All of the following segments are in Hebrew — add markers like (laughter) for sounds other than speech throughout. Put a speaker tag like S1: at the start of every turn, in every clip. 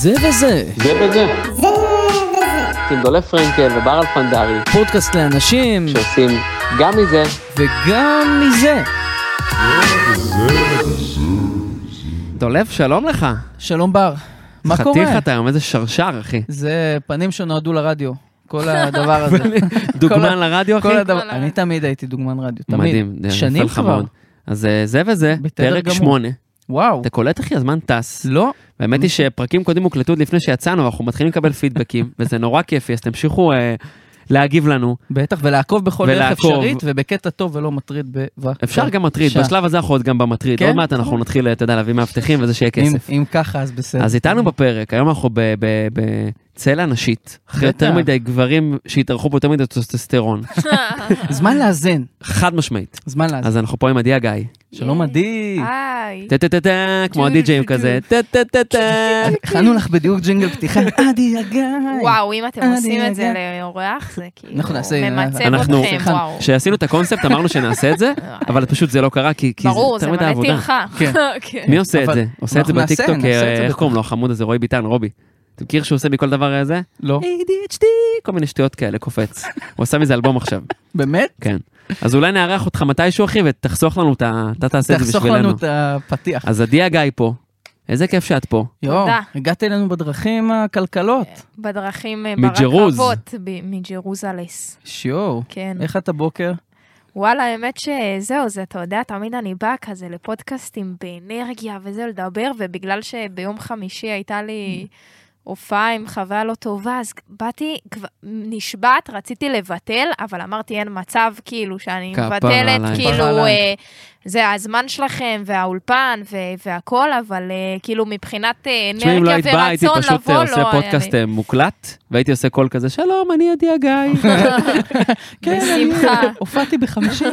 S1: זה וזה,
S2: זה וזה. עם דולף פרנקל וברל פנדרי,
S1: פודקאסט לאנשים
S2: שעושים גם מזה
S1: וגם מזה.
S3: דולב, שלום לך.
S1: שלום בר, מה קורה?
S3: חתיך אתה היום, איזה שרשר, אחי.
S1: זה פנים שנועדו לרדיו,
S3: (laughs)
S1: כל הדבר הזה.
S3: דוגמן לרדיו, אחי?
S1: כל הדבר,
S4: כל
S1: אני תמיד הייתי דוגמן רדיו, תמיד.
S3: מדהים, זה יפה
S1: שנים
S3: לך
S1: כבר.
S3: מאוד. אז אה, זה וזה,
S1: בסדר
S3: פרק
S1: גמור.
S3: שמונה.
S1: וואו.
S3: אתה קולט, אחי, הזמן טס.
S1: לא,
S3: האמת היא שפרקים קודמים הוקלטו עוד לפני שיצאנו, אנחנו מתחילים לקבל פידבקים, (laughs) וזה נורא כיפי, אז תמשיכו אה, להגיב לנו.
S1: בטח, ולעקוב בכל דרך
S3: ולעקוב.
S1: אפשרית, ובקטע טוב ולא מטריד בבקשה.
S3: אפשר גם מטריד, בשלב הזה אנחנו עוד גם במטריד.
S1: לא. כן?
S3: עוד מעט אנחנו נתחיל, אה, אתה יודע, להביא מאבטחים וזה שיהיה
S1: אם-
S3: כסף.
S1: אם ככה, אז בסדר.
S3: אז איתנו בפרק, היום אנחנו ב- ב- בצלע נשית, אחרי
S1: בטח.
S3: יותר מדי גברים שהתארחו פה יותר
S1: (laughs)
S3: מדי טוסטסטרון,
S1: זמן לאזן,
S3: חד משמעית.
S1: זמן לאזן.
S3: אז אנחנו פה עם עדי הגיא.
S1: שלום עדי.
S3: אה,
S4: היי.
S3: טה טה טה טה, כמו
S4: כן,
S3: הדי-ג'אים כזה, טה טה טה טה.
S1: הכנו לך בדיוק ג'ינגל פתיחה.
S3: אה,
S1: עדי הגיא.
S4: וואו, אם אתם
S1: אני
S4: עושים את זה
S1: רגע.
S4: לאורח, זה כאילו
S1: אנחנו נעשה,
S4: ממצב
S3: אה, אנחנו-
S4: אתכם, וואו.
S3: כשעשינו את הקונספט אמרנו שנעשה את
S4: (laughs)
S3: זה, אבל פשוט זה לא קרה, כי כי
S4: ברור, זה
S3: יותר מדי
S4: מלא
S3: עבודה.
S4: טרחה. (laughs)
S1: כן.
S4: כן.
S3: מי עושה את
S1: אבל
S3: זה? עושה את זה
S1: אנחנו נעשה,
S3: בטיקטוק,
S1: נעשה את
S3: אה,
S1: זה
S3: איך
S1: בטח.
S3: קוראים לו החמוד הזה, רועי ביטן, רובי. אתה מכיר שהוא עושה מכל דבר הזה?
S1: לא.
S3: ADHD, כל מיני שטויות כאלה, קופץ. הוא עשה מזה אלבום עכשיו, (laughs)
S1: באמת?
S3: כן. אז אולי נארח אותך מתישהו, אחי, ותחסוך לנו את ה... אתה תעשה את זה
S1: תחסוך לנו
S3: בשבילנו.
S1: את הפתיח.
S3: אז עדי הגיא פה, איזה כיף שאת פה.
S1: יואו,
S4: תודה. כן.
S1: הגעת אלינו בדרכים הכלכלות.
S4: בדרכים, אה,
S3: מג'רוז.
S4: ברכבות, ב- מג'רוזלס.
S1: שיואו.
S4: כן.
S1: איך את הבוקר?
S4: וואלה, האמת שזהו, זה, אתה יודע, תמיד אני באה כזה לפודקאסטים באנרגיה וזה, לדבר, ובגלל שביום חמישי הייתה לי הופעה עם חוויה לא טובה, אז באתי, כבר- נשבעת, רציתי לבטל, אבל אמרתי, אין מצב, כאילו, שאני
S3: כפרה
S4: מבטלת,
S3: עלייך.
S4: כאילו,
S1: כפרה
S4: אה,
S1: עלייך.
S4: זה הזמן שלכם, והאולפן, ו- והכול, אבל אה, כאילו, מבחינת אה,
S3: תשמעי, אם לא
S4: אנרגיה
S3: היית באה, הייתי
S4: ורצון
S3: פשוט אה,
S4: לבוא, לא
S3: עושה
S4: היה
S3: פודקאסט
S4: לי.
S3: אה, מוקלט, והייתי עושה קול כזה, שלום, אני עדי הגיא.
S1: כן, אני
S3: (laughs)
S4: בשמחה.
S1: הופעתי בחמישים.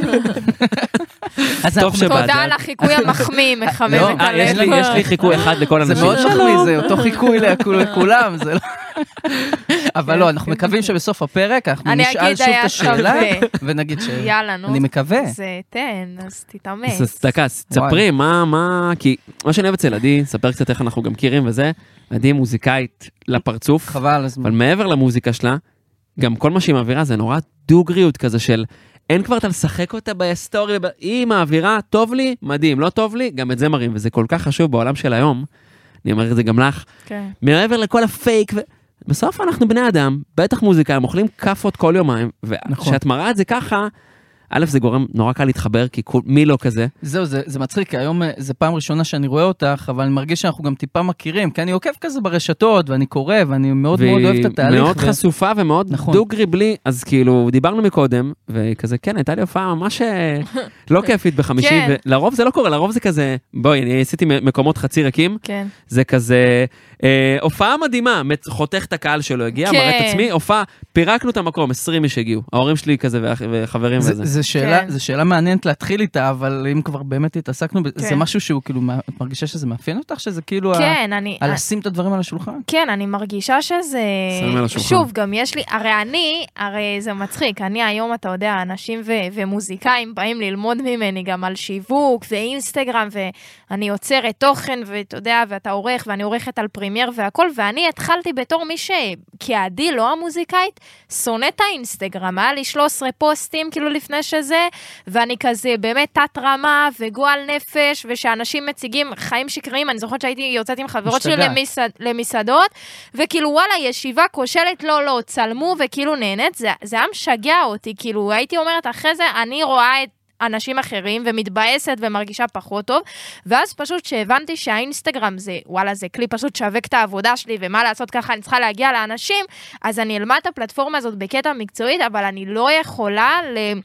S1: אז
S3: טוב
S1: אנחנו-
S3: שבאת.
S4: תודה על החיקוי המחמיא, מחמם
S1: לא,
S4: את
S3: אה, יש
S4: הלב.
S3: לי- יש לי חיקוי אחד לכל
S1: אה, זה
S3: הנשים.
S1: מאוד מחמיא, זה אותו חיקוי לכול- לכולם, זה לא...
S4: (laughs)
S1: אבל לא, אנחנו מקווים שבסוף הפרק אנחנו
S4: אני
S1: נשאל
S4: אגיד,
S1: שוב
S4: היה
S1: את השאלה,
S4: שווה.
S1: ונגיד ש...
S4: יאללה, נו.
S1: כן. אני מקווה.
S4: אז אה, תן, אז תתאמץ.
S3: אז אז דקה, אז ספרי, מה, מה, כי מה שאני אוהב אצל עדי, ספר קצת איך אנחנו גם מכירים וזה, עדי היא מוזיקאית לפרצוף,
S1: חבל על הזמן.
S3: אבל מעבר למוזיקה שלה, גם כל מה שהיא מעבירה זה נורא דוגריות כזה של, אין כבר אתה לשחק אותה בהיסטוריה, וב- היא מעבירה, טוב לי, מדהים, לא טוב לי, גם את זה מראים, וזה כל כך חשוב בעולם של היום, אני אומר את זה גם לך,
S4: כן.
S3: מעבר לכל הפייק. ו... בסוף אנחנו בני אדם, בטח מוזיקאים, אוכלים כאפות כל יומיים,
S1: נכון.
S3: וכשאת מראה את זה ככה, א', זה גורם נורא קל להתחבר, כי כול- מי לא כזה?
S1: זהו, זה, זה מצחיק, כי היום אה, זה פעם ראשונה שאני רואה אותך, אבל אני מרגיש שאנחנו גם טיפה מכירים, כי אני עוקב כזה ברשתות, ואני קורא, ואני מאוד מאוד אוהב את התהליך.
S3: מאוד חשופה ומאוד
S1: נכון.
S3: דוגרי בלי, אז כאילו, דיברנו מקודם, וכזה, כן, הייתה לי הופעה ממש אה, לא כיפית בחמישי,
S4: (laughs) כן.
S3: ולרוב זה לא קורה, לרוב זה כזה, בואי, אני עשיתי מ- מקומות חצי ריקים,
S4: כן.
S3: זה כזה, אה, הופעה מדהימה, מת- חותך את הקהל שלא הגיע,
S4: כן.
S3: מראה את עצמי, הופעה, פירקנו את המקום, 20 איש הגיעו, ההורים שלי כזה ואח- וחברים
S1: זה,
S3: וזה.
S1: זה, זה, שאלה,
S4: כן.
S1: זה שאלה מעניינת להתחיל איתה, אבל אם כבר באמת התעסקנו, כן. זה
S4: כן.
S1: משהו שהוא כאילו, מה- את מרגישה שזה מאפיין אותך? שזה כאילו, ה,
S4: כן, אני...
S1: ה, לשים את הדברים על השולחן?
S4: כן, אני מרגישה שזה...
S3: שם על השולחן.
S4: שוב, גם יש לי, הרי אני, הרי זה מצחיק, אני היום, אתה יודע, אנשים ו- ומוזיקאים באים ללמוד ממני גם על שיווק ואינסטגרם, ואני יוצרת תוכן, ואתה יודע, ואתה עורך, ואני עורכת על פרימייר והכל, ואני התחלתי בתור מי ש... כעדי, לא המוזיקאית, שונא את האינסטגרם, היה לי 13 פוסטים כאילו לפני שזה, ואני כזה באמת תת-רמה וגועל נפש, ושאנשים מציגים חיים שקריים, אני זוכרת שהייתי יוצאת עם חברות שלי
S1: משתגעת.
S4: למסעד, למסעדות, וכאילו וואלה, ישיבה כושלת, לא, לא, צלמו וכאילו נהנית, זה, זה היה משגע אותי, כאילו הייתי אומרת, אחרי זה אני רואה את... אנשים אחרים ומתבאסת ומרגישה פחות טוב ואז פשוט שהבנתי שהאינסטגרם זה וואלה זה כלי פשוט שווק את העבודה שלי ומה לעשות ככה אני צריכה להגיע לאנשים אז אני אלמד את הפלטפורמה הזאת בקטע מקצועית, אבל אני לא יכולה ל-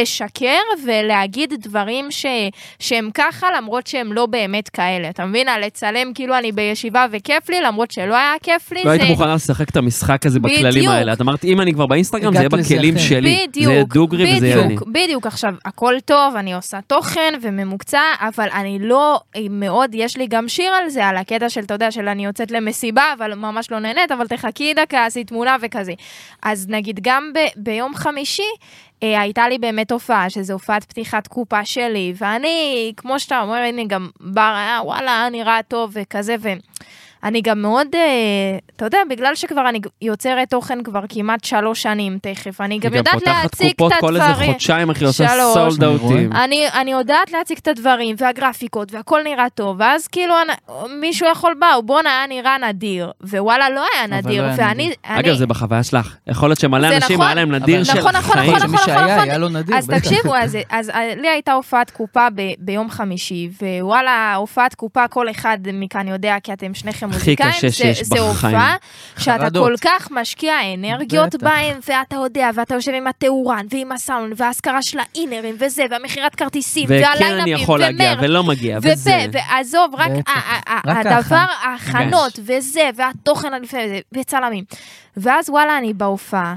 S4: לשקר ולהגיד דברים ש- שהם ככה, למרות שהם לא באמת כאלה. אתה מבין? לצלם כאילו אני בישיבה וכיף לי, למרות שלא היה כיף לי.
S3: לא היית
S4: זה-
S3: מוכנה לשחק את המשחק הזה בכללים
S4: בדיוק.
S3: האלה. את אמרת, אם אני כבר באינסטגרם, זה יהיה
S1: הגעת לזה
S3: בכלים
S1: אחרת."
S3: שלי. זה יהיה דוגרי וזה יהיה אני.
S4: בדיוק, בדיוק. עכשיו, הכל טוב, אני עושה תוכן וממוקצע, אבל אני לא אה, מאוד, יש לי גם שיר על זה, על הקטע של, אתה יודע, של אני יוצאת למסיבה, אבל ממש לא נהנית, אבל תחכי דקה, עשי תמונה וכזה. אז נגיד, גם ב- ביום חמישי, אה, הייתה לי באמת הופעה, שזו הופעת פתיחת קופה שלי, ואני, כמו שאתה אומר, הנה גם בר היה, וואלה, היה נראה טוב וכזה, ו... אני גם מאוד, אה, אתה יודע, בגלל שכבר אני יוצרת תוכן כבר כמעט שלוש שנים תכף, אני גם יודעת להציג את
S3: היא גם פותחת קופות כל איזה
S4: הדברים.
S3: חודשיים, אחי, עושה
S4: שלוש.
S3: סולד אאוטים.
S4: אני, אני יודעת להציג את הדברים, והגרפיקות, והכל נראה טוב, ואז כאילו אני, מישהו יכול באו, בואנה, היה נראה נדיר, ווואלה, לא היה
S1: אבל
S4: נדיר,
S1: לא היה
S4: ואני...
S1: נדיר.
S4: אני,
S3: אגב, זה בחוויה שלך. יכול להיות שמלא
S4: זה
S3: אנשים,
S4: נכון,
S3: היה להם נדיר
S1: אבל-
S3: של
S4: נכון, נכון,
S3: חיים.
S4: נכון,
S1: שמי שהיה,
S4: נכון.
S1: היה לו נדיר.
S4: אז
S1: בטח.
S4: תקשיבו, אז, אז אה, לי הייתה הופעת קופה ב, ביום חמישי, ווואלה, הופעת קופה, כל אחד מכאן יודע, כי אתם שניכם
S3: הכי
S4: מוזיקאים,
S3: קשה שיש
S4: זה, זה
S3: בחיים.
S4: הופעה שאתה
S1: חרדות.
S4: כל כך משקיע אנרגיות
S1: בטח.
S4: בהם, ואתה יודע, ואתה יושב עם התאורן, ועם הסאונד, וההשכרה של האינרים, וזה, והמכירת כרטיסים,
S3: וכן אני
S4: והליינאפים,
S3: יכול להגיע,
S4: ומרץ,
S3: ולא מגיע, וזה.
S4: וזה, ועזוב, רק
S1: בטח.
S4: ה- ה- ה-
S1: רק
S4: הדבר,
S1: ההכנה.
S4: ההכנות, וזה, והתוכן לפני זה, וצלמים. ואז וואלה, אני בהופעה,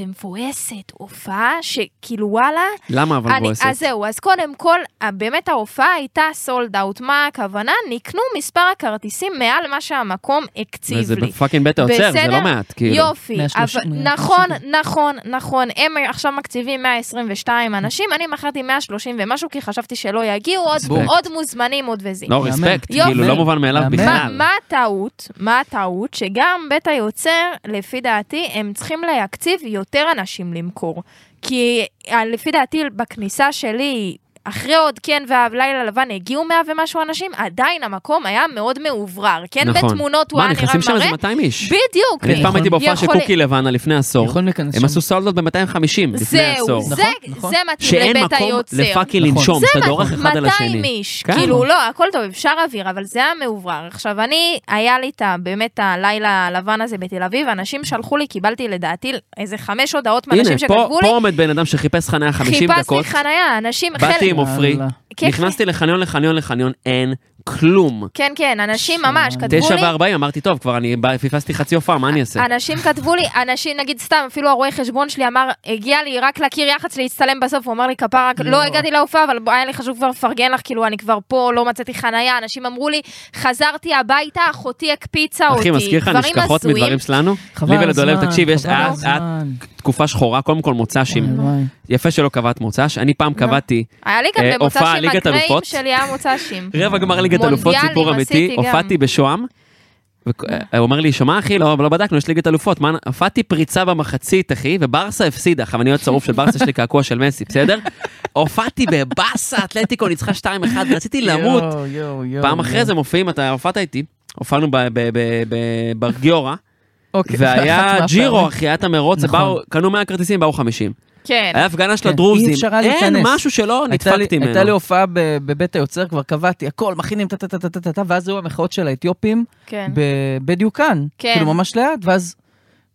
S4: ומבואסת, הופעה שכאילו וואלה,
S3: למה אבל
S4: אני,
S3: בועסת?
S4: אז זהו, אז קודם כל, ה- באמת ההופעה הייתה סולד אאוט, מה הכוונה? נקנו מספר הכרטיסים מעל מה שהמקום הקציב
S3: זה
S4: לי.
S3: בפאקינג בית היוצר, זה
S4: בסדר?
S3: לא מעט, כאילו.
S4: יופי,
S1: 130,
S4: אבל
S1: 190.
S4: נכון, נכון, נכון, הם עכשיו מקציבים 122 אנשים, אני מכרתי 130 ומשהו, כי חשבתי שלא יגיעו עוד-
S1: בום.
S4: עוד מוזמנים, עוד וזה.
S3: לא,
S1: מהמם.
S3: רספקט,
S4: יופי.
S3: כאילו, לא מובן מאליו
S1: מהמם.
S4: מה,
S3: בכלל.
S4: מה הטעות? מה הטעות? שגם בית היוצר, לפי דעתי, הם צריכים להקציב יותר אנשים למכור. כי אה, לפי דעתי, בכניסה שלי, אחרי עוד כן והלילה לבן הגיעו מאה ומשהו אנשים, עדיין המקום היה מאוד מאוורר. כן,
S3: נכון.
S4: בתמונות הוא
S3: מה,
S4: היה נראה
S3: נכנסים שם איזה
S4: מראה.
S3: 200 איש.
S4: בדיוק.
S3: אני פעם הייתי בהופעה של
S4: יכול-
S3: קוקי לבנה לפני עשור.
S1: יכולים להיכנס
S3: הם
S1: שם.
S3: עשו סולדות ב-250 לפני
S4: זהו,
S3: עשור.
S4: זה-
S1: נכון, נכון.
S4: זה מתאים
S3: שאין
S4: לבית
S3: מקום
S4: היוצר.
S3: לפאקינג
S1: נכון.
S3: לנשום,
S1: זה
S3: שאתה דורך אחד על השני.
S4: 200 איש,
S3: כן.
S4: כאילו לא, הכל טוב, אפשר אוויר, אבל זה היה מאוברר. עכשיו אני, היה לי את ה- באמת הלילה הלבן הזה בתל אביב, אנשים שלחו לי, קיבלתי לדעתי איזה חמש הודעות
S3: הנה,
S4: מאנשים
S3: פה
S4: שכתבו
S3: פה
S4: לי,
S3: עומד בן אדם שחיפש חניה 50
S4: חיפשתי
S3: דקות,
S4: חנייה, אנשים, חלק,
S3: באתי עם עופרי,
S1: יאללה.
S4: כן,
S3: נכנסתי לחניון, לחניון, לחניון, אין כלום.
S4: כן, כן, אנשים ממש כתבו
S3: תשע
S4: לי, אה,
S3: וארבעים, אמרתי, טוב, כבר אני בא- פספסתי חצי הופעה, מה אני אעשה?
S4: אנשים כתבו לי, אנשים, נגיד סתם, אפילו הרואה חשבון שלי אמר, הגיע לי רק להכיר יח"צ להצטלם בסוף, הוא אמר לי, כפרה, לא הגעתי להופעה, אבל בוא, היה לי חשוב כבר לפרגן לך, כאילו, אני כבר פה, לא מצאתי חנייה, אנשים אמרו לי, חזרתי הביתה, אחותי הקפיצה אה, אותי,
S3: אחי, מזכיר לך
S4: דברים
S3: נשכחות
S4: הזויים.
S3: מדברים שלנו?
S1: חבל
S3: לי
S1: על
S3: ולדולב,
S1: הזמן,
S3: תקשיב, יש
S1: חבל על
S3: את-
S1: הזמן.
S3: את תקופה שחורה, קודם כל מוצ"שים.
S4: אה.
S1: וואי, וואי.
S3: יפה שלא קבעת מוצ"ש, אני פעם קבעתי
S4: היה לי גם
S3: אה, הופעה,
S4: במוצ"שים,
S3: ליגת
S4: הקנאים
S3: אלופות.
S4: שלי היה מוצ"שים.
S3: (laughs) רבע גמר ליגת אלופות,
S4: מונדיאלים
S3: סיפור אמיתי,
S4: עשיתי גם.
S3: הופעתי בשוהם. וכ- הוא אומר לי, שמע אחי, לא לא בדקנו, יש ליגת אלופות, מה- הופעתי פריצה במחצית, אחי, וברסה הפסידה, עכשיו אני אוהד שרוף של ברסה, יש לי קעקוע של מסי, בסדר? הופעתי בבאסה, אתלטיקו ניצחה 2-1, רציתי למות.
S1: יואו, יואו, יואו,
S3: פעם אחרי
S1: יואו.
S3: זה מופיעים, אתה הופעת איתי, הופענו ב- ב- ב- ב-
S1: (laughs)
S3: ברגיורה,
S1: אוקיי, אחת
S3: והיה
S1: מהפעמים.
S3: ג'ירו, אחי, היה את המרוץ,
S1: נכון.
S3: באו- קנו 100 כרטיסים, באו 50.
S4: כן.
S3: היה הפגנה של
S1: כן,
S3: הדרוזים,
S1: אי אפשר היה
S3: אין
S1: להיכנס.
S3: משהו שלא
S1: הייתה לי-
S3: נדפקתי
S1: הייתה לי
S3: ממנו.
S1: הופעה ב- בבית היוצר, כבר קבעתי הכל, מכינים טה טה טה טה טה טה טה, ואז היו המחאות של האתיופים
S4: כן.
S1: ב- בדיוקן.
S4: כן.
S1: כאילו ממש לאט, ואז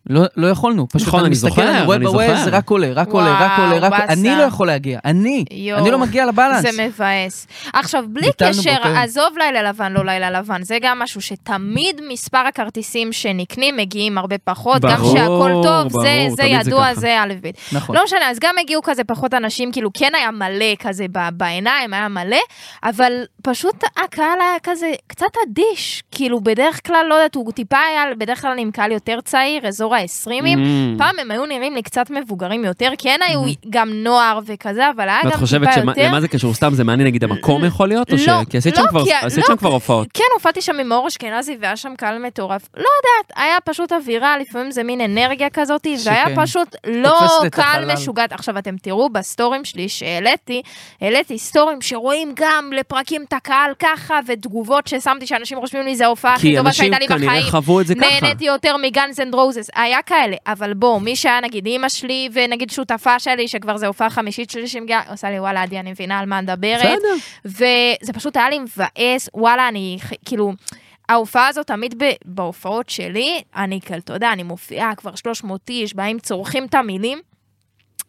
S1: לא לא יכולנו. פשוט
S3: נכון,
S1: אני
S3: אני
S1: מסתכל,
S3: זוכר,
S1: אני רואה
S3: אני זוכר.
S1: בווייז, זה רק עולה, רק עולה, רק
S4: וואו,
S1: עולה, רק עולה.
S4: באסה.
S1: אני לא יכול להגיע, אני.
S4: יואו.
S1: אני לא מגיע לבלנס.
S4: זה מבאס. עכשיו, בלי
S1: ביטלנו
S4: קשר,
S1: בו, כן.
S4: עזוב לילה לבן, לא לילה לבן, זה גם משהו שתמיד מספר הכרטיסים שנקנים מגיעים הרבה פחות, גם
S3: ברור,
S4: שהכל טוב,
S3: ברור,
S4: זה,
S3: תמיד
S4: זה
S3: זה
S4: ידוע,
S3: ככה.
S4: זה א' ב'.
S1: נכון.
S4: לא משנה, אז גם הגיעו כזה פחות אנשים, כאילו כן היה מלא כזה ב- בעיניים, היה מלא, אבל פשוט הקהל היה כזה קצת אדיש, כאילו בדרך כלל, לא יודעת, הוא טיפה היה, בדרך כלל אני עם קהל יותר צעיר, אזור ה-20,
S3: Mm.
S4: פעם הם היו נראים לי קצת מבוגרים יותר, כן היו גם נוער וכזה, אבל היה גם
S3: ואת
S4: טיפה
S3: חושבת
S4: יותר.
S3: שלמה זה קשור? סתם זה מעניין נגיד המקום יכול להיות? או ש-
S4: לא,
S3: כי עשית
S4: לא,
S3: שם כבר-
S4: כי-
S3: עשית
S4: לא,
S3: שם כבר הופעות.
S4: כן, הופעתי שם עם מאור אשכנזי והיה שם קהל מטורף. לא יודעת, היה פשוט אווירה, לפעמים זה מין אנרגיה כזאת, והיה
S1: שכן.
S4: פשוט לא
S1: תופסת את
S4: קהל
S1: החלל.
S4: משוגע. עכשיו, אתם תראו בסטורים שלי שהעליתי, העליתי סטורים שרואים גם לפרקים את הקהל ככה, ותגובות ששמתי שאנשים רושמים לי, זה ההופעה הכי
S3: כי
S4: טובה
S3: אנשים
S4: שהייתה לי
S3: כנראה
S4: בחיים.
S3: חוו את זה ככה.
S4: נהניתי יותר מגאנז אנד רוזס, היה כאלה, אבל בואו, מי שהיה נגיד אימא שלי ונגיד שותפה שלי, שכבר זו הופעה חמישית שלי שמגיעה, עושה לי וואלה עדי, אני מבינה על מה מדברת,
S3: בסדר.
S4: וזה פשוט היה לי מבאס, וואלה, אני ח- כאילו... ההופעה הזאת תמיד ב- בהופעות שלי, אני כאילו, אתה יודע, אני מופיעה כבר 300 איש, באים, צורכים את המילים.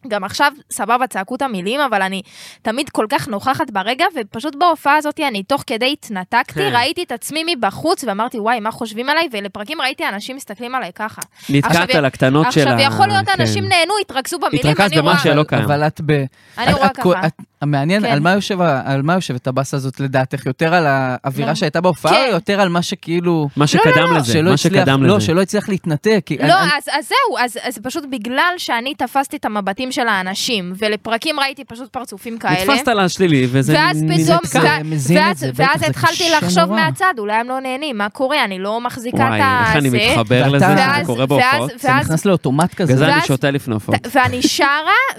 S4: גם עכשיו, סבבה, צעקו את המילים, אבל אני תמיד כל כך נוכחת ברגע, ופשוט בהופעה הזאת אני תוך כדי התנתקתי,
S3: כן.
S4: ראיתי את עצמי מבחוץ ואמרתי, וואי, מה חושבים עליי? ולפרקים ראיתי אנשים מסתכלים עליי ככה.
S3: נתקעת
S4: עכשיו-
S3: על הקטנות
S4: עכשיו,
S3: שלה.
S4: יכול להיות
S3: כן.
S4: אנשים נהנו, התרכזו במילים,
S3: התרכזת
S4: אני
S3: במה
S4: רואה...
S3: שלא קיים.
S1: אבל את ב...
S4: אני
S1: את-
S4: רואה
S1: את-
S4: ככה.
S1: את- המעניין,
S4: כן.
S1: על מה יושב ה- על מה יושבת הבאסה הזאת לדעתך? יותר על האווירה
S4: לא.
S1: שהייתה בהופעה,
S4: כן.
S1: או יותר על מה שכאילו...
S3: מה שקדם לזה,
S1: שלא
S3: מה
S1: הצליח,
S3: שקדם
S1: לא,
S3: לזה.
S1: שלא הצליח להתנתק. כי אני-
S4: לא,
S1: אני-
S4: אז, אז זהו, אז, אז פשוט בגלל שאני תפסתי את המבטים של האנשים, ולפרקים ראיתי פשוט פרצופים כאלה.
S3: נתפסת על השלילי, וזה
S4: ואז
S3: נ-
S4: פתאום,
S3: נתקע.
S1: זה
S4: ואז-
S1: מזין את
S4: ואז-
S1: זה, בטח,
S4: ואז
S1: זה
S4: התחלתי
S1: קשה
S4: לחשוב
S1: נורא.
S4: מהצד, אולי הם לא נהנים, מה קורה? אני לא מחזיקה
S3: וואי,
S4: את ה...
S3: איך אני
S4: זה.
S3: מתחבר לזה
S1: ואתה-
S3: שזה קורה
S4: ואז-
S3: בהופעות?
S4: ואז-
S1: זה נכנס לאוטומט כזה.
S3: בגלל זה אני
S4: ואז-
S3: שותה לפני הופעות.
S4: ת- ואני שרה,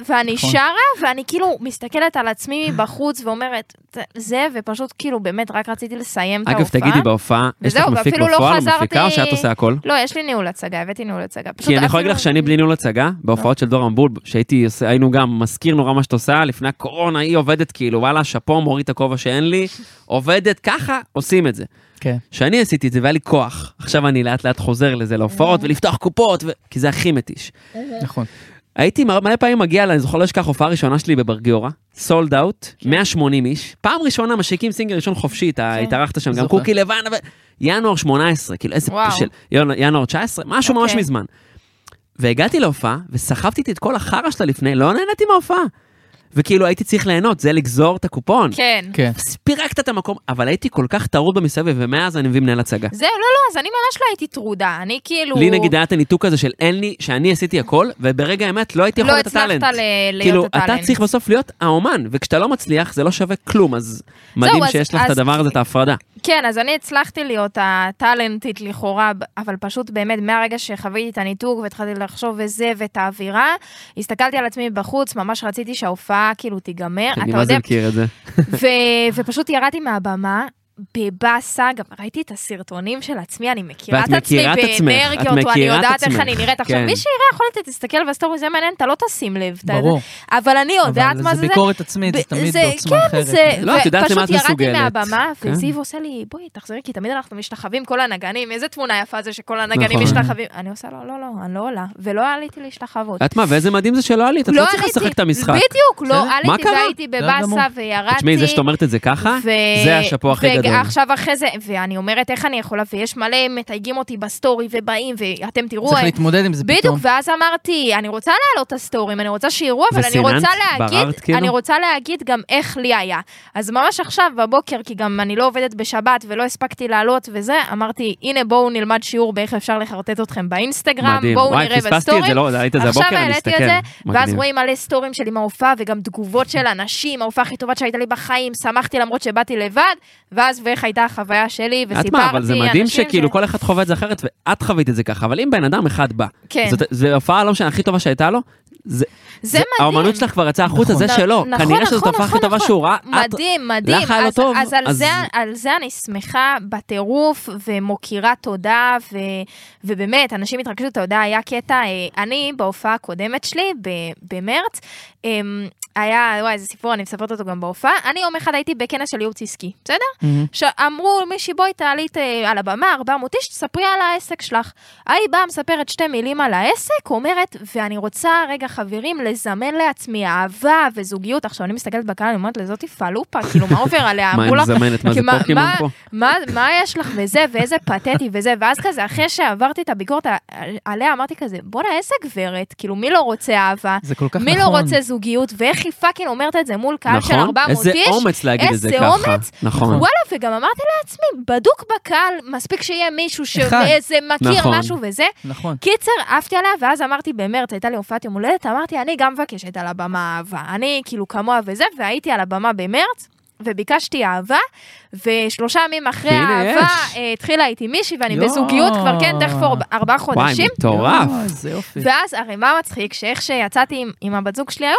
S4: ואני
S1: נכון.
S4: שרה, ואני כאילו מסתכלת על עצמי מבחוץ ואומרת, "זה- זה, ופשוט כאילו באמת רק רציתי לסיים את
S3: אגב,
S4: ההופעה.
S3: תגידי, בהופעה, יש לך
S4: וזהו,
S3: מפיק
S4: ואפילו לא
S3: בפועל,
S4: חזרתי-
S3: מפיקה, או שאת עושה הכל?
S4: לא, יש לי ניהול הצגה, הבאתי ניהול הצגה. פשוט
S3: כי אני יכול
S4: אפילו-
S3: להגיד לך שאני בלי ניהול הצגה, בהופעות של דור אמבול, שהייתי, עושה- היינו גם, מזכיר נורא מה שאת עושה, לפני הקורונה היא עובדת כאילו, וואלה, שאפו, מוריד את הכובע שאין לי, עובדת ככה, עושים את זה.
S1: כן.
S3: שאני עשיתי את זה והיה לי כוח, עכשיו אני לאט לאט חוזר לזה להופעות
S4: אה.
S3: ולפתוח קופות, ו... כי זה הכי מתיש.
S1: נכון.
S3: הייתי מ- מלא פעמים מגיע, אני זוכר לא אשכח הופעה ראשונה שלי בבר גיורא, סולד אאוט, 180 איש, פעם ראשונה משיקים סינגל ראשון חופשי, אתה
S4: כן.
S3: התארחת שם, גם
S1: זוכר.
S3: קוקי לבן, ו... ינואר 18, כאילו איזה
S4: וואו.
S3: של ינואר- ינואר 19, משהו ממש
S4: אוקיי.
S3: מזמן. והגעתי להופעה, וסחבתי איתי את כל החרא שלה לפני, לא נהניתי מההופעה. וכאילו הייתי צריך ליהנות, זה לגזור את הקופון.
S4: כן.
S1: כן.
S3: פירקת את המקום, אבל הייתי כל כך טרוד במסביב, ומאז אני מביא מנהל הצגה.
S4: זהו, לא, לא, אז אני ממש לא הייתי טרודה, אני כאילו...
S3: לי נגיד היה את הניתוק הזה של אין לי, שאני עשיתי הכל, וברגע האמת לא הייתי יכול
S4: לא
S3: להיות
S4: הצלחת
S3: הטאלנט.
S4: ל- להיות
S3: כאילו,
S4: הטאלנט.
S3: אתה צריך בסוף להיות האומן, וכשאתה לא מצליח, זה לא שווה כלום, אז מדהים
S4: אז-
S3: שיש לך את
S4: אז-
S3: הדבר הזה, את ההפרדה.
S4: כן, אז אני הצלחתי להיות הטאלנטית לכאורה, אבל פשוט באמת מהרגע שחוויתי את הניתוק והתחלתי לחשוב וזה ואת האווירה, הסתכלתי על עצמי בחוץ, ממש רציתי שההופעה כאילו תיגמר,
S3: אני
S4: אתה
S3: מה
S4: יודע,
S3: זה מכיר את זה.
S4: ו- ופשוט ירדתי מהבמה. בבאסה, גם ראיתי את הסרטונים של עצמי, אני מכירה
S3: ואת
S4: את עצמי
S3: מכירה את עצמך, את
S4: באנרגיות, או אני
S3: מכירה את
S4: יודעת איך
S3: עצמך,
S4: אני נראית. עכשיו,
S3: כן.
S4: מי שיראה יכול לתת- תסתכל בסטורי, זה מעניין, אתה לא תשים לב. אתה-
S1: ברור.
S4: אבל אני יודעת
S1: אבל
S4: לא, מה
S1: זה
S4: זה זה.
S1: ביקורת עצמית, זה
S4: ב-
S1: תמיד
S4: זה-
S1: בעוצמה
S4: כן,
S1: אחרת.
S4: זה,
S3: לא, את יודעת למה את
S4: ופשוט ירדתי
S3: מסוגלת.
S4: מהבמה,
S3: כן.
S4: וזיו עושה לי, בואי, תחזרי, כי תמיד אנחנו משתחווים כל הנגנים, איזה תמונה יפה זה שכל הנגנים
S3: נכון.
S4: משתחווים. אני עושה לו, לא, לא, אני לא עולה, ולא עליתי להשתחוות.
S3: את מה, ואיזה מדהים זה שלא עלית, את לא צריכה
S4: עליתי.
S3: לשחק את המשחק.
S4: בדיוק, לא
S3: בסדר? מה
S4: עליתי,
S3: קרה?
S4: והייתי
S1: בסדר גמור.
S4: בבאסה, וירדתי.
S3: תשמעי, זה שאת אומרת את זה ככה,
S4: ו-
S3: זה השאפו הכי גדול.
S4: ועכשיו אחרי זה, ואני אומרת, איך אני יכולה, ויש מלא מתייגים אותי בסטורי, ובאים, ואתם תראו,
S1: צריך
S4: הם-
S1: להתמודד עם זה
S4: בדיוק,
S1: פתאום.
S4: ואז אמרתי, אני רוצה להעלות את הסטורים, אני רוצה שיראו, אבל אני
S3: וסיננת?
S4: רוצה להגיד,
S3: בררת כאילו?
S4: אני רוצה להגיד גם איך לי היה. אז ממש עכשיו בבוקר, כי גם אני לא עובדת בשבת ולא הספקתי לעלות וזה, אמרתי, הנה בואו נלמד שיעור באיך אפשר לחרטט אתכם באינסטגרם,
S3: מדהים.
S4: בואו
S3: וואי,
S4: נראה
S3: פספסתי את זה,
S4: בסטורים.
S3: לא, ראית את זה
S4: עכשיו
S3: הבוקר, אני
S4: העליתי
S3: אסתכל.
S4: את זה, ואז
S3: מגניב.
S4: רואים מלא סטורים שלי מההופעה, וגם תגובות של אנשים, ההופעה הכי טובה שהייתה לי בחיים, שמחתי למרות שבאתי לבד, ואז ואיך הייתה החוויה שלי,
S3: את
S4: וסיפרתי
S3: מה, אבל זה מדהים
S4: אנשים
S3: שכאילו
S4: ש-
S3: כל אחד חווה את זה אחרת, ואת חווית את זה ככה, אבל אם בן אדם אחד בא,
S4: כן.
S3: זאת- זו הופעה לא משנה, הכי טובה שהייתה לו, זה-
S4: זה מדהים.
S3: האומנות שלך כבר יצאה החוצה,
S1: נכון.
S3: זה שלו,
S4: נכון,
S3: כנראה שזאת
S4: נכון,
S3: הופעה הכי
S4: נכון,
S3: טובה
S4: נכון.
S3: שהוא ראה, את-
S4: מדהים, מדהים.
S3: לך היה לא
S4: אז-
S3: טוב,
S4: אז על
S3: אז-
S4: זה- על זה אני שמחה בטירוף ומוקירה תודה, ו- ובאמת, אנשים התרגשו, אתה יודע, היה קטע, אה, אני בהופעה הקודמת שלי, ב- במרץ, אמ, היה, וואי, איזה סיפור, אני מספרת אותו גם בהופעה. אני יום אחד הייתי בכנס של ייעוץ עסקי, בסדר?
S1: מהמם.
S4: שאמרו מישהי בואי תעלית אה, על הבמה 400 איש תספרי על העסק שלך. ההיא באה מספרת שתי מילים על העסק אומרת ואני רוצה רגע חברים לזמן לעצמי אהבה וזוגיות עכשיו אני מסתכלת בקהל אני אומרת לזאתי פלופה כאילו מה עובר עליה
S3: מה, היא
S4: אמרו לה
S3: מזמנת? מה זה
S4: כי מה-
S3: פוקימון
S4: מה-
S3: פה?
S4: מה, מה יש לך וזה, ואיזה פתטי וזה, ואז כזה, אחרי שעברתי את הביקורת ה- עליה, אמרתי כזה, בואנה, איזה גברת, כאילו, מי לא רוצה אהבה?
S1: זה כל כך
S4: מי לא
S1: נכון.
S4: רוצה זוגיות? ואיך היא פאקינג אומרת את זה מול קהל של
S3: נכון,
S4: 400
S3: איזה
S4: איש?
S3: אומץ להגיד את זה
S4: איזה
S3: ככה.
S4: אומץ.
S3: נכון.
S4: וואלה, וגם אמרתי לעצמי, בדוק בקהל, מספיק שיהיה מישהו
S1: אחד.
S4: שאיזה מכיר
S3: נכון.
S4: משהו וזה.
S1: נכון.
S4: קיצר, עפתי עליה, ואז אמרתי במרץ, הייתה לי הופעת יום הולדת, אמרתי, אני גם מבקשת על הבמה אהבה. אני כאילו כמוה וזה, והייתי על הבמה במרץ. וביקשתי אהבה, ושלושה ימים אחרי
S3: הנה,
S4: האהבה
S3: יש.
S4: אה, התחילה איתי מישהי, ואני
S1: יואו.
S4: בזוגיות כבר, כן, תכף ארבע- ארבעה חודשים.
S3: וואי, מטורף.
S1: יואו, לא, איזה יופי.
S4: ואז הרי מה מצחיק, שאיך שיצאתי עם, עם הבת זוג שלי היום,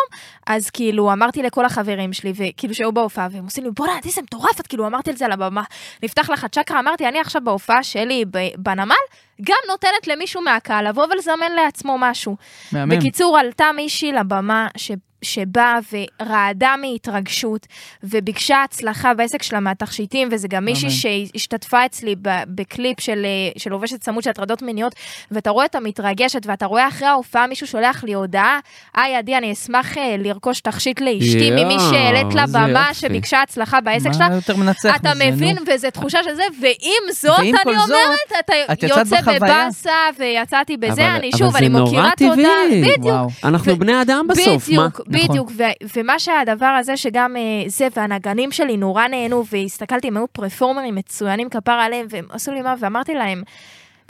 S4: אז כאילו אמרתי לכל החברים שלי, וכאילו שהיו בהופעה, והם עושים לי, בוא'נה, עדי זה מטורף, את כאילו אמרתי את זה על הבמה, נפתח לך צ'קרה, אמרתי, אני עכשיו בהופעה שלי ב- בנמל, גם נותנת למישהו מהקהל לבוא ולזמן לעצמו משהו.
S1: מהמם.
S4: בקיצור, עלתה מישהי לבמה ש... שבאה ורעדה מהתרגשות וביקשה הצלחה בעסק שלה מהתכשיטים, וזה גם מישהי שהשתתפה אצלי ב- בקליפ של, אה, של לובשת צמוד של הטרדות מיניות, ואתה רואה אותה מתרגשת, ואתה רואה אחרי ההופעה מישהו שולח לי הודעה, היי עדי, אני אשמח אה, לרכוש תכשיט לאשתי
S3: יואו,
S4: ממי שהעלית לה
S3: איזה
S4: במה
S3: יופי.
S4: שביקשה הצלחה בעסק שלה.
S1: מה יותר מנצח
S4: אתה
S1: מזה, נו?
S4: מבין, וזו תחושה של זה, ועם זאת,
S1: ועם כל
S4: אני
S1: זאת,
S4: אומרת,
S1: את
S4: אתה
S1: יצאת
S4: יוצא
S1: בחוויה.
S4: בבאסה, ויצאתי
S3: אבל-
S4: בזה, אני
S3: אבל
S4: שוב,
S3: זה
S4: אני
S3: נורא
S4: מוקירה
S3: טבעי.
S4: תודה, בדיוק,
S1: וואו.
S3: אנחנו
S4: ו-
S3: בני אדם בסוף, מה?
S4: בדיוק,
S1: נכון.
S4: בדיוק, ו- ומה שהדבר הזה שגם אה, זה, והנגנים שלי נורא נהנו, והסתכלתי, הם היו פרפורמרים מצוינים כפר עליהם, והם עשו לי מה, ואמרתי להם,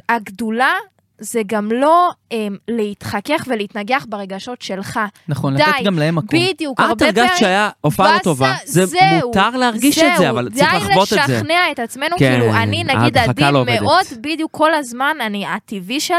S4: הגדולה זה גם לא הם, להתחכך ולהתנגח ברגשות שלך.
S1: נכון, לתת
S4: די,
S1: גם להם מקום. אה,
S4: בדיוק,
S3: את
S4: הרבה
S3: הרגשת
S4: פעמים...
S3: שהיה הופעה לא
S4: באסה,
S3: טובה, זה
S4: זהו,
S3: מותר להרגיש את זה, אבל צריך לחוות את
S4: די
S3: זה.
S4: לשכנע את עצמנו,
S3: כן,
S4: כאילו, אני נגיד
S3: ההדחקה
S4: עדין
S3: לא עובדת.
S4: מאוד, בדיוק כל הזמן, אני, הטבעי שלי,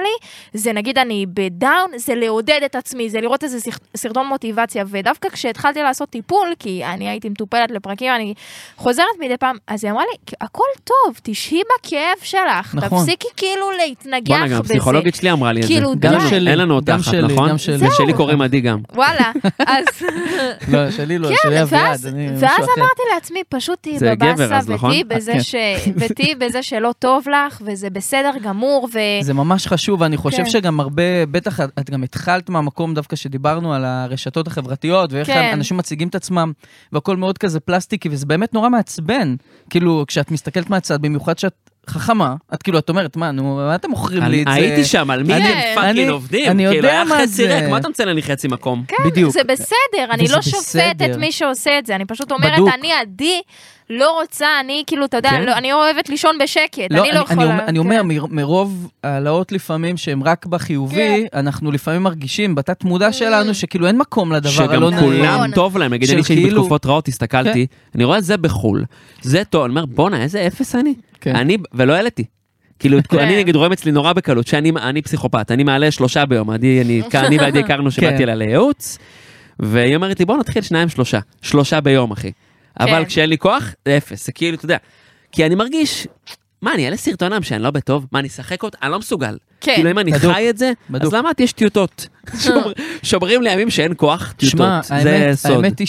S4: זה נגיד אני בדאון, זה לעודד את עצמי, זה לראות איזה סרט- סרטון מוטיבציה, ודווקא כשהתחלתי לעשות טיפול, כי אני הייתי מטופלת לפרקים, אני חוזרת מדי פעם, אז היא אמרה לי, הכל טוב, תשהי בכאב שלך,
S1: נכון.
S4: תפסיקי כאילו להתנגח
S3: בואנה, גם
S4: בזה.
S3: הפסיכולוגית שלי אמרה לי את זה.
S4: כאילו,
S1: גם
S4: די.
S1: שלי,
S3: אין לנו אותה
S1: גם
S3: אחת,
S1: שלי,
S3: נכון?
S1: גם שלי.
S3: שלי קוראים עדי גם.
S4: וואלה, אז...
S3: (laughs)
S1: לא, שלי לא, שלי אביעד,
S4: כן, ואז,
S1: אני משהו
S4: ואז
S1: אחר.
S4: אמרתי לעצמי, פשוט תהיי
S3: זה גבר,
S4: בבאסה,
S3: אז נכון?
S4: ותהיי בזה,
S1: כן.
S4: ש... ותהיי בזה שלא טוב לך, וזה בסדר גמור, ו...
S1: זה ממש חשוב, ואני חושב
S4: כן.
S1: שגם הרבה, בטח את את גם התחלת מהמקום דווקא שדיברנו על הרשתות החברתיות, ואיך
S4: כן.
S1: אנשים מציגים את עצמם, והכל מאוד כזה פלסטיקי, וזה באמת נורא מעצבן. כאילו, כשאת מסתכלת מהצד, במיוחד שאת חכמה, את כאילו, את אומרת, מה, נו, מה אתם מוכרים לי
S3: אני-
S1: את זה?
S3: הייתי שם, על מי
S4: אני-
S3: אתם פאקינג
S1: אני-
S3: עובדים?
S1: אני
S3: כאילו,
S1: יודע
S3: היה
S1: מה
S3: חצי
S1: זה.
S3: ריק, מה אתה מציין לי חצי מקום?
S4: כן,
S1: בדיוק.
S4: זה בסדר, אני
S1: וזה
S4: לא שופטת
S1: בסדר.
S4: את מי שעושה את זה, אני פשוט אומרת,
S1: בדוק.
S4: אני עדי, לא רוצה, אני כאילו, אתה יודע,
S3: כן.
S4: לא, אני אוהבת לישון בשקט, אני לא
S1: אני,
S4: יכולה...
S1: אומר- אני
S4: כן.
S1: אומר, מר, מרוב העלאות לפעמים שהן רק בחיובי,
S4: כן.
S1: אנחנו לפעמים מרגישים בתת מודע שלנו שכאילו אין מקום לדבר הלא
S3: שגם
S1: נעים.
S3: כולם
S4: Mm. נכון.
S3: טוב להם, נגיד
S1: של
S3: אני שהייתי
S1: כאילו-
S3: בתקופות רעות, הסתכלתי, אני רואה את זה בחול, זה טוב, אני אומר בואנה איזה אפס אני,
S1: כן.
S3: אני, ולא העליתי. כאילו, את כל-
S4: (laughs) כן.
S3: אני נגיד רואה אצלי נורא בקלות שאני אני פסיכופת, אני מעלה שלושה ביום, עדי-
S4: (laughs)
S3: אני אני ועדי הכרנו
S1: כן.
S3: שבאתי אליה לייעוץ, והיא אומרת לי בוא נתחיל שניים שלושה, שלושה ביום אחי, אבל
S4: כן.
S3: כשאין לי כוח, זה אפס, זה כאילו, אתה יודע, כי אני מרגיש, מה אני אעלה סרטונם שאני לא בטוב, מה אני אשחק אותה, אני לא מסוגל,
S4: כן. אה.
S3: כאילו אם אני
S1: בדוק.
S3: חי את זה,
S1: בדוק.
S3: אז למדתי יש טיוטות. שומר- שומרים לימים שאין כוח
S1: תשמע,
S3: טיוטות, זה
S1: האמת,
S3: סוד.
S1: האמת היא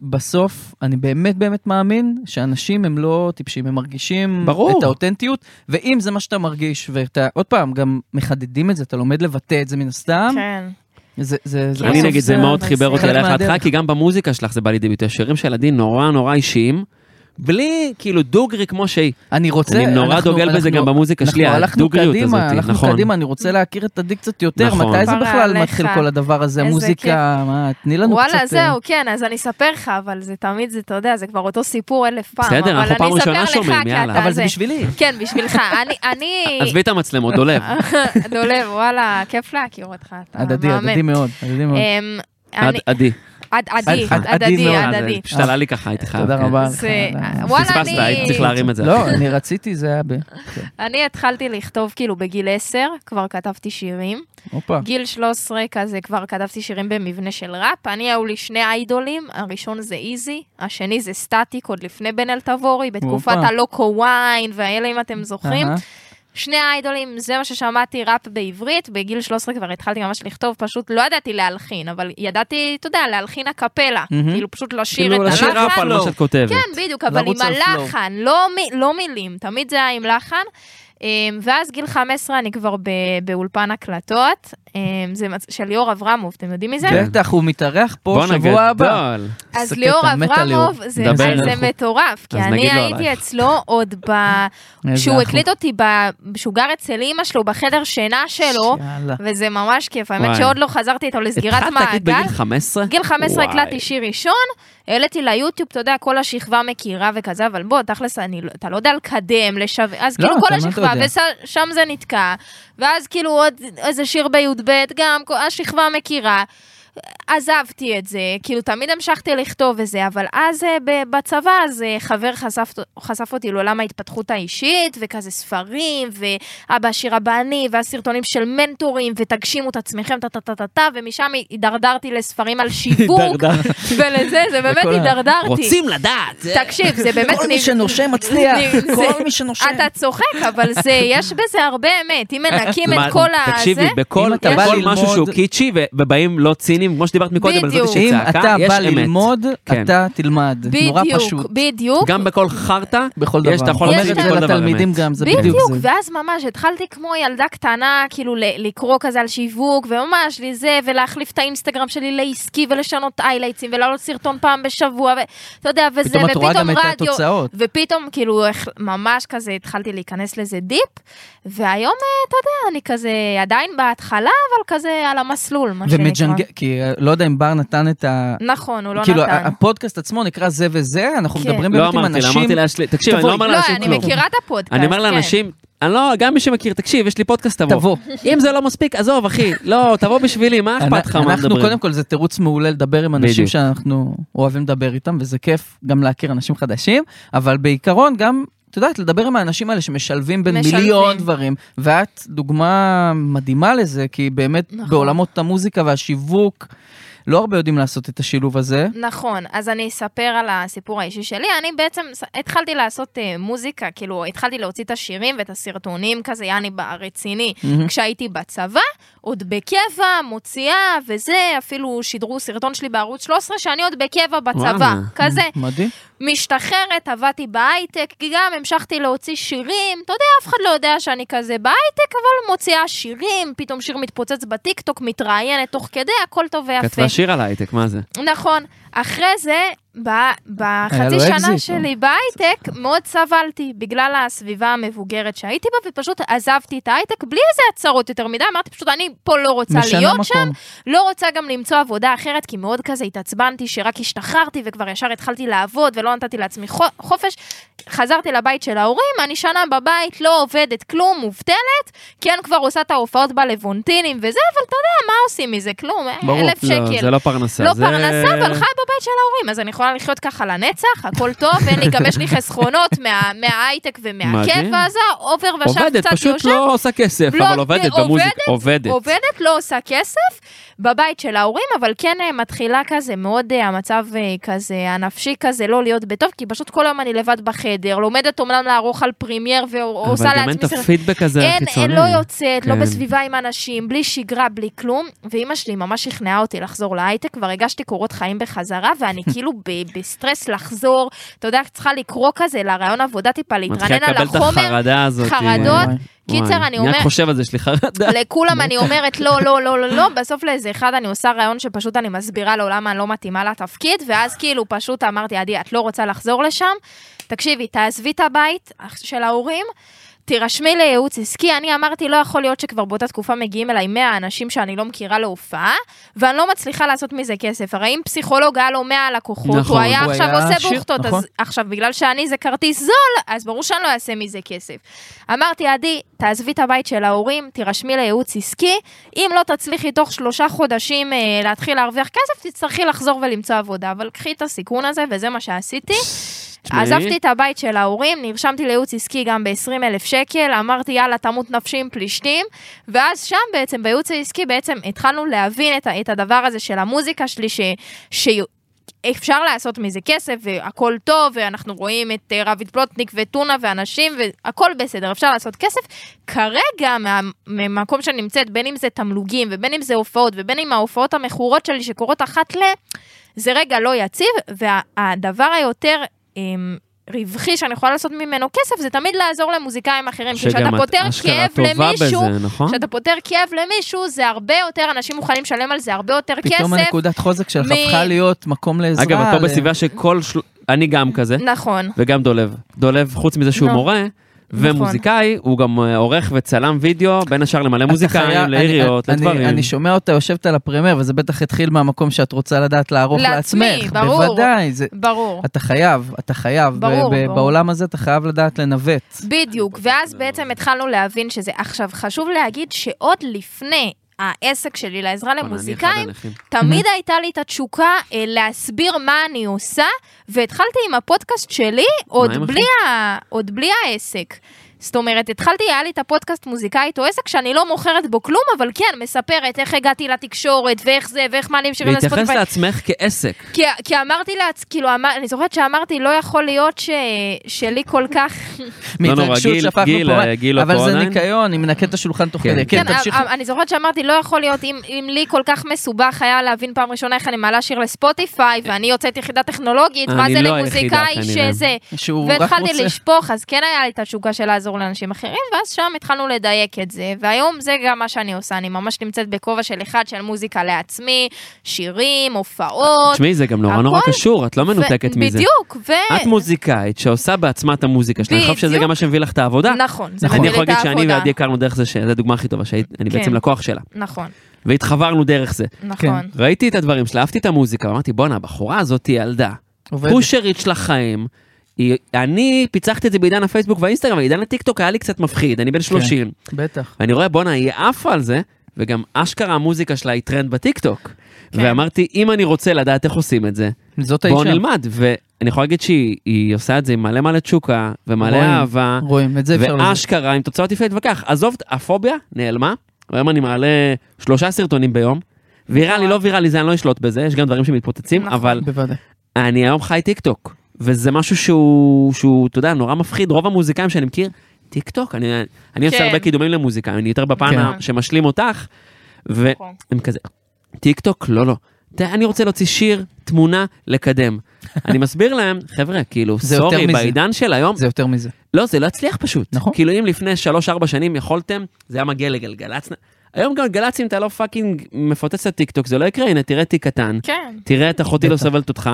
S1: שבסוף, אני באמת באמת מאמין שאנשים הם לא טיפשים, הם מרגישים
S3: ברור.
S1: את האותנטיות, ואם זה מה שאתה מרגיש, ואתה, עוד פעם, גם מחדדים את זה, אתה לומד לבטא את זה מן הסתם,
S4: כן.
S1: זה, זה, זה,
S3: אני
S1: בסוף
S3: נגיד זה מאוד
S4: אבל
S3: חיבר
S4: זה
S3: אותי
S1: חלק
S3: אליך
S1: מהדרך.
S3: להתחלה, כי גם במוזיקה שלך זה בא לידי ביטוי, השירים של עדי נורא נורא אישיים, בלי כאילו דוגרי כמו שהיא.
S1: אני רוצה,
S3: אני נורא
S1: אנחנו-
S3: דוגל בזה
S1: אנחנו-
S3: גם במוזיקה
S1: אנחנו
S3: שלי,
S1: הלכנו
S3: הדוגריות
S1: קדימה,
S3: הזאת,
S1: הלכנו
S3: נכון.
S1: קדימה, אני רוצה להכיר את עדי קצת יותר,
S3: נכון.
S1: מתי זה
S4: כפרה
S1: בכלל
S4: עליך.
S1: מתחיל כל הדבר הזה,
S4: איזה
S1: מוזיקה, מה, תני לנו קצת...
S4: וואלה,
S1: אה,
S4: זהו, כן, אז אני אספר לך, אבל זה תמיד, זה, אתה יודע, זה כבר אותו סיפור אלף פעם.
S3: בסדר,
S4: אבל
S3: אנחנו
S4: אני
S3: פעם
S4: אספר
S3: ראשונה
S4: לך,
S3: שומעים,
S4: כי
S3: יאללה.
S4: אתה
S1: אבל זה בשבילי.
S4: כן, בשבילך. אני, אני...
S3: עזבי את
S4: (laughs)
S3: המצלמות, דולב.
S4: דולב, לא, וואלה, כיף להכיר אותך, אתה
S1: הדדי,
S4: מהמם.
S1: הדדי מאוד, הדדי מאוד.
S4: אמ,
S3: עד-
S4: אני-
S3: עדי.
S4: עד- עדי,
S1: עד- עדי
S4: הדדי,
S1: מאוד,
S3: אה, זה
S4: הדדי.
S3: פשוט עלה לי ככה, הייתי חייב.
S1: תודה
S3: כן.
S1: רבה.
S4: זה-
S1: לך, תודה.
S4: וואלה, אני...
S3: פספסת, הייתי צריך להרים את זה.
S1: לא, אני רציתי, זה היה ב... כן.
S4: אני התחלתי לכתוב כאילו בגיל 10, כבר כתבתי שירים.
S1: הופה.
S4: גיל 13 כזה כבר כתבתי שירים במבנה של ראפ. אני, היו לי שני איידולים, הראשון זה איזי, השני זה סטטיק, עוד לפני בן אל תבורי, בתקופת
S1: הופה.
S4: הלוקו ווין והאלה, אם אתם זוכרים.
S1: אהה.
S4: שני האיידולים, זה מה ששמעתי ראפ בעברית, בגיל 13 כבר התחלתי ממש לכתוב, פשוט לא ידעתי להלחין, אבל ידעתי, אתה יודע, להלחין הקפלה,
S1: מהמם.
S4: כאילו פשוט לשיר
S1: כאילו
S4: את
S1: לשיר
S3: תשאיר
S1: הלחן
S3: אפ על מה
S1: לא.
S3: שאת כותבת.
S4: כן, בדיוק, אבל עם
S1: לרוץ על flow.
S4: הלחן, לא, מי- לא מילים, תמיד זה היה עם לחן. אמ, ואז גיל 15 אני כבר ב- באולפן הקלטות, אמ, זה מצ- של ליאור אברמוב, אתם יודעים מזה?
S3: כן.
S1: בטח, הוא מתארח פה
S3: בואנה,
S1: שבוע הבא.
S3: גדול.
S4: אז
S1: איזה
S4: ליאור
S1: קטע, מת על ליאור.
S4: אברמוב, זה
S3: דבר
S4: אז
S3: אליו.
S4: זה מטורף, כי
S3: אז
S4: אני
S3: נגיד לו
S4: הייתי
S3: עלייך.
S4: אצלו עוד
S3: (laughs)
S4: ב...
S1: איזה
S4: כשהוא
S1: אחו.
S4: הקליט אותי, ב- כשהוא גר אצל אימא שלו, בחדר שינה שלו,
S1: יאללה.
S4: וזה ממש כיף, האמת
S3: וואי.
S4: שעוד לא חזרתי איתו לסגירת
S3: התחלת להגיד
S4: מעגל.
S3: בגיל 15?
S4: גיל 15
S3: וואי.
S4: הקלטתי שיר ראשון, העליתי ליוטיוב, אתה יודע, כל השכבה מכירה וכזה, אבל בוא, תכלס, אני, לא- אתה לא יודע לקדם, לשווק, אז
S1: לא,
S4: כאילו
S1: אתה
S4: כל
S1: מה אתה
S4: השכבה,
S1: יודע?
S4: ושם זה נתקע, ואז כאילו עוד איזה שיר בי"ב, גם כל- השכבה מכירה. עזבתי את זה, כאילו תמיד המשכתי לכתוב וזה, אבל אז אה, ב- בצבא, אז אה, חבר חשף, חשף אותי לעולם ההתפתחות האישית, וכזה ספרים, ואבא עשיר אבא אני, ואז סרטונים של מנטורים, ותגשימו את עצמכם, טה טה טה טה טה, ומשם הידרדרתי לספרים על
S1: (laughs)
S4: שיווק, ולזה, זה באמת
S1: וכל ה-
S4: הידרדרתי.
S3: רוצים לדעת.
S4: תקשיב, זה באמת...
S1: כל מי
S4: ניב-
S1: שנושם מצליח. כל
S4: ניב- זה-
S1: מי שנושם.
S4: אתה צוחק, אבל זה, יש בזה הרבה אמת. אם מנקים
S3: מה-
S4: את כל ה...
S3: תקשיבי,
S4: זה-
S1: אם
S3: בכל
S1: אתה בא
S3: בכל
S1: ללמוד-
S3: משהו שהוא קיצ'י ו- ובאים לא ציניים, כמו שדיברת מקודם, על זאת
S4: בדיוק.
S1: אם
S3: שצעקה,
S1: אתה
S3: יש
S1: בא
S3: אמת.
S1: ללמוד,
S3: כן.
S1: אתה תלמד. נורא פשוט.
S4: בדיוק, בדיוק.
S3: גם בכל חרטא,
S1: בכל דבר.
S3: יש, אתה יכול
S4: יש
S3: ללמד את
S4: את
S3: זה
S4: זה
S3: בכל דבר
S1: לתלמידים
S3: אמת.
S1: גם, זה
S4: בדיוק,
S1: בדיוק
S4: בדיוק
S1: זה.
S4: ואז ממש התחלתי כמו ילדה קטנה, כאילו ל- לקרוא כזה על שיווק, וממש לזה, ולהחליף את האינסטגרם שלי לעסקי, ולשנות איילייטסים, ולהעלות סרטון פעם בשבוע, ואתה יודע, וזה,
S1: פתאום את רואה גם
S4: ופתאום
S1: את
S4: רדיו,
S1: התוצאות.
S4: ופתאום כאילו איך- ממש כזה התחלתי להיכנס לזה דיפ, והיום, אה, אתה יודע, אני כזה עדיין בהתחלה, אבל כזה על המסלול, מה שנקרא.
S1: ומג'נגל, כי כי אה, לא יודע אם בר נתן את ה...
S4: נכון, הוא לא
S1: כאילו,
S4: נתן.
S1: ה- הפודקאסט עצמו נקרא זה וזה, אנחנו
S4: כן.
S1: מדברים
S3: לא
S1: באמת עם
S3: אמרתי לה,
S1: אנשים.
S3: אמרתי לה, תקשיב, אני
S1: תבואי.
S3: לא אומר
S4: לא,
S3: לאנשים
S4: אני
S3: כלום.
S4: מכירה את הפודקאסט.
S3: אני אומר
S4: כן.
S3: לאנשים, אני לא, גם מי שמכיר, תקשיב, יש לי פודקאסט, תבוא.
S1: תבוא.
S3: אם זה לא מספיק, עזוב, אחי, לא, תבוא בשבילי, מה אכפת לך, מה
S1: אנחנו,
S3: מדברים?
S1: קודם כל, זה תירוץ מעולה לדבר עם אנשים
S3: בדיוק.
S1: שאנחנו אוהבים לדבר איתם, וזה כיף גם להכיר אנשים חדשים, אבל בעיקרון גם, את יודעת, לדבר עם האנשים האלה שמשלבים בין
S4: משלבים.
S1: מיליון דברים, ואת דוגמה מדהימה לזה, כי באמת,
S4: נכון.
S1: בעולמות המוזיקה והשיווק, לא הרבה יודעים לעשות את השילוב הזה.
S4: נכון, אז אני אספר על הסיפור האישי שלי. אני בעצם ס- התחלתי לעשות אה, מוזיקה, כאילו התחלתי להוציא את השירים ואת הסרטונים כזה, יעני ברציני.
S1: מהמם.
S4: כשהייתי בצבא, עוד בקבע, מוציאה וזה, אפילו שידרו סרטון שלי בערוץ 13, שאני עוד בקבע בצבא,
S3: וואלה.
S4: כזה.
S1: מדהים.
S4: משתחררת, עבדתי בהייטק, גם המשכתי להוציא שירים. אתה יודע, אף אחד לא יודע שאני כזה בהייטק, אבל מוציאה שירים, פתאום שיר מתפוצץ בטיקטוק, מתראיינת תוך כדי, הכל טוב ויפה.
S3: כתבה שיר על הייטק, מה זה?
S4: נכון. אחרי זה, ב- בחצי
S1: לו
S4: שנה
S1: אקזיט, אה?
S4: שלי בהייטק, מאוד סבלתי, בגלל הסביבה המבוגרת שהייתי בה, ופשוט עזבתי את ההייטק בלי איזה הצהרות יותר מדי, אמרתי פשוט, אני פה לא רוצה
S1: משנה
S4: להיות
S1: מקום.
S4: שם, לא רוצה גם למצוא עבודה אחרת, כי מאוד כזה התעצבנתי שרק השתחררתי וכבר ישר התחלתי לעבוד ולא נתתי לעצמי חו- חופש. חזרתי לבית של ההורים, אני שנה בבית, לא עובדת כלום, מובטלת, כן כבר עושה את ההופעות בלוונטינים וזה, אבל אתה יודע, מה עושים מזה? כלום, אה?
S1: ברור.
S4: אלף
S3: לא,
S4: שקל.
S3: זה לא פרנסה.
S4: לא
S3: זה-
S4: פרנסה, אבל חי בבית של ההורים, אז אני יכולה לחיות ככה לנצח, הכל טוב, אין לי, גם יש לי חסכונות מה- מההייטק
S3: מדהים.
S4: ומהקבע הזה, עובר ושב
S3: עובדת,
S4: קצת
S3: פשוט
S4: יושב.
S3: לא עושה כסף,
S4: לא,
S3: אבל עובדת
S4: עובדת,
S3: במוזיקה, עובדת.
S4: עובדת, לא עושה כסף, בבית של ההורים, אבל כן אה, מתחילה כזה, מאוד אה, המצב אה, כזה, הנפשי כזה, לא להיות בטוב, כי פשוט כל היום אני לבד בחדר, לומדת אומנם לערוך על פרימייר ועושה
S3: אבל
S4: לעצמי...
S3: גם אין את
S4: סרט-
S3: הפידבק הזה
S4: אין,
S3: החיצוני.
S4: אין, לא יוצאת, לא
S3: כן.
S4: בסביבה עם אנשים, בלי שגרה, בלי כלום. ואימא שלי ממש שכנעה אותי לחזור להייטק, כבר הגשתי קורות חיים בחזרה,
S3: (laughs)
S4: ואני כאילו ב- בסטרס לחזור. אתה יודע, צריכה לקרוא כזה לרעיון עבודה טיפה, להתרענן
S3: מתחילה
S4: על
S3: לקבל את
S4: החומר.
S3: החרדה הזאת. אה,
S4: חרדות,
S1: וואי.
S4: קיצר, אני
S3: אני רק
S4: אומרת...
S3: חושב על זה, יש לי
S4: (laughs)
S3: חרדה.
S4: לכולם אני אומרת לא, לא, לא, לא,
S3: (laughs)
S4: לא, בסוף לאיזה אחד אני עושה רעיון שפשוט אני מסבירה לו למה אני לא מתאימה לתפקיד, ואז כאילו פשוט אמרתי, עדי, את לא רוצה לחזור לשם? תקשיבי, תעזבי את הבית של ההורים. תירשמי לייעוץ עסקי, אני אמרתי, לא יכול להיות שכבר באותה תקופה מגיעים אליי 100 אנשים שאני לא מכירה להופעה, ואני לא מצליחה לעשות מזה כסף. הרי אם פסיכולוג היה לו 100 לקוחות,
S3: נכון,
S4: הוא היה
S1: הוא
S4: עכשיו
S1: היה
S4: עושה
S1: עשיר,
S4: בוכטות,
S1: נכון.
S4: אז עכשיו, בגלל שאני זה כרטיס זול, אז ברור שאני לא אעשה מזה כסף. אמרתי, עדי, תעזבי את הבית של ההורים, תירשמי לייעוץ עסקי, אם לא תצליחי תוך שלושה חודשים אה, להתחיל להרוויח כסף, תצטרכי לחזור ולמצוא עבודה. אבל קחי את הסיכון הזה, וזה מה שעשיתי.
S3: תשמעי.
S4: עזבתי את הבית של ההורים, נרשמתי לייעוץ עסקי גם ב-20 אלף שקל, אמרתי יאללה תמות נפשי עם פלישתים, ואז שם בעצם בייעוץ העסקי בעצם התחלנו להבין את, ה- את הדבר הזה של המוזיקה שלי, ש, ש, אפשר לעשות מזה כסף והכל טוב ואנחנו רואים את אה, רביד פלוטניק וטונה ואנשים והכל בסדר אפשר לעשות כסף. כרגע מה- מהמקום שאני נמצאת בין אם זה תמלוגים ובין אם זה הופעות ובין אם ההופעות המכורות שלי שקורות אחת ל... זה רגע לא יציב והדבר היותר אמ, רווחי שאני יכולה לעשות ממנו כסף זה תמיד לעזור למוזיקאים אחרים. כי כשאתה
S3: שגם את
S4: פותר
S3: אשכרה
S4: כאב
S3: טובה
S4: למישהו,
S3: בזה, נכון?
S4: כשאתה פותר כאב למישהו זה הרבה יותר אנשים מוכנים לשלם על זה הרבה יותר
S1: פתאום
S4: כסף.
S1: הנקודת חוזק שלך
S4: מ-
S1: הפכה להיות מקום לעזרה.
S3: אגב, את
S1: ל-
S3: פה בסביבה שכל... של- אני גם כזה,
S4: נכון.
S3: וגם דולב. דולב, חוץ מזה שהוא
S4: לא.
S3: מורה, ומוזיקאי, הוא גם אה, עורך וצלם וידאו, בין השאר למלא
S1: אתה חייב-
S3: מוזיקאים,
S1: אני-
S3: לעיריות,
S1: אני-
S3: לדברים.
S1: אני שומע אותה יושבת על הפרמייר, וזה בטח התחיל מהמקום שאת רוצה לדעת לערוך
S4: לעצמי,
S1: לעצמך.
S4: ברור.
S1: בוודאי, זה...
S4: ברור.
S1: אתה חייב, אתה חייב. ב-
S4: ברור,
S1: ב-
S4: ברור.
S1: בעולם הזה אתה חייב לדעת לנווט.
S4: בדיוק, ואז בעצם התחלנו להבין שזה. עכשיו, חשוב להגיד שעוד לפני העסק שלי לעזרה
S3: וואלה, נכון, אני אחד
S4: למוזיקאים,
S3: הנכים.
S4: תמיד הייתה לי את התשוקה אה, להסביר מה אני עושה, והתחלתי עם הפודקאסט שלי עוד
S3: עם
S4: בלי, ה... עוד בלי העסק. זאת אומרת, התחלתי, היה לי את הפודקאסט מוזיקאית או עסק שאני לא מוכרת בו כלום, אבל כן, מספרת איך הגעתי לתקשורת, ואיך זה, ואיך מעלים שירים
S3: להתייחס לעצמך כעסק.
S4: כי, כי אמרתי לעצמי, כאילו, אמר, אני זוכרת שאמרתי, לא יכול להיות ש, שלי כל כך...
S3: לא נורא,
S1: מהתרגשות
S3: גיל-
S1: שהפכנו
S3: גיל,
S1: פה-
S3: אה, גיל
S1: אבל
S3: פה
S1: זה
S3: עדיין?
S1: ניקיון, היא מנקה את השולחן תוך
S3: כן,
S1: כדי.
S4: כן,
S1: כן, תמשיכי.
S4: אמ- אני זוכרת שאמרתי, לא יכול להיות, אם, אם לי כל כך מסובך היה להבין פעם ראשונה איך אני מעלה שיר לספוטיפיי, ואני יוצאת יחידה טכנולוגית, מה
S3: אה, אני
S4: זה
S3: לא
S4: למוזיקאי
S3: היחידה, כנראה.
S4: שזה...
S1: שהוא רק
S4: והתחלתי
S1: רוצה...
S4: לשפוך, אז כן היה לי את התשוקה של לעזור לאנשים אחרים, ואז שם התחלנו לדייק את זה, והיום זה גם מה שאני עושה, אני ממש נמצאת בכובע של אחד של מוזיקה לעצמי, שירים, הופעות.
S3: תשמעי, זה גם נורא
S4: הכל-
S3: נורא קשור, את לא
S4: ו-
S3: מנותקת מזה.
S4: בדיוק, ו...
S3: את מוזיקאית שעושה בעצמה את המוזיקה שלה, אני חושב שזה
S4: בדיוק.
S3: גם מה שמביא לך את העבודה.
S4: נכון, זה
S3: אני
S4: מוביל
S3: יכול
S4: את
S3: להגיד שאני
S4: העבודה.
S3: ועדי הכרנו דרך זה, שזו הדוגמה הכי טובה, שאני
S4: כן.
S3: בעצם לקוח שלה.
S4: נכון.
S3: והתחברנו דרך זה.
S4: נכון.
S3: ראיתי את הדברים שלה, אהבתי את המוזיקה, אמרתי, בואנה, הבחורה הזאת היא ילדה.
S1: עובד.
S3: פושרית של החיים. היא- אני פיצחתי את זה בעידן הפייסבוק והאינסטגרם, ועידן הטיקטוק היה לי קצת מפחיד, אני בן 30.
S1: בטח.
S3: ואני רואה, בואנה, היא עפה על זה, וגם אשכרה המוזיקה שלה היא טרנד בטיקטוק.
S4: כן.
S3: ואמרתי, אם אני רוצה לדעת איך עושים את זה,
S1: זאת האישה.
S3: בואו נלמד. ואני יכול להגיד שהיא היא עושה את זה עם מלא מלא תשוקה, ומלא
S1: רואים,
S3: אהבה,
S1: רואים, את זה אפשר לזה.
S3: ואשכרה עם תוצאות יפה להתווכח. עזוב, הפוביה נעלמה, והיום אני מעלה שלושה סרטונים ביום. ויראלי, לא ויראלי, זה אני לא אשלוט בזה, יש גם דברים שמתפוצצים,
S4: נכון.
S3: אבל
S1: בוודאי.
S3: אני היום חי טיקטוק, וזה משהו שהוא, שהוא, אתה יודע, נורא מפחיד. רוב המוזיקאים שאני מכיר, טיקטוק, אני, אני עושה
S4: כן.
S3: הרבה קידומים למוזיקה, אני יותר בפן
S1: כן.
S3: ה- שמשלים אותך,
S4: נכון.
S3: והם כזה, טיקטוק, לא, לא. אתה- אני רוצה להוציא שיר, תמונה,
S1: (laughs)
S3: לקדם. אני מסביר להם, חבר'ה, כאילו,
S1: זה יותר
S3: סורי,
S1: מזה.
S3: בעידן של היום,
S1: זה יותר מזה.
S3: לא, זה לא הצליח פשוט.
S1: נכון.
S3: כאילו אם לפני 3-4 שנים יכולתם, זה היה מגיע לגלגלצ. היום גם גלגלצ, אם אתה לא פאקינג מפוצץ את הטיקטוק, זה לא יקרה, הנה, תראה תיק קטן,
S4: כן.
S3: תראה את אחותי לא
S1: בטח.
S3: סובלת אותך.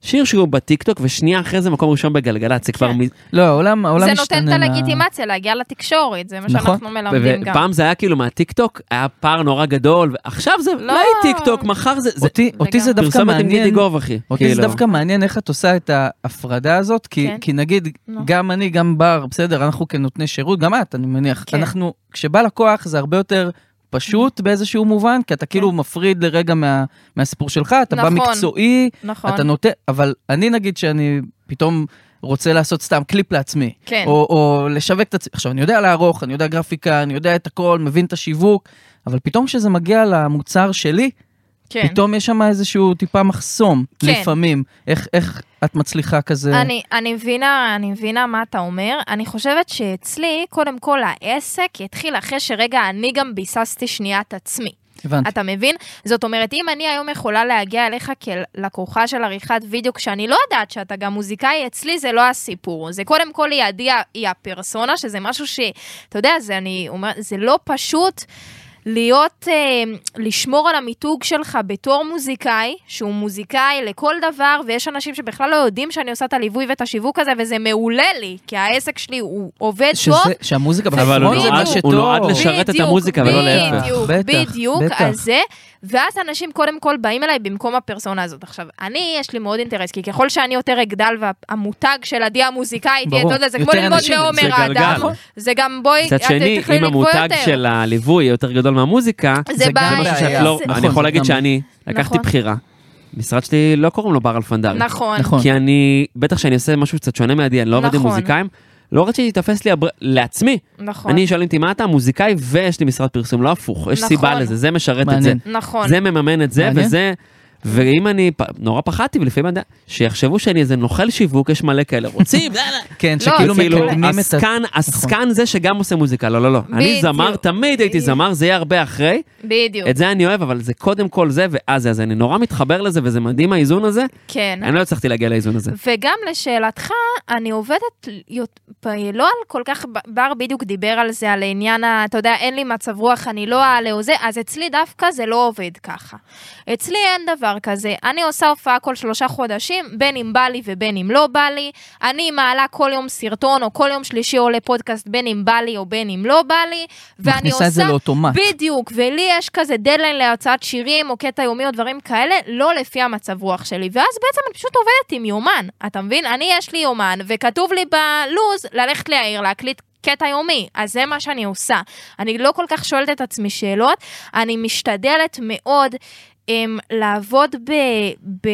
S3: שיר שהוא בטיקטוק, ושנייה אחרי זה מקום ראשון בגלגלצ, זה כבר...
S4: כן.
S3: מ-
S1: לא, העולם העולם
S4: זה
S1: משתנה.
S4: נותן את
S1: מה-
S4: הלגיטימציה להגיע לתקשורת, זה מה
S1: נכון.
S4: שאנחנו מלמדים
S3: ו-
S4: גם.
S3: פעם זה היה כאילו מהטיקטוק, היה פער נורא גדול, ועכשיו זה
S4: לא.
S3: לא היא טיקטוק, מחר זה... זה
S1: אותי- אותי זה דווקא
S3: פרסומת עם גידי
S1: מעניין.
S3: גוב, אחי.
S1: אותי זה
S3: כאילו.
S4: אוקיי,
S1: דווקא מעניין איך את עושה את ההפרדה הזאת, כי,
S4: כן.
S1: כי נגיד,
S4: נו.
S1: גם אני, גם בר, בסדר, אנחנו כנותני שירות, גם את, אני מניח,
S4: כן.
S1: אנחנו, כשבא לקוח זה הרבה יותר פשוט באיזשהו מובן, כי אתה כאילו מפריד לרגע מה, מהסיפור שלך, אתה
S4: כן. נכון.
S1: בא מקצועי,
S4: נכון.
S1: אתה נותן, אבל אני נגיד שאני פתאום רוצה לעשות סתם קליפ לעצמי,
S4: כן.
S1: או, או לשווק את עצמי, עכשיו אני יודע לערוך, אני יודע גרפיקה, אני יודע את הכל, מבין את השיווק, אבל פתאום כשזה מגיע למוצר שלי,
S4: כן.
S1: פתאום יש שם איזשהו טיפה מחסום,
S4: כן.
S1: לפעמים. איך, איך את מצליחה כזה?
S4: אני, אני, מבינה, אני מבינה מה אתה אומר. אני חושבת שאצלי, קודם כל, העסק התחיל אחרי שרגע אני גם ביססתי שנייה את עצמי.
S1: הבנתי.
S4: אתה מבין? זאת אומרת, אם אני היום יכולה להגיע אליך כלקוחה של עריכת וידאו, כשאני לא יודעת שאתה גם מוזיקאי, אצלי זה לא הסיפור. זה קודם כל יעדי ה- היא הפרסונה, שזה משהו ש... אתה יודע, זה אני אומרת, זה לא פשוט. להיות, אה, לשמור על המיתוג שלך בתור מוזיקאי, שהוא מוזיקאי לכל דבר, ויש אנשים שבכלל לא יודעים שאני עושה את הליווי ואת השיווק הזה, וזה מעולה לי, כי העסק שלי הוא עובד
S1: שזה,
S4: טוב,
S1: שהמוזיקה
S4: אבל הוא
S1: בפרונט זה
S3: לא
S4: נועד-
S1: מה
S4: הוא
S1: שטוב.
S3: נועד לש- לשרת את
S4: בדיוק,
S3: המוזיקה ולא להפך.
S4: בדיוק,
S1: בטח,
S4: בדיוק,
S1: בטח.
S4: אז זה, ואז אנשים קודם כל באים אליי במקום הפרסונה הזאת. עכשיו, אני, יש לי מאוד אינטרס, כי ככל שאני יותר אגדל והמותג של עדי המוזיקאית, יהיה,
S1: ברור.
S4: אתה יודע, זה כמו
S1: יותר
S4: ללמוד
S1: אנשים,
S4: מעומר
S3: זה גלגל.
S4: האדם,
S3: נכון.
S4: זה גם בואי,
S3: מצד
S4: את
S3: שני,
S4: תוכלי
S3: אם
S4: לקבוע
S3: המותג
S4: יותר.
S3: של הליווי יהיה יותר גדול מהמוזיקה,
S4: זה
S1: זה גם
S4: בעיה.
S1: משהו שאת
S3: לא,
S1: זה-
S3: אני
S1: נכון,
S3: יכול
S1: זה
S3: להגיד
S1: גם-
S3: שאני לקחתי
S4: נכון.
S3: בחירה. משרד שלי לא קוראים לו בר אלפנדרי.
S4: נכון,
S1: נכון.
S3: כי אני, בטח שאני עושה משהו קצת שונה מעדי, אני לא עובד עם
S4: נכון.
S3: מוזיקאים, לא רציתי שתיתפס לי הבר- לעצמי.
S4: נכון,
S3: אני שואל אותי, מה אתה מוזיקאי ויש לי משרד פרסום, לא הפוך, יש
S4: נכון.
S3: סיבה לזה, זה משרת את זה.
S1: מעניין.
S4: נכון,
S3: זה מממן את זה
S1: מעניין.
S3: וזה, ואם אני, פ- נורא פחדתי, ולפעמים אני יודע, שיחשבו שאני איזה נוכל שיווק, יש מלא כאלה,
S4: (laughs)
S3: רוצים,
S1: כן,
S4: לא,
S1: שכאילו
S4: זה
S3: כאילו,
S1: מקדמים את ה... נכון.
S3: עסקן, עסקן זה שגם עושה מוזיקה, לא, לא, לא. אני
S4: בדיוק.
S3: זמר, תמיד הייתי זמר, זה יהיה הרבה אחרי.
S4: בדיוק,
S3: את זה אני אוהב, אבל זה קודם כל זה ואז זה, אז אני נורא מתחבר לזה, וזה מדהים האיזון הזה.
S4: כן.
S3: אני לא הצלחתי להגיע לאיזון הזה.
S4: וגם לשאלתך, אני עובדת יות- פ- לא על כל כך, בר בדיוק דיבר על זה, על העניין, ה- אתה יודע, אין לי מצב רוח, אני לא אעלה או זה, אז אצלי דווקא זה לא עובד ככה. אצלי אין דבר כזה. אני עושה הופעה כל שלושה חודשים, בין אם בא לי ובין אם לא בא לי. אני מעלה כל יום סרטון, או כל יום שלישי עולה פודקאסט, בין אם בא לי או בין אם לא בא לי. ואני
S1: מכניסה את זה
S4: עושה-
S1: לאוטומט.
S4: בדיוק, ולי יש כזה דדליין להוצאת שירים או קטע יומי או דברים כאלה, לא לפי המצב רוח שלי. ואז בעצם אני פשוט עובדת עם יומן, אתה מבין? אני יש לי יומן, וכתוב לי בלוז ללכת להעיר, להקליט. קטע יומי, אז זה מה שאני עושה. אני לא כל כך שואלת את עצמי שאלות, אני משתדלת מאוד הם, לעבוד ב... ב...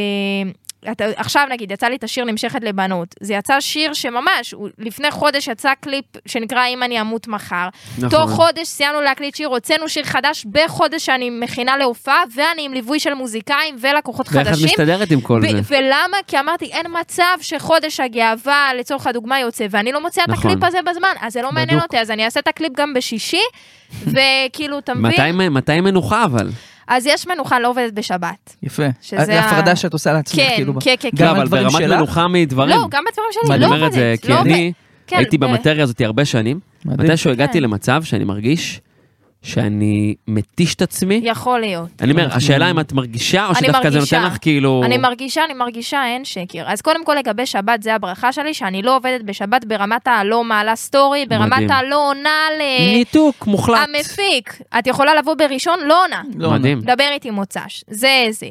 S4: אתה, עכשיו נגיד, יצא לי את השיר נמשכת לבנות. זה יצא שיר שממש, הוא, לפני חודש יצא קליפ שנקרא אם אני אמות מחר.
S3: נכון.
S4: תוך חודש סיימנו להקליט שיר, הוצאנו שיר חדש בחודש שאני מכינה להופעה, ואני עם ליווי של מוזיקאים ולקוחות
S3: ואיך את
S4: חדשים.
S3: מסתדרת עם כל זה?
S4: ו- ולמה? כי אמרתי, אין מצב שחודש הגאווה, לצורך הדוגמה, יוצא, ואני לא מוציאה את
S3: נכון.
S4: הקליפ הזה בזמן, אז זה לא מעניין
S1: בדוק.
S4: אותי, אז אני אעשה את הקליפ
S3: (laughs)
S4: גם בשישי, וכאילו, אתה
S3: מתי-
S4: מבין?
S3: מתי מנוחה אבל?
S4: אז יש מנוחה, לא עובדת בשבת.
S1: יפה.
S4: שזה
S1: שזה
S4: ה-
S1: ההפרדה שאת עושה לעצמך,
S4: כן,
S1: כאילו.
S4: כן, כן,
S1: גם
S3: לא,
S1: על
S4: כן.
S3: אבל
S1: דברים
S3: ברמת
S1: שלך?
S3: מנוחה מדברים.
S4: לא, גם בדברים שלי,
S3: אני
S4: לא
S3: אומר את
S4: עובדת.
S3: זה כי
S4: לא עובד.
S3: אני
S4: כן,
S3: הייתי
S4: ב-
S3: במטריה הזאת הרבה שנים,
S1: מדהים.
S3: מתישהו הגעתי למצב שאני מרגיש שאני מתיש את עצמי.
S4: יכול להיות.
S3: אני אומר,
S1: אנחנו-
S3: השאלה אם את מרגישה, או
S4: אני
S3: שדווקא זה
S4: מרגישה.
S3: נותן לך כאילו...
S4: אני מרגישה, אני מרגישה, אין שקר. אז קודם כל לגבי שבת, זה הברכה שלי, שאני לא עובדת בשבת ברמת הלא מעלה סטורי, ברמת
S3: מדהים.
S4: הלא עונה ל...
S3: ניתוק מוחלט.
S4: המפיק. את יכולה לבוא בראשון, לא עונה.
S1: לא,
S3: מדהים.
S4: דבר איתי מוצ"ש, זה זה.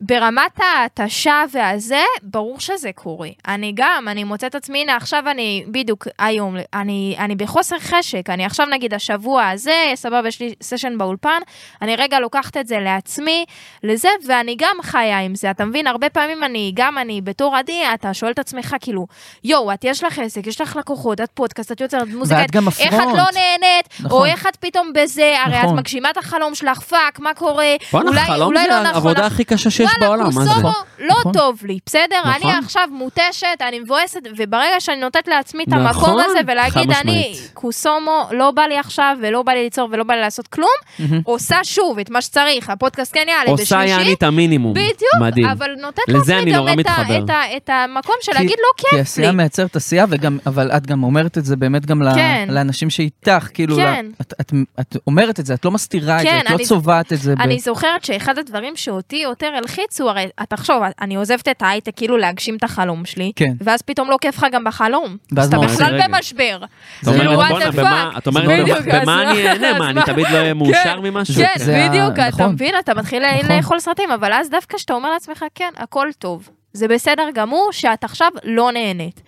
S4: ברמת ההתשה והזה, ברור שזה קורה. אני גם, אני מוצאת עצמי, הנה עכשיו אני, בדיוק היום, אני, אני בחוסר חשק, אני עכשיו נגיד השבוע הזה, סבבה, יש לי סשן באולפן, אני רגע לוקחת את זה לעצמי, לזה, ואני גם חיה עם זה, אתה מבין? הרבה פעמים אני, גם אני, בתור עדי, אתה שואל את עצמך, כאילו, יואו, את יש לך עסק, יש לך לקוחות, את פודקאסט, את יוצרת מוזיקה,
S1: ואת גם
S4: איך את
S1: הפרונט.
S4: לא נהנית, נכון. או
S1: נכון.
S4: איך את פתאום בזה, הרי נכון.
S1: נכון.
S4: את מגשימה את החלום שלך, פאק, מה קורה,
S3: בואנה,
S4: אולי,
S3: חלום
S4: אולי
S3: זה
S4: לא נכון.
S3: העבודה הכי קשה שיש
S4: וואלה,
S3: בעולם, מה זה?
S4: קוסומו, לא
S1: נכון.
S4: טוב לי, בסדר?
S3: נכון.
S4: אני עכשיו מותשת, אני מבואסת, וברגע שאני נותנת לעצמי את
S3: נכון,
S4: המקום הזה ולהגיד,
S3: חד
S4: אני
S3: משמעית.
S4: קוסומו, לא בא לי עכשיו, ולא בא לי ליצור ולא בא לי לעשות כלום,
S1: מהמם.
S4: עושה שוב את מה שצריך, הפודקאסט כן יעלה
S3: עושה יעני
S4: בשלישית,
S3: את המינימום.
S4: בדיוק,
S3: מדהים.
S4: אבל נותנת
S3: לזה
S4: לעצמי
S3: אני
S4: גם
S3: נורא
S4: את ה-
S3: מתחבר.
S4: את ה- את המקום של
S1: כי-
S4: להגיד, לא
S1: כי
S4: כיף לי.
S1: עשייה מייצרת עשייה, וגם, אבל את גם אומרת את זה באמת גם ל-
S4: כן.
S1: לאנשים שאיתך, כאילו, ל-
S4: כן.
S1: את- את- את אומרת את זה, את לא מסתירה את
S4: כן,
S1: זה, את לא
S4: אני-
S1: צובעת את זה. ב-
S4: אני זוכרת שאחד הדברים שאותי יותר הלחיצו, הרי את תחשוב, אני עוזבת את ההייטק כאילו להגשים את החלום שלי,
S1: כן.
S4: ואז פתאום לא כיף לך גם בחלום.
S1: ואז
S4: אתה
S1: מה
S3: עושים?
S4: בכלל
S3: רגע.
S4: במשבר. כאילו,
S3: את
S1: זה
S3: אומרת,
S1: what
S3: "בואנה,
S4: the
S3: במה-
S4: fuck?"
S3: את אומרת,
S4: בדיוק, אז
S3: במה אני
S4: מה-
S3: אהנה? מה,
S4: אז
S3: אני
S4: מה?
S3: תמיד לא אהיה מאושר ממשהו?
S4: כן,
S1: זה ה-
S4: בדיוק, אתה
S1: נכון.
S4: מבין, אתה מתחיל ל-
S1: נכון.
S4: לאכול סרטים, אבל אז דווקא כשאתה אומר לעצמך, כן, הכל טוב. זה בסדר גמור שאת עכשיו לא נהנית.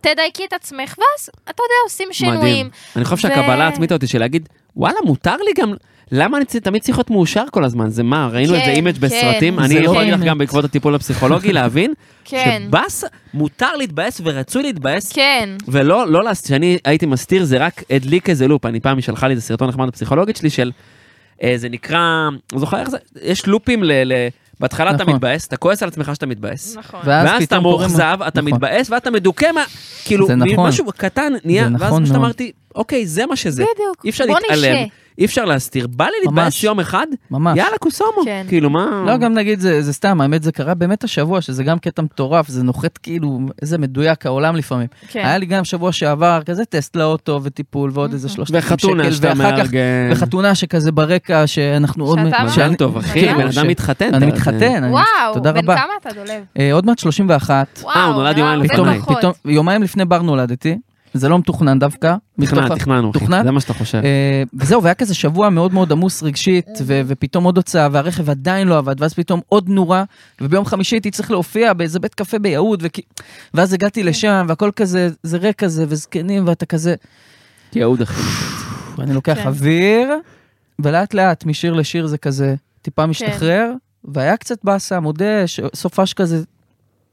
S4: תדייקי את עצמך, ואז, אתה יודע, עושים שינויים.
S3: מדהים. אני חושב
S4: ו-
S3: שהקבלה העצמית אותי של להגיד, וואלה, מותר לי גם, למה אני צ- תמיד צריך להיות מאושר כל הזמן? זה מה, ראינו את זה
S4: כן,
S3: אימג'
S4: כן.
S3: בסרטים?
S1: זה
S3: אני
S1: לא
S3: יכול להגיד לך
S1: באמת.
S3: גם בעקבות הטיפול הפסיכולוגי
S1: (laughs)
S3: להבין,
S4: כן.
S3: שבאס, מותר להתבאס ורצוי להתבאס.
S4: כן.
S3: ולא, לא, להס- שאני הייתי מסתיר, זה רק הדליק איזה לופ. אני פעם, היא שלחה לי איזה סרטון נחמד הפסיכולוגית שלי של, אה, זה נקרא, לא זוכר איך זה, יש לופים ל... ל- בהתחלה אתה
S1: נכון.
S3: מתבאס, אתה כועס על עצמך שאתה מתבאס.
S4: נכון.
S3: ואז אתה
S1: פתאום קורה מה-
S3: מאוכזב, אתה
S1: נכון.
S3: מתבאס ואתה מדוכא, מה- כאילו,
S1: זה נכון.
S3: משהו קטן נהיה,
S1: זה
S3: ואז
S1: נכון
S3: פשוט
S1: מאוד.
S3: אמרתי, אוקיי, זה מה שזה.
S4: בדיוק.
S3: אי אפשר
S4: בוא
S3: להתעלם,
S4: נשתה.
S3: אי אפשר להסתיר. בא לי להתבאס
S1: ממש.
S3: יום אחד,
S1: ממש.
S3: יאללה, קוסומו.
S4: כן.
S3: כאילו, מה...
S1: לא, גם נגיד, זה, זה סתם, האמת, זה קרה באמת השבוע, שזה גם קטע מטורף, זה נוחת כאילו, איזה מדויק העולם לפעמים.
S4: כן.
S1: היה לי גם שבוע שעבר כזה טסט לאוטו וטיפול ועוד
S4: Mm-hmm.
S1: איזה שלושת אלפים שקל,
S3: וחתונה שאתה
S1: ואחר כך-
S3: מארגן.
S1: וחתונה שכזה ברקע, שאנחנו עוד...
S4: שאתה
S1: מעט-
S4: מה?
S3: מזל
S1: שאני-
S3: כן, טוב, אחי,
S1: כאילו,
S3: בן
S1: ש-
S3: אדם מתחתן.
S1: אני
S3: אתה-
S1: מתחתן, אני-
S4: וואו,
S1: תודה
S4: בן
S1: רבה.
S4: כמה אתה דולב?
S1: אה, עוד מעט 31,
S4: וואו,
S3: הוא נולד
S4: וואו,
S3: יומיים
S4: זה
S1: פתאום,
S4: נכון.
S1: פתאום, יומיים לפני בר נולדתי, זה לא מתוכנן דווקא. מתוך
S3: תכנן,
S1: ה-
S3: תכננו, אחי.
S1: תוכנן?
S3: זה מה שאתה חושב.
S1: אה, וזהו, והיה כזה שבוע מאוד מאוד עמוס רגשית, ו- ופתאום עוד הוצאה, והרכב עדיין לא עבד, ואז פתאום עוד נורה, וביום חמישי הייתי צריך להופיע באיזה בית קפה ביהוד, וכי- ואז הגעתי
S4: כן.
S1: לשם, והכל כזה, זה ריק כזה, וזקנים, ואתה כזה,
S3: יהוד, אחי.
S1: אני לוקח
S4: כן.
S1: אוויר, ולאט לאט, משיר לשיר זה כזה,
S4: כן.
S1: טיפה משתחרר, והיה קצת באסה, מודה, ש- סופש כזה,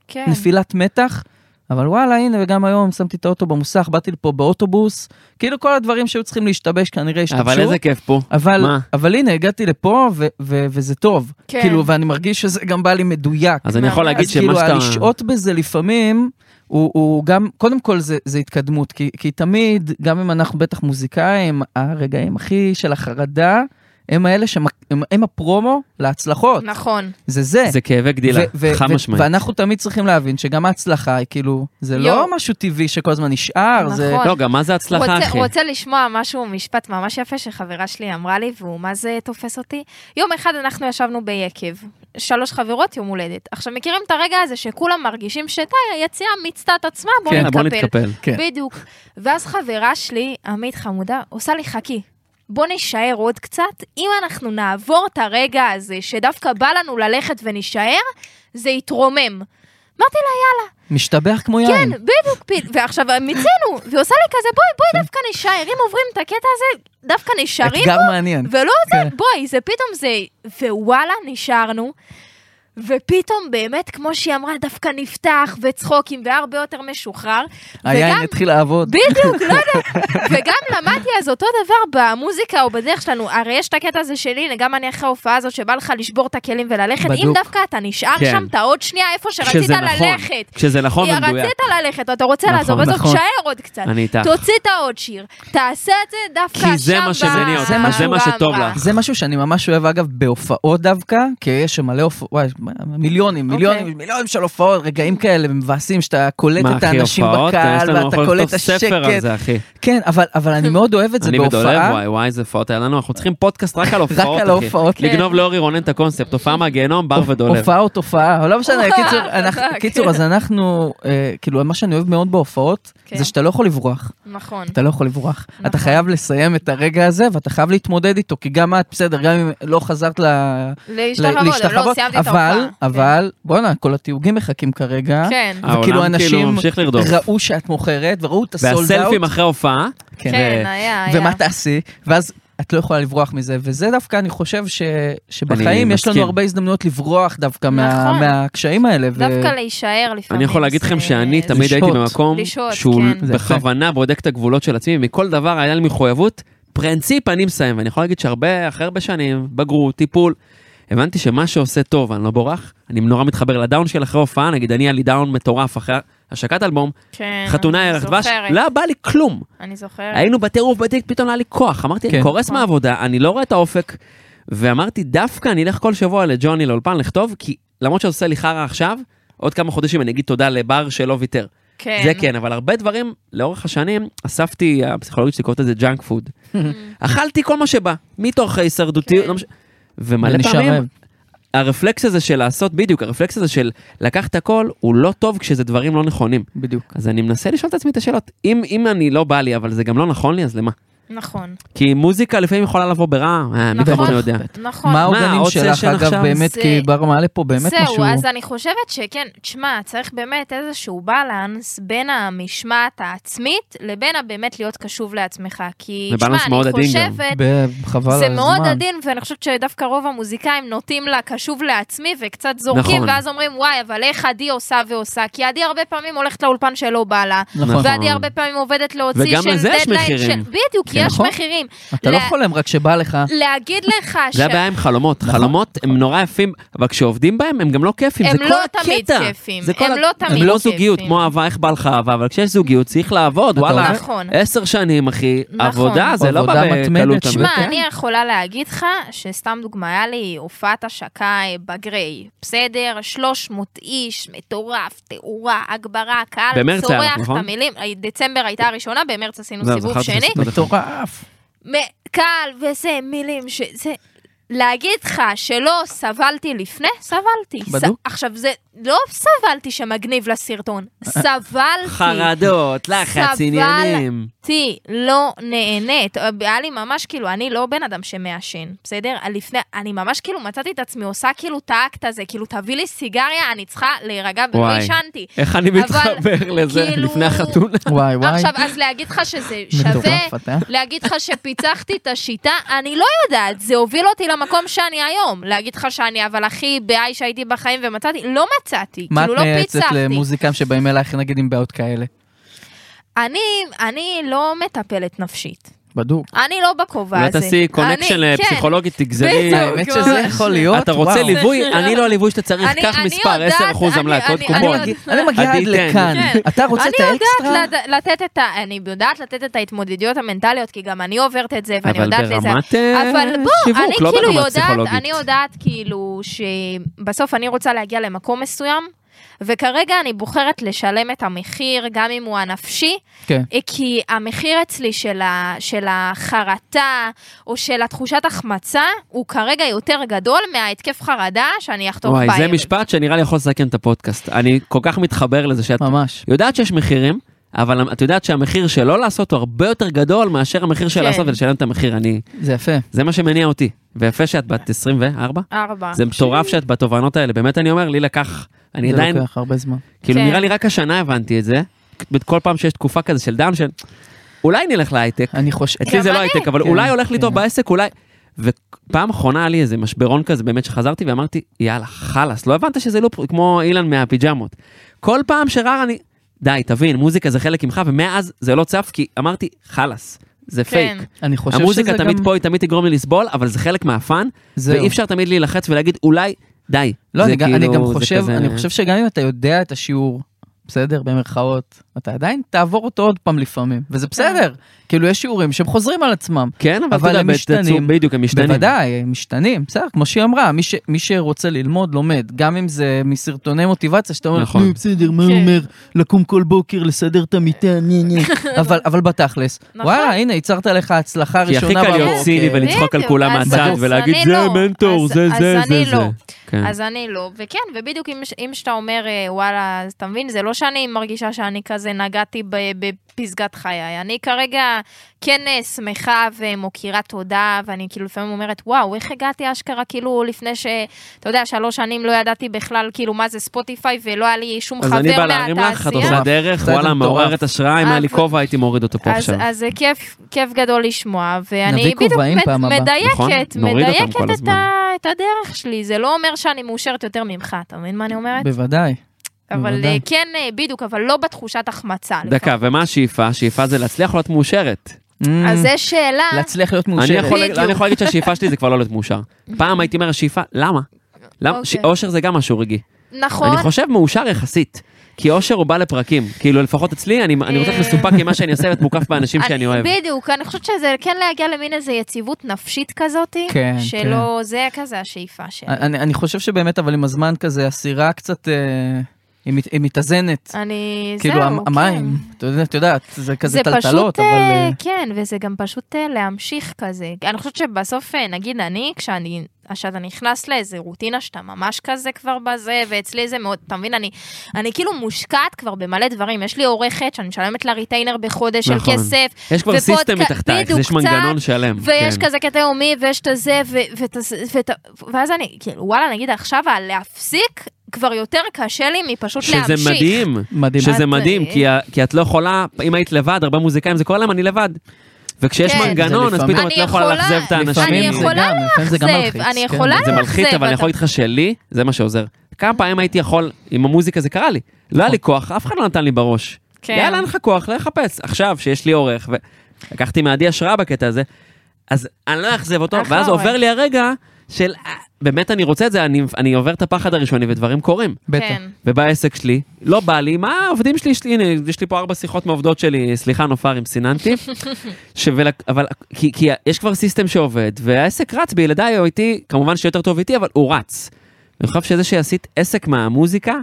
S4: כן.
S1: נפילת מתח. אבל וואלה, הנה, וגם היום שמתי את האוטו במוסך, באתי לפה באוטובוס, כאילו כל הדברים שהיו צריכים להשתבש כנראה השתבשו.
S3: אבל איזה כיף פה.
S1: אבל,
S3: מה?
S1: אבל הנה, הגעתי לפה, ו- ו- וזה טוב.
S4: כן.
S1: כאילו, ואני מרגיש שזה גם בא לי מדויק.
S3: אז אני יכול
S4: אז
S3: להגיד
S1: אז כאילו,
S3: שמה שאתה...
S1: הלשהות בזה לפעמים, הוא, הוא גם, קודם כל זה, זה התקדמות, כי, כי תמיד, גם אם אנחנו בטח מוזיקאים, הרגעים הכי של החרדה, הם האלה שהם הם, הם הפרומו להצלחות.
S4: נכון.
S1: זה זה.
S3: זה כאבי גדילה,
S1: ו- ו-
S3: חד
S1: ו-
S3: משמעית.
S1: ואנחנו תמיד צריכים להבין שגם ההצלחה היא כאילו, זה
S4: יואו.
S1: לא משהו טבעי שכל הזמן נשאר, זה...
S4: נכון.
S3: לא, גם מה זה הצלחה,
S4: רוצה,
S3: אחי?
S4: רוצה לשמוע משהו, משפט ממש יפה שחברה שלי אמרה לי, והוא מה זה תופס אותי? יום אחד אנחנו ישבנו ביקב, שלוש חברות, יום הולדת. עכשיו, מכירים את הרגע הזה שכולם מרגישים שדי, היציאה מיצתה את עצמה, בואו
S3: כן,
S4: נתקפל.
S3: בוא נתקפל.
S1: כן.
S4: בדיוק. ואז חברה שלי, עמית חמודה, עושה לי חכי. בוא נישאר עוד קצת, אם אנחנו נעבור את הרגע הזה שדווקא בא לנו ללכת ונישאר, זה יתרומם. אמרתי לה,
S1: משתבח כמו יין.
S4: כן, בדיוק, פיל- ועכשיו מיצינו, והיא עושה לי כזה, בואי, בואי דווקא נשאר, אם עוברים את הקטע הזה, דווקא נשארים
S1: כן. אתגר
S4: בו,
S1: מעניין.
S4: ולא
S1: כן.
S4: זה, בואי, זה פתאום זה, ווואלה, נשארנו. ופתאום באמת, כמו שהיא אמרה, דווקא נפתח וצחוקים והרבה יותר משוחרר.
S1: היין
S4: וגם-
S1: התחיל לעבוד.
S4: בדיוק, לא
S1: (laughs)
S4: יודע. וגם למדתי אז אותו דבר במוזיקה או בדרך שלנו. הרי יש את הקטע הזה שלי, הנה, גם אני אחרי ההופעה הזאת, שבא לך לשבור את הכלים וללכת. אם
S1: בדוק.
S4: דווקא אתה נשאר
S3: כן.
S4: שם, אתה עוד שנייה איפה שרצית
S3: כשזה נכון.
S4: ללכת.
S3: כשזה נכון
S4: כי
S3: ומדויק.
S4: רצית ללכת, אתה רוצה
S3: נכון,
S4: לעזוב, אז
S1: נכון.
S4: תשאר עוד קצת.
S3: אני איתך.
S4: תוציא את העוד שיר, תעשה את זה דווקא שם.
S3: כי זה מה שמניע
S4: ב-
S1: אותך, זה
S3: מה שטוב
S4: ברמב"ם.
S3: לך.
S1: זה משהו שאני ממש אוהב, אגב, בהופעות דווקא, כי יש שם מלא הופעות, וואי, מה, מיליונים,
S4: אוקיי.
S1: מיליונים, מיליונים של הופעות, רגעים כאלה מבאסים שאתה קולט
S3: מה,
S1: את
S3: אחי,
S1: האנשים
S3: הופעות? יש
S1: בקהל,
S3: לנו,
S1: ואתה
S3: אנחנו
S1: קולט את
S3: נכתוב ספר על
S1: השקט.
S3: זה, אחי.
S1: כן, אבל אבל אני מאוד אוהב את זה
S3: אני מדולב,
S1: בהופעה.
S3: וואי וואי, איזה הופעות היה לנו, אנחנו צריכים פודקאסט
S1: (laughs)
S3: רק על הופעות,
S1: על
S3: אחי.
S1: ההופעות.
S4: כן.
S3: לגנוב לאורי רונן את הקונספט, הופעה מהגיהנום, בר ודולב.
S1: הופעה או תופעה, לא משנה,
S4: וואו,
S1: קיצור, אנחנו-
S4: חזק.
S1: קיצור, אז אנחנו, אה, כאילו, מה שאני אוהב מאוד בהופעות,
S4: כן.
S1: זה שאתה לא יכול לברוח.
S4: נכון.
S1: אתה לא יכול לברוח.
S4: נכון.
S1: אתה חייב לסיים את הרגע הזה, ואתה חייב להתמודד איתו, כי גם את, בסדר, גם אם לא חזרת ל... ל-
S4: להשתחוות, לא סיימתי את ההופעה.
S1: אבל, אבל, בואנה, כל התיוגים מחכים כרגע.
S4: כן. כן.
S1: וכאילו
S3: העולם כאילו
S1: אנשים
S3: ממשיך לרדוף.
S1: ראו שאת מוכרת, וראו את הסולד
S3: והסלפים אחרי ההופעה,
S4: כן, היה, היה.
S1: ומה תעשי? ואז את לא יכולה לברוח מזה, וזה דווקא, אני חושב ש... שבחיים
S3: אני
S1: יש לנו
S3: מסכים.
S1: הרבה הזדמנויות לברוח דווקא מה...
S4: נכון.
S1: מהקשיים האלה. ו-
S4: דווקא להישאר לפעמים.
S3: אני יכול להגיד לכם
S4: זה-
S3: שאני
S4: זה-
S3: תמיד הייתי
S1: אה, לשהות.
S3: במקום
S4: לשהות,
S3: שהוא
S4: כן.
S1: זה יפה.
S3: בכוונה בודק את הגבולות של עצמי, מכל דבר היה לי מחויבות, פרינציפ אני מסיים, ואני יכול להגיד שהרבה, אחרי הרבה שנים, בגרות, טיפול, הבנתי שמה שעושה טוב, אני לא בורח, אני נורא מתחבר לדאון של אחרי הופעה, נגיד אני היה לי דאון מטורף אחרי השקת אלבום,
S4: כן,
S3: חתונה
S4: אני
S3: ירח דבש,
S4: זוכרת, כן.
S3: לא אה, בא לי כלום.
S4: אני זוכרת.
S3: היינו בטירוף בדיק, פתאום לא היה לי כוח. אמרתי,
S1: כן.
S3: אני קורס
S4: נכון.
S3: מהעבודה, אני לא רואה את האופק. ואמרתי, דווקא אני אלך כל שבוע לג'וני לאולפן לכתוב, כי למרות שעושה לי חרא עכשיו, עוד כמה חודשים אני אגיד תודה לבר שלא ויתר.
S4: כן.
S3: זה כן, אבל הרבה דברים, לאורך השנים, אספתי, הפסיכולוגית שלי קוראת לזה ג'אנק פוד. אכלתי כל מה שבא, מתוך הישרדותי,
S4: Mm. כן.
S3: לא מש... ומלא
S1: ונשאר רעב.
S3: פעמים, הרפלקס הזה של לעשות, בדיוק, הרפלקס הזה של לקחת הכל, הוא לא טוב כשזה דברים לא נכונים.
S1: בדיוק.
S3: אז אני מנסה לשאול את עצמי את השאלות. אם, אם אני לא בא לי, אבל זה גם לא נכון לי, אז למה?
S4: נכון.
S3: כי מוזיקה לפעמים יכולה לבוא ברע, אה, מי
S4: נכון.
S3: כמוני יודע.
S4: נכון.
S1: מה העוגנים
S3: עוד
S1: שלך,
S3: סשן
S1: אגב,
S3: עכשיו?
S1: באמת,
S4: זה-
S1: כי בר מעלה פה באמת
S4: זהו,
S1: משהו...
S4: אז אני חושבת שכן, תשמע, צריך באמת איזשהו בלנס בין המשמעת העצמית לבין הבאמת להיות קשוב לעצמך. כי,
S3: זה
S4: תשמע,
S3: בלנס מאוד
S4: אני
S3: עדין גם.
S4: חושבת...
S1: ב- חבל על
S4: זה
S1: הזמן.
S4: מאוד עדין, ואני חושבת שדווקא רוב המוזיקאים נוטים לה קשוב לעצמי וקצת זורקים,
S3: נכון.
S4: ואז אומרים, וואי, אבל איך עדי עושה ועושה? כי עדי הרבה פעמים הולכת לאולפן שלא בא לה,
S1: נכון.
S4: ועדי הרבה פעמים עובדת להוציא
S3: וגם
S4: של
S3: לזה יש
S4: דדליין של...
S3: מחירים.
S4: בדיוק,
S1: כן,
S4: יש
S1: נכון.
S4: מחירים.
S1: אתה לא
S4: לה-
S1: חולם רק שבא לך.
S4: להגיד לך ש...
S3: זה הבעיה עם חלומות,
S4: נכון.
S3: חלומות הם נורא יפים, אבל כשעובדים בהם הם גם לא כיפים,
S4: הם
S3: זה כל
S4: לא
S3: הקטע.
S4: תמיד כיפים,
S3: זה כל
S4: הם
S3: ה-
S4: לא תמיד
S3: הם לא
S4: כיפים.
S3: זוגיות, כמו אהבה, איך בא לך אהבה, אבל כשיש זוגיות צריך לעבוד, וואלה.
S1: עובד?
S4: נכון.
S3: עשר שנים, אחי,
S4: נכון.
S3: עבודה, זה לא
S1: עבודה
S3: בא
S1: מתמדת,
S3: בקלות.
S1: שמע,
S3: אמיתית.
S1: כן.
S4: שמע, אני יכולה להגיד לך שסתם דוגמא, היה לי הופעת השקה אה, בגריי, בסדר? 300 איש, מטורף, תאורה, הגברה, קהל
S3: במרץ היה לך,
S4: צורח את
S3: נכון?
S4: המילים, אה, דצמבר הייתה הראשונה, במרץ עשינו
S3: זהו,
S4: סיבוב
S3: זכרתי
S4: שני,
S3: שעשית את זה.
S1: מטורף.
S4: מ- קהל וזה, מילים ש... זה... להגיד לך שלא סבלתי לפני, סבלתי. ס-
S1: בדוק.
S4: עכשיו, זה לא סבלתי
S3: (laughs)
S4: שמגניב לסרטון, סבלתי.
S3: חרדות, לחץ,
S4: סבל.
S3: עניינים.
S4: אותי לא נהנית. היה לי ממש כאילו, אני לא בן אדם שמעשן, בסדר? לפני, אני ממש כאילו מצאתי את עצמי עושה כאילו את האקט הזה, כאילו תביא לי סיגריה, אני צריכה להירגע ולא
S3: וואי.
S4: עישנתי.
S3: איך אני
S4: אבל
S3: מתחבר לזה
S4: כאילו-
S3: לפני החתונה?
S1: וואי וואי.
S4: עכשיו, אז להגיד לך שזה שווה,
S1: מטורף אתה.
S4: להגיד לך שפיצחתי את השיטה, אני לא יודעת, זה הוביל אותי למקום שאני היום. להגיד לך שאני, אבל הכי בעי שהייתי בחיים ומצאתי, לא מצאתי,
S1: מה את
S4: כאילו לא
S1: מייעצת
S4: פיצחתי.
S1: למוזיקאים שבאים אלייך, נגיד, עם בעיות כאלה?
S4: אני- אני לא מטפלת נפשית.
S1: בדוק.
S4: אני לא בכובע
S3: אולי
S4: הזה.
S3: תעשי אה,
S4: אני-
S3: קונקשן
S4: כן.
S3: פסיכולוגית, תגזרי.
S4: בדיוק.
S1: האמת שזה יכול להיות,
S3: אתה רוצה
S1: וואו.
S4: (laughs)
S3: ליווי? אני לא הליווי שאתה צריך,
S4: אני-
S3: קח
S4: אני
S3: מספר,
S4: יודעת,
S3: 10%
S4: אני-
S3: עמלת, עוד
S4: אני-
S1: אני
S3: קופון.
S1: מגיע- אני מגיעה עד
S3: עדי, תן.
S1: לכאן.
S4: כן.
S1: אתה רוצה את
S4: אני
S1: האקסטרה?
S4: יודעת לד- לתת את ה... אני יודעת לתת את ההתמודדויות המנטליות, כי גם אני עוברת את זה, ואני
S3: אבל
S4: יודעת לזה.
S3: ברמת אה,
S4: אבל בוא, אני
S3: שיווק, לא
S4: כאילו
S3: ברמת
S4: יודעת,
S3: פסיכולוגית.
S4: אני יודעת כאילו שבסוף אני רוצה להגיע למקום מסוים, וכרגע אני בוחרת לשלם את המחיר, גם אם הוא הנפשי,
S1: כן.
S4: אה, כי המחיר אצלי של, ה, של החרטה או של התחושת החמצה, הוא כרגע יותר גדול מההתקף חרדה שאני אחטוף
S3: וואי,
S4: בערב.
S3: זה משפט שנראה לי יכול לסכן את הפודקאסט. אני כל כך מתחבר לזה שאת
S1: ממש.
S3: יודעת שיש מחירים, אבל את יודעת שהמחיר של לא לעשות הוא הרבה יותר גדול מאשר המחיר של
S4: כן.
S3: לעשות ולשלם את המחיר. אני,
S1: זה יפה.
S3: זה מה שמניע אותי. ויפה שאת בת 24?
S4: ארבע.
S3: זה מטורף שאת בתובנות האלה, באמת אני אומר, לי לקח, אני
S1: זה
S3: עדיין,
S1: לוקח הרבה זמן.
S3: כאילו
S4: כן.
S3: נראה לי רק השנה הבנתי את זה, כל פעם שיש תקופה כזה של דאון, של אולי נלך להייטק,
S1: אני חושב...
S3: אצלי זה
S4: גם
S3: לא
S4: אני.
S3: הייטק, אבל
S1: כן,
S3: אולי הולך לי
S1: כן.
S3: טוב בעסק, אולי... ופעם אחרונה היה לי איזה משברון כזה באמת שחזרתי ואמרתי, יאללה, חלאס, לא הבנת שזה לופ כמו אילן מהפיג'מות. כל פעם שרר אני, די, תבין, מוזיקה זה חלק ממך, ומאז זה לא צף, כי אמרתי, חלאס, זה
S4: כן.
S3: פייק.
S1: אני חושב שזה גם...
S3: המוזיקה תמיד פה, היא תמיד תגרום לי לסבול, אבל זה חלק מהפאן,
S1: זהו.
S3: ואי אפשר תמיד להילחץ ולהגיד, אולי, די.
S1: לא,
S3: זה
S1: אני גם- אני
S3: כאילו-
S1: גם
S3: זה
S1: חושב,
S3: כזה-
S1: אני חושב שגם אם אתה יודע את השיעור, בסדר? במרכאות. אתה עדיין תעבור אותו עוד פעם לפעמים, וזה
S4: כן.
S1: בסדר. כאילו, יש שיעורים שהם חוזרים על עצמם.
S3: כן, אבל,
S1: אבל
S3: אתה
S1: הם
S3: יודע,
S1: משתנים.
S3: בצור- בדיוק, הם משתנים.
S1: בוודאי, הם משתנים, בסדר, כמו שהיא אמרה, מי, ש, מי שרוצה ללמוד, לומד. גם אם זה מסרטוני מוטיבציה, שאתה אומר,
S3: נכון.
S1: "נו, בסדר, מה הוא
S4: כן.
S1: אומר? לקום כל בוקר, לסדר את המיטה, נה
S4: (laughs)
S1: נה. אבל, אבל בתכלס,
S4: נכון.
S1: וואלה, הנה, הצהרת לך הצלחה
S3: כי הכי
S1: ראשונה
S3: קל להיות
S1: בבוקר.
S3: ציני ולצחוק על
S4: בדיוק,
S3: כולם
S4: אז-
S3: מהצד
S1: אז
S3: ולהגיד,
S4: אני
S3: זה
S4: לא,
S3: מנטור,
S4: אז-
S3: זה
S4: אז
S3: זה זה
S4: אני
S3: זה.
S4: לא.
S3: כן.
S4: אז אני לא. וכן, ובדיוק אם, ש- אם שאתה אומר, אה, וואלה, אז אתה מבין, זה לא שאני מרגישה שאני כזה נגעתי ב- בפסגת חיי. אני כרגע כן אה, שמחה ומוקירה תודה, ואני כאילו לפעמים אומרת, וואו, איך הגעתי אשכרה, כאילו, לפני ש... אתה יודע, שלוש שנים לא ידעתי בכלל, כאילו, מה זה ספוטיפיי, ולא היה לי שום
S3: אז
S4: חבר
S3: אני
S4: מהתעשייה.
S3: בא להרים לך, את עושה
S1: מטורף.
S3: דרך,
S1: אתה
S3: וואלה,
S1: אדם
S3: מעוררת
S1: מטורף.
S3: השראה, אם היה לי
S4: אז-
S3: כובע הייתי מוריד אותו פה
S4: אז,
S3: עכשיו.
S4: אז זה כיף, כיף גדול לשמוע,
S1: נביא
S4: ואני
S1: כובעים
S4: מד-
S1: פעם הבאה.
S4: מדייקת,
S3: נכון, נוריד אותם
S4: מדייקת
S3: כל
S4: את,
S3: הזמן.
S4: ה, את הדרך שלי, זה לא אומר שאני מאושרת יותר ממך, אתה מבין מה אני אומרת?
S1: בוודאי.
S4: אבל
S1: בוודאי.
S4: אה, כן, אה, בדיוק, אבל לא בתחושת החמצה.
S3: דקה, ומה השאיפה? השאיפה זה להצליח או להיות מאושרת.
S4: לפעמים. אז
S1: Mm,
S4: זו שאלה,
S1: להצליח להיות
S3: אני
S1: מאושרת.
S3: יכול
S4: בדיוק.
S3: אני יכול להגיד שהשאיפה שלי זה כבר לא להיות מאושר. פעם הייתי אומר, השאיפה, למה? למה? ש-
S4: אוקיי.
S3: אושר זה גם משהו רגעי.
S4: נכון,
S3: אני חושב מאושר יחסית. כי אושר הוא בא לפרקים, כאילו לפחות אצלי, אני אני רוצה
S4: אה.
S3: להיות מסופק עם מה שאני עושה ואת מוקף באנשים שאני אוהב.
S4: בדיוק, אני חושבת שזה כן להגיע למין איזו יציבות נפשית כזאת,
S1: כן, אה,
S4: שלא, זה כזה השאיפה שלי.
S1: אני, אני חושב שבאמת, אבל עם הזמן כזה, הסירה קצת, אה, היא, מת, היא מתאזנת.
S4: אני, אה, זהו,
S1: כאילו, המ-
S4: כן.
S1: המים, אתה יודע- את יודעת, זה כזה
S4: זה
S1: טלטלות,
S4: פשוט,
S1: אבל...
S4: אה,
S1: אה,
S4: כן, וזה גם פשוט אה, להמשיך כזה. אני חושבת שבסוף, אה, נגיד אני, כשאני, כשאתה נכנס לאיזה רוטינה שאתה ממש כזה כבר בזה, ואצלי זה מאוד, אתה מבין, אני, אני כאילו מושקעת כבר במלא דברים. יש לי עורכת שאני משלמת לה ריטיינר בחודש של
S3: נכון.
S4: כסף,
S1: כן.
S3: יש כבר
S4: ופודקאסט-
S3: סיסטם מתחתייך,
S4: בדיוק,
S3: יש מנגנון
S4: קצת,
S3: שלם.
S4: ויש
S3: כן.
S4: כזה קטע יומי, ויש את הזה, ו- ואת הס- ואת ה- ואז אני, כאילו, וואלה, נגיד עכשיו הלהפסיק, כבר יותר קשה לי מפשוט להמשיך.
S3: שזה מדהים.
S1: מדהים.
S3: שזה
S4: את-
S3: מדהים, כי ה- כי את לא יכולה, אם היית לבד, הרבה מוזיקאים זה כל היום אני לבד. וכשיש
S4: כן.
S3: מנגנון,
S1: זה
S3: אז
S1: לפעמים-
S3: פתאום את לא
S4: אני
S3: יכולה
S4: יכולה-
S3: לאכזב את האנשים.
S1: לפעמים
S4: אני
S1: זה
S4: יכולה
S1: גם, לפעמים זה גם
S4: לאכזב,
S1: מלחיץ,
S4: אני
S1: כן.
S4: יכולה
S3: זה מלחיץ,
S4: לאכזב,
S3: אבל אני
S4: אתה-
S3: יכול להגיד לך שלי, זה מה שעוזר. כמה פעמים הייתי יכול, עם המוזיקה זה קרה לי. לא היה לי כוח, אף אחד לא נתן לי בראש.
S4: כן.
S3: יאללה, אין לך כוח, לך לחפש. עכשיו, שיש לי עורך, ולקחתי מעדי השראה בקטע הזה, אז אני לא אאכזב אותו,
S4: אחלה
S3: ואז
S4: עורך.
S3: עובר לי הרגע של, "אה, באמת אני רוצה את זה, אני- אני עובר את הפחד הראשוני ודברים קורים.
S1: בטח.
S4: כן.
S3: ובעסק שלי, לא בא לי, מה העובדים שלי, שלי, הנה, יש לי פה ארבע שיחות מעובדות שלי, סליחה נופר אם
S4: (laughs)
S3: סיננתי, ש- ול- אבל כי, כי יש כבר סיסטם שעובד, והעסק רץ בילדיי או איתי, כמובן שיותר טוב איתי, אבל הוא רץ. אני חושב שזה שעשית עסק מהמוזיקה,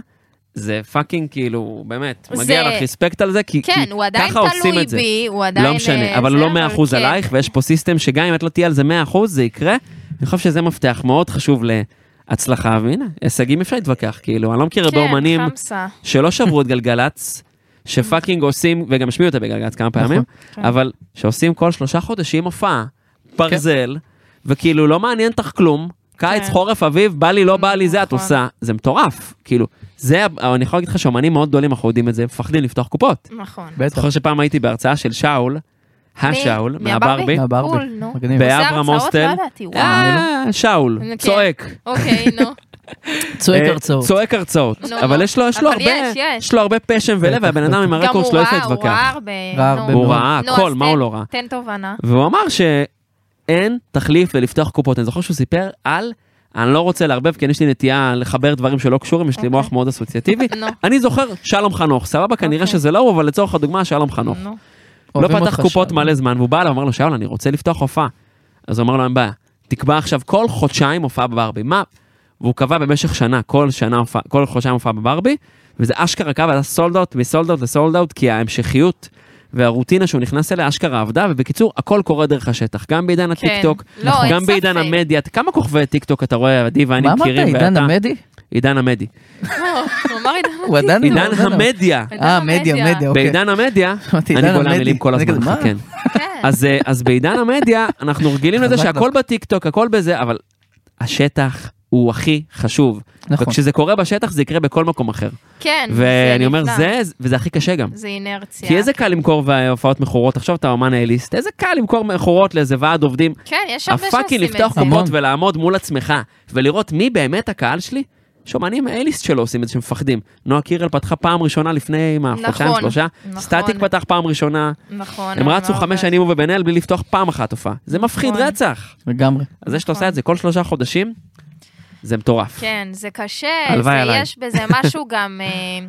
S3: זה פאקינג כאילו, באמת,
S4: זה-
S3: מגיע לך רספקט על זה, כי,
S4: כן,
S3: כי
S4: הוא עדיין
S3: ככה עושים
S4: תלוי
S3: את זה.
S4: בי, הוא עדיין...
S3: לא משנה,
S4: אה,
S3: אבל
S4: זה,
S3: לא 100%
S4: כן.
S3: עלייך, ויש פה סיסטם שגם אם את לא תהיה על זה 100%, זה יקרה. אני חושב שזה מפתח מאוד חשוב להצלחה, והנה, הישגים אפשר להתווכח, כאילו, אני לא מכיר הרבה אומנים
S4: כן, חמסה.
S3: שלא שברו את
S4: (laughs)
S3: גלגלצ, שפאקינג עושים, וגם השמיעו אותה בגלגלצ כמה פעמים,
S4: כן.
S3: אבל שעושים כל שלושה חודשים הופעה, ברזל, וכאילו לא מעניין אותך כלום, קיץ,
S4: כן.
S3: חורף, אביב, בא לי, לא בא לי, זה את
S4: נכון.
S3: עושה, זה מטורף, כאילו, זה, אני יכול להגיד לך שאומנים מאוד גדולים, אנחנו יודעים את זה, מפחדים לפתוח קופות.
S4: נכון.
S1: בטח.
S3: זוכר שפעם הייתי בהרצאה של שאול, השאול,
S4: מי?
S3: מהברבי,
S4: מהברבי?
S1: מהברבי.
S4: קול, נו.
S1: מגניב.
S3: באברהם
S4: עושה הרצאות?
S3: הוסטל.
S4: לא ידעתי, וואו.
S3: אה, שאול,
S4: כן.
S3: צועק.
S4: אוקיי,
S3: (laughs)
S4: נו.
S1: צועק
S3: אה,
S1: הרצאות.
S3: צועק הרצאות.
S4: נו,
S3: אבל
S4: נו.
S3: יש לו יש לו
S4: אבל
S3: הרבה,
S4: יש, יש.
S3: יש לו הרבה פשם ולב,
S1: בטח,
S3: והבן אדם עם
S4: גם
S3: הרקורד
S4: הוא
S3: שלו
S4: ראה,
S3: יפה
S4: הוא
S3: להתווכח.
S4: ראה הרבה.
S1: ראה
S4: נו.
S1: הרבה
S3: לא הוא
S1: מאוד.
S3: ראה
S4: נו,
S3: הכל,
S4: אז כן.
S3: מה
S4: תן-
S3: הוא לא ראה?
S4: תן תובנה.
S3: והוא אמר שאין תחליף ללפתוח קופות. אני זוכר שהוא סיפר על, אני לא רוצה לערבב, כי יש לי נטייה לחבר דברים שלא קשורים, יש לי
S4: אוקיי.
S3: מוח מאוד אסוציאטיבי.
S4: (laughs) נו.
S3: אני זוכר שלום חנוך, סבבה, כנראה
S4: אוקיי.
S3: שזה לא הוא, אבל לצורך הדוגמה, שלום חנוך.
S4: נו. (laughs)
S3: לא
S1: אוהבים
S3: פתח
S1: אותך,
S3: קופות
S1: שאול.
S3: מלא זמן, והוא בא אליו, אמר לו, שאול, אני רוצה לפתוח הופעה. אז הוא אמר לו, אין בעיה, תקבע עכשיו כל חודשיים הופעה בברבי. מה? והוא קבע במשך שנה, כל שנה, הופעה- כל חודשיים הופעה בברבי, וזה אשכרה קו, היה סולד אאוט מסולד אאוט לסולד אאוט, כי ההמשכיות והרוטינה שהוא נכנס אליה אשכרה עבדה, ובקיצור, הכל קורה דרך השטח, גם בעידן
S4: כן.
S3: הטיקטוק,
S4: לא, אין
S3: גם בעידן
S4: ספק.
S3: המדיה, כמה כוכבי טיקטוק אתה רואה, עדי ואני
S1: מה אמרת,
S3: מכירים,
S1: עידן
S3: ואתה-
S1: המדי?
S3: עידן המדי.
S4: הוא אמר עידן
S1: הוא עדיין...
S3: עידן
S1: עדיין-
S3: המדיה.
S1: אה, מדיה, מדיה, לא אוקיי.
S3: בעידן המדיה,
S1: אמרתי,
S3: אני
S1: עידן
S3: בולע
S1: המדי.
S3: מילים כל
S1: אני
S3: הזמן,
S1: כזה, מה?
S3: כן.
S4: כן.
S3: אז, אה, אז בעידן המדיה, אנחנו רגילים לזה
S1: חזק
S3: שהכל בטיקטוק, הכל בזה, אבל השטח הוא הכי חשוב.
S1: נכון.
S3: וכשזה קורה בשטח, זה יקרה בכל מקום אחר.
S4: כן. זה
S3: ואני אומר,
S4: נפלא.
S3: זה, וזה הכי קשה גם.
S4: זה אינרציה.
S3: כי איזה קל למכור והופעות מכורות, תחשוב אתה אומן אליסט, איזה קל למכור מכורות לאיזה ועד עובדים.
S4: כן, יש הרבה שעושים את זה.
S3: הפאקינג לפתוח
S1: המון.
S3: קופות ולעמוד מול עצמך, ולראות מי באמת הקהל שלי. שומנים האליסט שלו עושים את זה שמפחדים. נועה קירל פתחה פעם ראשונה לפני, מה,
S4: נכון,
S3: חודשיים, שלושה?
S4: נכון.
S3: סטטיק פתח פעם ראשונה.
S4: נכון.
S3: הם
S4: אני
S3: רצו
S4: מאוד
S3: חמש שנים הוא ובן אל בלי לפתוח פעם אחת הופעה. זה מפחיד
S4: נכון.
S3: רצח.
S1: לגמרי.
S3: אז זה שאתה עושה את זה כל שלושה חודשים, זה מטורף.
S4: כן, זה קשה,
S3: הלוואי
S4: זה
S3: עליי. (laughs)
S4: יש בזה משהו גם... אה,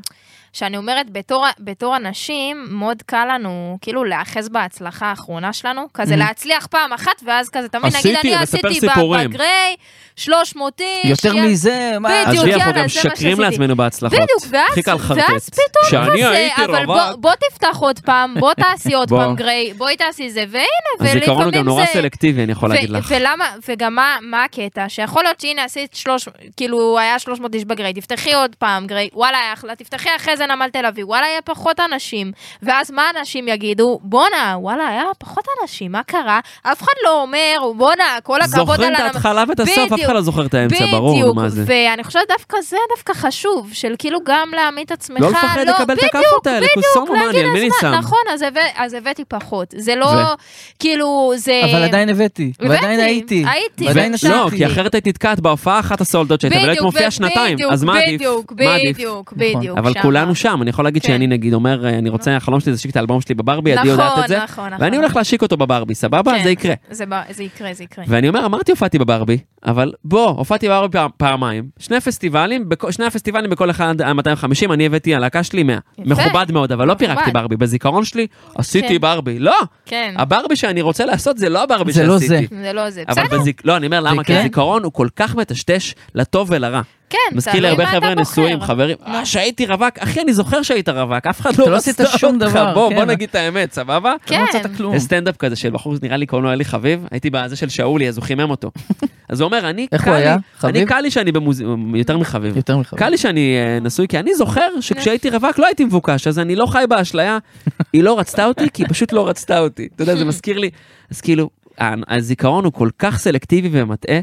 S4: שאני אומרת, בתור, בתור אנשים, מאוד קל לנו כאילו להיאחז בהצלחה האחרונה שלנו, כזה
S3: Mhm.
S4: להצליח פעם אחת, ואז כזה תמיד נגיד,
S3: עשיתי,
S4: אני
S3: לספר
S4: עשיתי
S3: סיפורים."
S4: בגריי, 300 איש,
S1: יותר
S4: יא-
S1: מזה, מה?
S4: אה, בדיוק,
S3: עזבי, אנחנו
S4: יאללה,
S3: גם
S4: זה מה
S3: משקרים
S4: שעשיתי.
S3: לעצמנו בהצלחות.
S4: בדיוק, ואז-
S3: הכי קל חרטט.
S4: ואז פתאום
S3: שאני
S4: זה,
S3: הייתי
S4: אבל בוא,
S3: רווק.
S4: בוא תפתח עוד פעם, בוא תעשי עוד
S3: בוא.
S4: פעם גריי, בואי תעשי זה, והנה,
S3: הזיכרון הוא גם נורא
S4: זה...
S3: סלקטיבי, אני יכול
S4: ו-
S3: להגיד לך.
S4: ולמה, וגם מה, מה הקטע? שיכול להיות שהנה עשית שלוש, כאילו היה 300 איש בגריי, תפתחי עוד פעם גריי, וואלה היה אחלה, תפתחי אחרי זה נמל תל אביב, וואלה יהיה פחות אנשים. ואז מה אנשים יגידו? בואנה, וואלה היה פחות אנשים, מה קרה? אף אחד לא אומר, בואנה, כל הכבוד על...
S3: זוכרים את
S4: הנמל."
S3: ההתחלה ואת הסוף, אף
S4: בדיוק.
S3: אחד לא זוכר את האמצע, ברור, נו, מה זה.
S4: בדיוק, ואני חושבת דווקא זה דווקא חשוב, של כאילו גם להעמיד את עצמך,
S3: לא לפחד לקבל את הכאפות האלה, קוסומו, מה, אני
S4: להגיד
S3: על מי
S4: לעצמך,
S3: ניצן?
S4: נכון, אז הבא- אז הבאתי פחות. זה לא,
S3: ו-
S4: כאילו, זה...
S1: אבל עדיין הבאתי,
S4: הבאתי,
S1: ועדיין הייתי.
S4: הייתי,
S1: ועדיין
S3: ו-
S4: נשארתי.
S3: אה. לא,
S1: נשאתי.
S3: כי אחרת היית נתקעת בהופעה אחת הסולדות שהייתה, ולא היית
S4: בדיוק,
S3: מופיעה
S4: ו-
S3: שנתיים,
S4: בדיוק,
S3: אז מה עדיף?
S4: בדיוק,
S3: מה עדיף?
S4: בדיוק,
S1: נכון.
S4: בדיוק.
S3: אבל
S4: שמה.
S3: כולנו שם, אני יכול להגיד
S4: כן.
S3: שאני נגיד אומר, אני רוצה, החלום שלי זה להשיק את האלבום שלי בברבי, עדי יודעת את זה,
S4: נכון, נכון, נכון.
S3: ואני הולך להשיק אותו בברבי, סבבה?
S4: כן.
S3: זה יקרה.
S4: זה ב- זה יקרה, זה יקרה.
S3: ואני אומר, אמרתי הופעתי בברבי, אבל בוא, הופעתי בברבי פעם- פעמיים, שני פסטיבלים, בכ- שני הפסטיבלים בכל אחד היה 250, אני הבאתי, הלהקה שלי 100.
S4: יפה.
S3: מכובד מאוד, אבל לא פירקתי
S4: מכובד.
S3: ברבי, בזיכרון שלי עשיתי
S4: כן.
S3: ברבי. לא,
S4: כן,
S3: הברבי שאני רוצה לעשות זה לא הברבי
S1: זה
S3: שעשיתי.
S1: לא
S4: זה לא זה.
S3: אבל
S4: בסדר,
S3: בזיק... לא, אני אומר למה, כי
S1: כן.
S3: הזיכרון הוא כל כך מטשטש לטוב ולרע.
S4: כן,
S3: מזכיר
S4: תלוי
S3: לי הרבה
S4: מה אתה
S3: חבר'ה
S4: בוחר.
S3: נשואים, חברים, "אה, שהייתי רווק, אחי, אני זוכר שהיית רווק, אף אחד לא
S1: לא
S3: רצה
S1: עשית שום
S3: אותך,
S1: דבר,
S3: בוא,
S1: כן.
S3: בוא נגיד את האמת, סבבה?
S1: לא
S4: כן.
S1: מצאת כלום.
S3: סטנדאפ כזה של בחור, נראה לי קוראים לו אלי חביב, הייתי בזה של שאולי, אז הוא חימם אותו. אז הוא אומר, אני
S1: איך
S3: קל
S1: הוא
S3: לי,
S1: היה?
S3: אני
S1: חביב?
S3: קל לי שאני במוז... יותר מחביב.
S1: יותר מחבר.
S3: קל לי שאני אה, נשוי, כי אני זוכר שכשהייתי רווק לא הייתי מבוקש, אז אני לא חי באשליה. היא לא רצתה אותי, כי היא פשוט לא רצתה אותי. אתה יודע, זה מזכיר לי. אז כאילו, ה- הזיכרון הוא כל כך סלקטיבי ומטעה,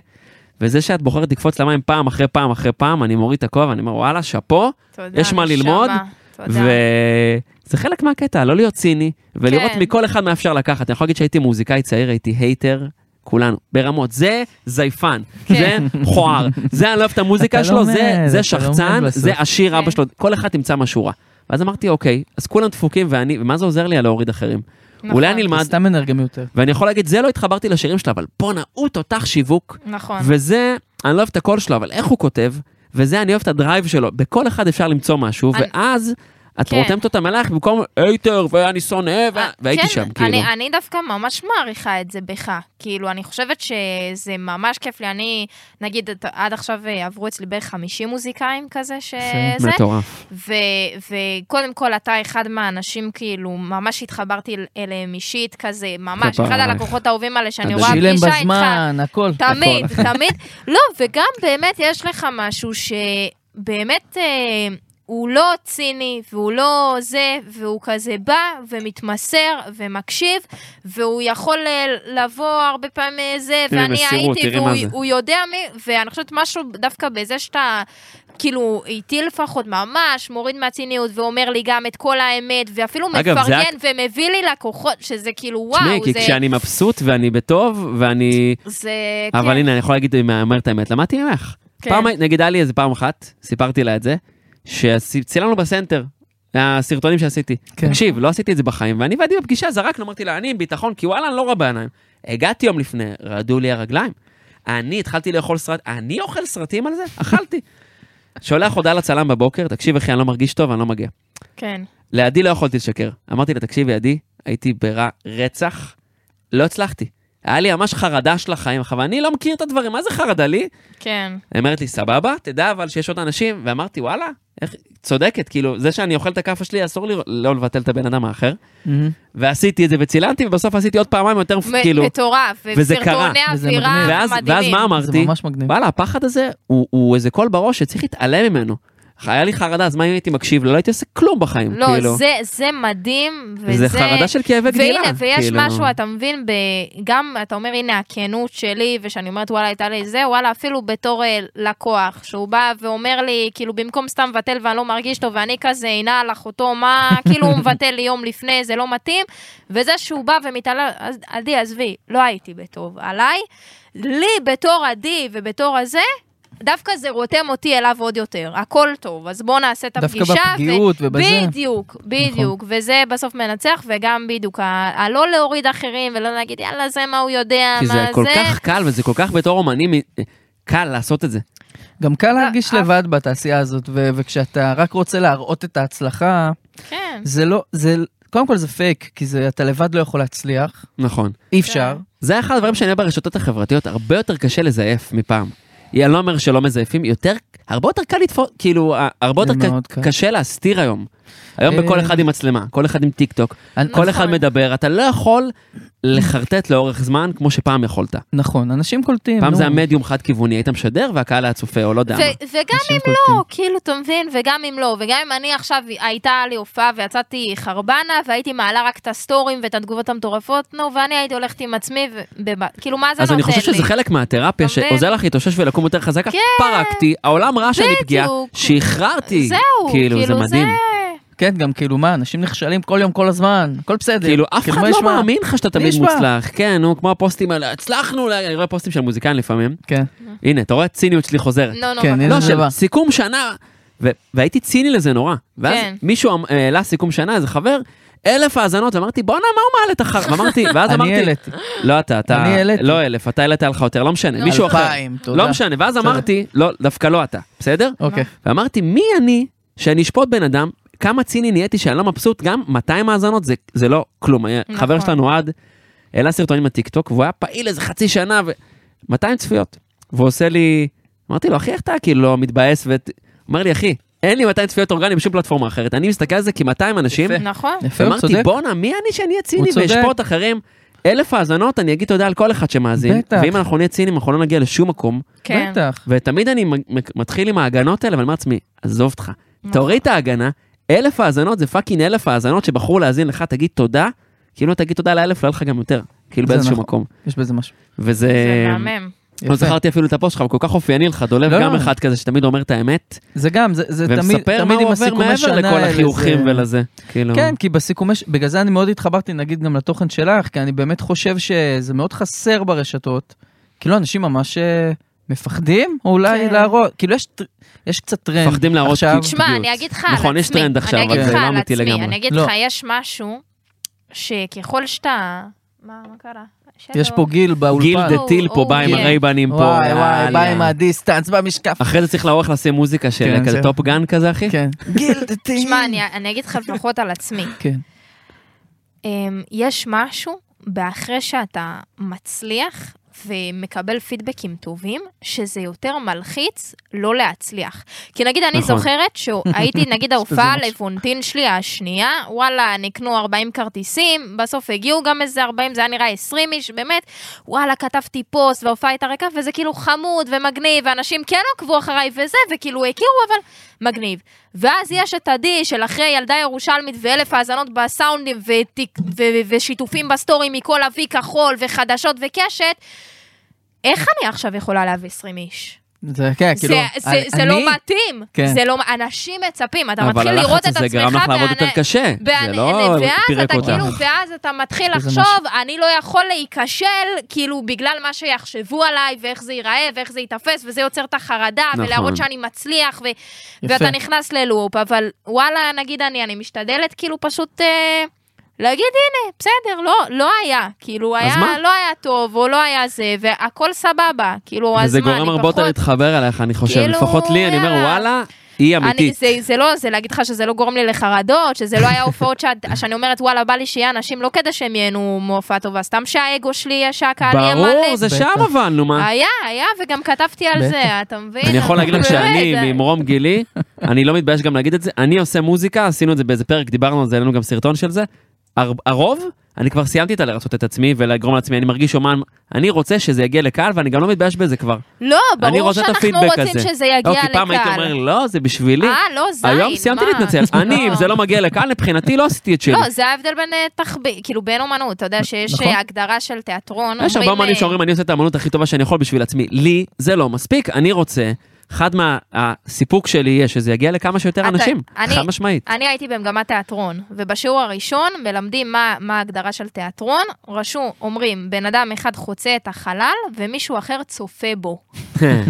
S3: וזה שאת בוחרת לקפוץ למים פעם אחרי פעם אחרי פעם, אני מוריד את הכובע, אני אומר, וואלה, שאפו,
S4: תודה,
S3: יש מה
S4: נשמה,
S3: ללמוד,
S4: תודה.
S3: וזה חלק מהקטע, לא להיות ציני, ולראות
S4: כן.
S3: מכל אחד מה אפשר לקחת. אני יכול להגיד שהייתי מוזיקאי צעיר, הייתי הייטר. כולנו, ברמות, זה זייפן,
S4: כן.
S3: זה מכוער, זה אני לא אוהב את המוזיקה
S1: אתה
S3: שלו,
S1: לא
S3: זה,
S1: מת,
S3: זה
S1: אתה לא
S3: שחצן,
S1: מת
S3: זה
S1: בסוף.
S3: עשיר, אבא
S4: כן.
S3: שלו, כל אחד תמצא משהו רע. ואז אמרתי, אוקיי, אז כולם דפוקים ואני, ומה זה עוזר לי על להוריד אחרים?
S4: נכון,
S3: אולי אני אלמד,
S1: סתם אנרגיה מיותר.
S3: ואני יכול להגיד, זה לא התחברתי לשירים שלו, אבל בואנה, הוא תותח שיווק,
S4: נכון.
S3: וזה, אני לא אוהב את הקול שלו, אבל איך הוא כותב, וזה, אני אוהב את הדרייב שלו. בכל אחד אפשר למצוא משהו,
S4: אני-
S3: ואז את
S4: כן.
S3: רותמת אותם אלייך במקום הייטר, ואני שונא, ו-
S4: אה,
S3: והייתי
S4: כן,
S3: שם, כאילו.
S4: אני, אני דווקא ממש מעריכה את זה בך. כאילו, אני חושבת שזה ממש כיף לי. אני, נגיד, את- עד עכשיו אה, עברו אצלי בערך 50 מוזיקאים כזה, שזה,
S3: מטורף.
S4: ו- וקודם כל, אתה אחד מהאנשים, כאילו, ממש התחברתי אליהם אישית, כזה, ממש,
S3: כפרה
S4: אחד
S3: עלייך.
S4: הלקוחות האהובים האלה שאני רואה
S1: שילם
S4: פגישה איתך.
S1: בזמן, הכל.
S3: (laughs)
S4: תמיד,
S3: נכון.
S1: הכל.
S4: תמיד. לא, וגם באמת יש לך משהו שבאמת אה, הוא לא ציני, והוא לא זה, והוא כזה בא ומתמסר ומקשיב, והוא יכול אה, לבוא הרבה פעמים אה, זה,
S3: תראי,
S4: ואני
S3: מסירות,
S4: הייתי,
S3: תראי מה
S4: והוא
S3: זה.
S4: הוא יודע מי, ואני חושבת משהו דווקא בזה שאתה... כאילו, איתי לפחות ממש, מוריד מהציניות ואומר לי גם את כל האמת, ואפילו
S3: אגב, זה
S4: מפרגן ומביא לי לקוחות, שזה כאילו,
S3: תשמעי,
S4: וואו,
S3: כי
S4: זה...
S3: כשאני מבסוט ואני בטוב, ואני...
S4: זה...
S3: אבל
S4: כן,
S3: הנה, אני יכול להגיד, אם אני אומר את האמת, למדתי ממך.
S4: כן.
S3: פעם, נגיד, היה לי איזה פעם אחת, סיפרתי לה את זה, שצילמנו בסנטר. הסרטונים שעשיתי.
S1: כן.
S3: תקשיב, לא עשיתי את זה בחיים, ואני ועדי בפגישה זרקנו, אמרתי לה, אני עם ביטחון, כי וואלה, אני לא רואה בעיניים. הגעתי יום לפני, רעדו לי הרגליים. אני התחלתי לאכול סרט, אני אוכל סרטים על זה? אכלתי. שולח הודעה לצלם בבוקר, תקשיב אחי, אני לא מרגיש טוב, אני לא מגיע.
S4: כן.
S3: לעדי לא יכולתי לשקר. אמרתי לה, תקשיבי, עדי, הייתי ברע רצח, לא הצלחתי. היה לי ממש חרדה של החיים, עכשיו, אני לא מכיר את הדברים, מה זה חרדה לי?
S4: כן.
S3: היא אומרת לי, סבבה, תדע אבל שיש עוד אנשים, ואמרתי, וואלה, איך, צודקת, כאילו, זה שאני אוכל את הכאפה שלי, אסור לי לא לבטל את הבן אדם האחר.
S1: מהמם.
S3: ועשיתי את זה וצילמתי, ובסוף עשיתי עוד פעמיים יותר,
S4: מ-
S3: כאילו,
S4: מטורף,
S3: וזה קרה.
S4: וסרטוני
S1: וזה
S4: אווירה
S1: מגניב.
S3: ואז, ואז
S4: מדהימים.
S3: מה
S1: זה
S3: אמרתי?
S1: ממש מגניב.
S3: וואלה, הפחד הזה הוא, הוא איזה קול בראש שצריך להתעלם ממנו. היה לי חרדה, אז מה אם הייתי מקשיב לו? לא הייתי עושה כלום בחיים,
S4: לא,
S3: כאילו.
S4: זה, זה מדהים, וזה...
S3: זה חרדה של כאבי גדילה.
S4: והנה, ויש
S3: כאילו.
S4: משהו, אתה מבין, ב... גם, אתה אומר, הנה הכנות שלי, ושאני אומרת, וואלה, הייתה לי זה, וואלה, אפילו בתור אה, לקוח, שהוא בא ואומר לי, כאילו, במקום סתם מבטל ואני לא מרגיש טוב, ואני כזה, הנה על אחותו, מה, כאילו, הוא מבטל לי יום לפני, זה לא מתאים, וזה שהוא בא ומתעלל, אז עדי, עזבי, לא הייתי בטוב עליי, לי בתור עדי ובתור הזה, דווקא זה רותם אותי אליו עוד יותר, הכל טוב, אז בואו נעשה את
S1: דווקא
S4: הפגישה. ו-
S1: בפגיעות ובזה.
S4: בדיוק,
S3: נכון.
S4: בדיוק, וזה בסוף מנצח, וגם בדיוק, ה- לא הלא להוריד אחרים, ולא להגיד, יאללה, זה מה הוא יודע,
S3: כי
S4: מה
S3: זה
S4: זה.
S3: כל כך קל, וזה כל כך בתור אומנים, קל לעשות את זה.
S1: גם קל להרגיש
S4: אה,
S1: לבד בתעשייה הזאת, ו- וכשאתה רק רוצה להראות את ההצלחה,
S4: כן.
S1: זה לא, זה, קודם כל זה פייק, כי זה, אתה לבד לא יכול להצליח,
S3: נכון.
S4: כן.
S1: אי אפשר.
S3: זה אחד הדברים שאני רואה ברשתות החברתיות, הרבה יותר קשה לזייף מפעם. אני לא אומר שלא מזייפים, יותר, הרבה יותר קל לתפוס, כאילו, ה- הרבה
S1: זה
S3: יותר ק-
S1: מאוד קל.
S3: קשה להסתיר היום. היום
S1: אה.
S3: בכל אחד עם מצלמה, כל אחד עם טיק טוק,
S1: אני-
S3: כל
S4: נכון.
S3: אחד מדבר, אתה לא יכול לחרטט לאורך זמן כמו שפעם יכולת.
S1: נכון, אנשים קולטים.
S3: פעם
S1: נו.
S3: זה היה מדיום חד-כיווני, היית משדר והקהל היה צופה, או לא יודע מה.
S4: ו- וגם
S1: אנשים
S4: אם לא,
S1: קולטים.
S4: כאילו, אתה מבין? וגם אם לא, וגם אם אני עכשיו, הייתה לי הופעה ויצאתי חרבנה, והייתי מעלה רק את הסטורים ואת התגובות המטורפות, נו, ואני הייתי הולכת עם עצמי, ובב- כאילו, מה זה
S3: אז
S4: נותן לי?
S3: אני חושב שזה חלק מהתרפיה
S4: אתה מבין?
S3: שעוזר לך להתאושש ולקום יותר חזקה.
S4: כן.
S3: פרקתי, העולם ראה שאני פגיעה,
S4: בדיוק.
S3: שחררתי.
S4: זהו,
S3: כאילו, זה מדהים.
S1: כן, גם כאילו מה, אנשים נכשלים כל יום, כל הזמן, הכל בסדר.
S3: כאילו, אף אחד
S1: מה
S3: לא
S1: יש מה?
S3: מאמין לך שאתה
S1: מי
S3: תמיד
S1: ישמע?
S3: מוצלח. כן, נו, כמו הפוסטים האלה, הצלחנו, אני רואה פוסטים של מוזיקאים לפעמים.
S1: כן,
S4: לא.
S3: הנה, אתה רואה הציניות שלי חוזרת.
S4: נו, נו,
S1: כן,
S4: בבקשה.
S1: הנה
S3: לא,
S1: זה
S3: של
S1: בא.
S3: סיכום שנה, ו- והייתי ציני לזה נורא. ואז
S4: כן.
S3: מישהו אמ- העלה סיכום שנה, איזה חבר, אלף האזנות, אמרתי, בואנה, מה הוא מעלה את החר... ואמרתי, ואז
S1: אני
S3: אמרתי...
S1: העליתי.
S3: לא אתה, אתה...
S1: אני העליתי.
S3: לא אלף, אתה העלית היה לך יותר, לא משנה,
S4: לא,
S3: מישהו אחר.
S1: אלפיים, תודה.
S3: לא משנה, ואז
S1: בסדר.
S3: אמרתי, לא, דווקא לא אתה, בסדר?
S1: אוקיי.
S3: ואמרתי, מי אני שאני אשפוט בן אדם, כמה ציני נהייתי שאני לא מבסוט, גם 200 האזנות זה, זה לא כלום. נכון. חבר שלנו אוהד, העלה סרטונים בטיקטוק, והוא היה פעיל איזה חצי שנה, ו... 200 צפיות. והוא עושה לי, אמרתי לו, אחי, איך אתה כאילו לא מתבאס? ו... אומר לי, אחי, אין לי 200 צפיות אורגניים בשום פלטפורמה אחרת. אני מסתכל על זה כ-200 אנשים,
S1: יפה.
S4: נכון.
S1: יפה, הוא
S3: ואמרתי,
S1: צודק.
S3: בואנה, מי אני שאני אהיה ציני
S1: הוא צודק.
S3: ואשפוט אחרים? אלף האזנות, אני אגיד תודה על כל אחד שמאזין.
S1: בטח.
S3: ואם אנחנו נהיה ציניים, אנחנו לא נגיע לשום מקום.
S4: כן.
S1: בטח.
S3: ותמיד אני מג- מתחיל עם ההגנות האלה, ואני אומר לעצמי, עזוב אותך, תוריד את ההגנה, אלף האזנות זה פאקינג אלף האזנות שבחרו להאזין לך, תגיד תודה, כאילו תגיד תודה לאלף, לא יהיה לך גם יותר, כאילו
S1: זה
S3: באיזשהו
S1: נכון.
S3: מקום.
S1: יש בזה משהו.
S3: וזה...
S4: זה מהמם.
S3: לא
S1: יפה.
S3: זכרתי אפילו את הפוסט שלך, הוא כל כך אופייני לך, דולב
S1: לא,
S3: גם
S1: לא.
S3: אחד כזה שתמיד אומר את האמת,
S1: זה גם, זה זה תמיד
S3: ומספר מה
S1: תמיד עם
S3: הוא עובר
S1: הסיכומי
S3: מעבר
S1: שנה
S3: לכל
S1: האלה,
S3: החיוכים
S1: זה-
S3: ולזה. כאילו,
S1: כן, כי בסיכומי, ש- בגלל זה אני מאוד התחברתי, נגיד, גם לתוכן שלך, כי אני באמת חושב שזה מאוד חסר ברשתות. כאילו, אנשים ממש אה, מפחדים, או אולי
S4: כן.
S1: להראות, כאילו, יש טר- יש קצת טרנד.
S3: מפחדים להראות
S1: עכשיו.
S3: קיצ'.
S4: תשמע,
S3: בדיוק.
S4: אני אגיד לך על עצמי.
S3: נכון, יש טרנד עכשיו,
S4: אני אגיד
S1: אבל
S4: לך
S1: זה
S3: לא
S4: על
S3: אמיתי
S4: עצמי,
S3: לגמרי.
S4: אני אגיד
S1: לא.
S4: לך, יש משהו שככל שאתה... מה, מה קרה?
S1: יש פה גיל
S3: גיל
S1: באולפן.
S3: דה טיל פה
S4: הוא-
S3: בא עם
S4: הוא-
S3: הרייבנים פה.
S1: וואי
S3: יאללה.
S1: וואי, בא עם הדיסטנס במשקף.
S3: אחרי זה צריך לאורך לשים מוזיקה של
S1: כן,
S3: כזה
S1: זה-
S3: טופגן כזה, אחי. (laughs)
S1: כן. גיל דה טיל.
S4: תשמע, אני- אני אגיד לך לפחות על עצמי.
S1: (laughs) כן.
S4: אמ, יש משהו באחרי שאתה מצליח ומקבל פידבקים טובים, שזה יותר מלחיץ לא להצליח. כי נגיד אני
S3: נכון.
S4: זוכרת
S1: (laughs)
S4: שהייתי, נגיד ההופעה
S1: משהו.
S4: לפונטין שלי השנייה, וואלה, נקנו 40 כרטיסים, בסוף הגיעו גם איזה 40, זה היה נראה 20 איש, באמת, וואלה, כתבתי פוסט וההופעה הייתה ריקה, וזה כאילו חמוד ומגניב, ואנשים כן עקבו אחריי וזה, וכאילו הכירו, אבל מגניב. ואז יש את הדי של אחרי ילדה ירושלמית ואלף האזנות בסאונדים ותיק- ו- ו- ושיתופים בסטורי מכל אבי כחול וחדשות וקשת. איך אני עכשיו יכולה להביא 20 איש?
S1: זה כן,
S3: אה,
S4: זה-
S1: כאילו,
S4: זה זה
S1: אני-
S4: לא מתאים.
S1: כן.
S4: זה לא, אנשים מצפים, אתה
S3: אבל
S4: מתחיל לראות
S3: הלחץ
S4: את עצמך
S3: הזה גרם לך לעבוד
S4: בענ-
S3: יותר קשה, זה
S4: בענ-
S3: לא
S4: ואז
S3: פירק
S4: אתה
S3: אותך.
S4: כאילו, ואז אתה מתחיל
S1: יש בזה
S4: לחשוב, אני לא יכול להיכשל, כאילו, בגלל מה שיחשבו עליי, ואיך זה ייראה, ואיך זה ייתפס, וזה יוצר את החרדה,
S3: נכון.
S4: ולהראות שאני מצליח, ו-
S1: יפה.
S4: ואתה נכנס ללופ, אבל וואלה, נגיד אני, אני משתדלת כאילו פשוט אה, להגיד, הנה, בסדר, לא, לא היה, כאילו,
S3: אז
S4: היה,
S3: מה?
S4: לא היה טוב, או לא היה זה, והכל סבבה, כאילו, אז
S3: וזה
S4: מה, אני
S3: גורם הרבה יותר
S4: פחות...
S3: להתחבר אליך, אני חושב.
S4: כאילו,
S3: לפחות לי, אני אומר,
S4: יאללה.
S3: וואלה, היא
S4: אני,
S3: אמיתית.
S4: זה, זה לא, זה להגיד לך שזה לא גורם לי לחרדות, שזה לא היה
S3: (laughs)
S4: הופעות שאת, שאני אומרת וואלה בא לי שיהיה אנשים לא כדי שהם ייהנו מהופעה טובה, סתם שהאגו שלי יהיה, שהקהל יהיה מלא.
S3: ברור, זה שם
S1: בטח.
S3: אבל, נו מה.
S4: היה, היה, וגם כתבתי על
S1: בטח.
S4: זה, אתה מבין?
S3: אני יכול להגיד לך
S4: באמת,
S3: שאני
S4: זה-
S3: ממרום גילי, אני לא מתבייש גם להגיד את זה, אני עושה מוזיקה, עשינו את זה באיזה פרק, דיברנו על זה, העלינו גם סרטון של זה. הר- הרוב, אני כבר סיימתי את הלרצות את עצמי ולגרום לעצמי, אני מרגיש אומן, אני רוצה שזה יגיע לקהל ואני גם לא מתבייש בזה כבר.
S4: לא,
S3: אני
S4: ברור
S3: רוצה את
S4: שאנחנו
S3: הפידבק
S4: רוצים
S3: הזה.
S4: שזה יגיע
S3: לא,
S4: לקהל.
S3: כי פעם הייתי אומר, לא, זה בשבילי.
S4: אה, לא, זין,
S3: היום סיימתי
S4: מה? (laughs)
S3: להתנצל. אני, אם זה לא מגיע לקהל, מבחינתי לא עשיתי את שלי.
S4: לא, זה ההבדל בין אה, תחביא, כאילו בין אומנות, אתה יודע שיש
S1: נכון.
S4: אה, הגדרה של תיאטרון.
S3: יש הרבה
S4: אומרים,
S3: אמנים
S4: אה,
S3: שאומרים, אני עושה את האמנות הכי טובה שאני יכול בשביל עצמי. לי זה לא מספיק, אני רוצה, אחד מהסיפוק שלי יהיה שזה יגיע לכמה שיותר
S4: אתה-
S3: אנשים,
S4: אני-
S3: חד
S4: (laughs)
S3: משמעית.
S4: אני הייתי במגמת תיאטרון, ובשיעור הראשון מלמדים מה, מה ההגדרה של
S1: (laughs)
S4: תיאטרון, רשום, אומרים, בן אדם אחד חוצה את החלל, ומישהו אחר צופה בו.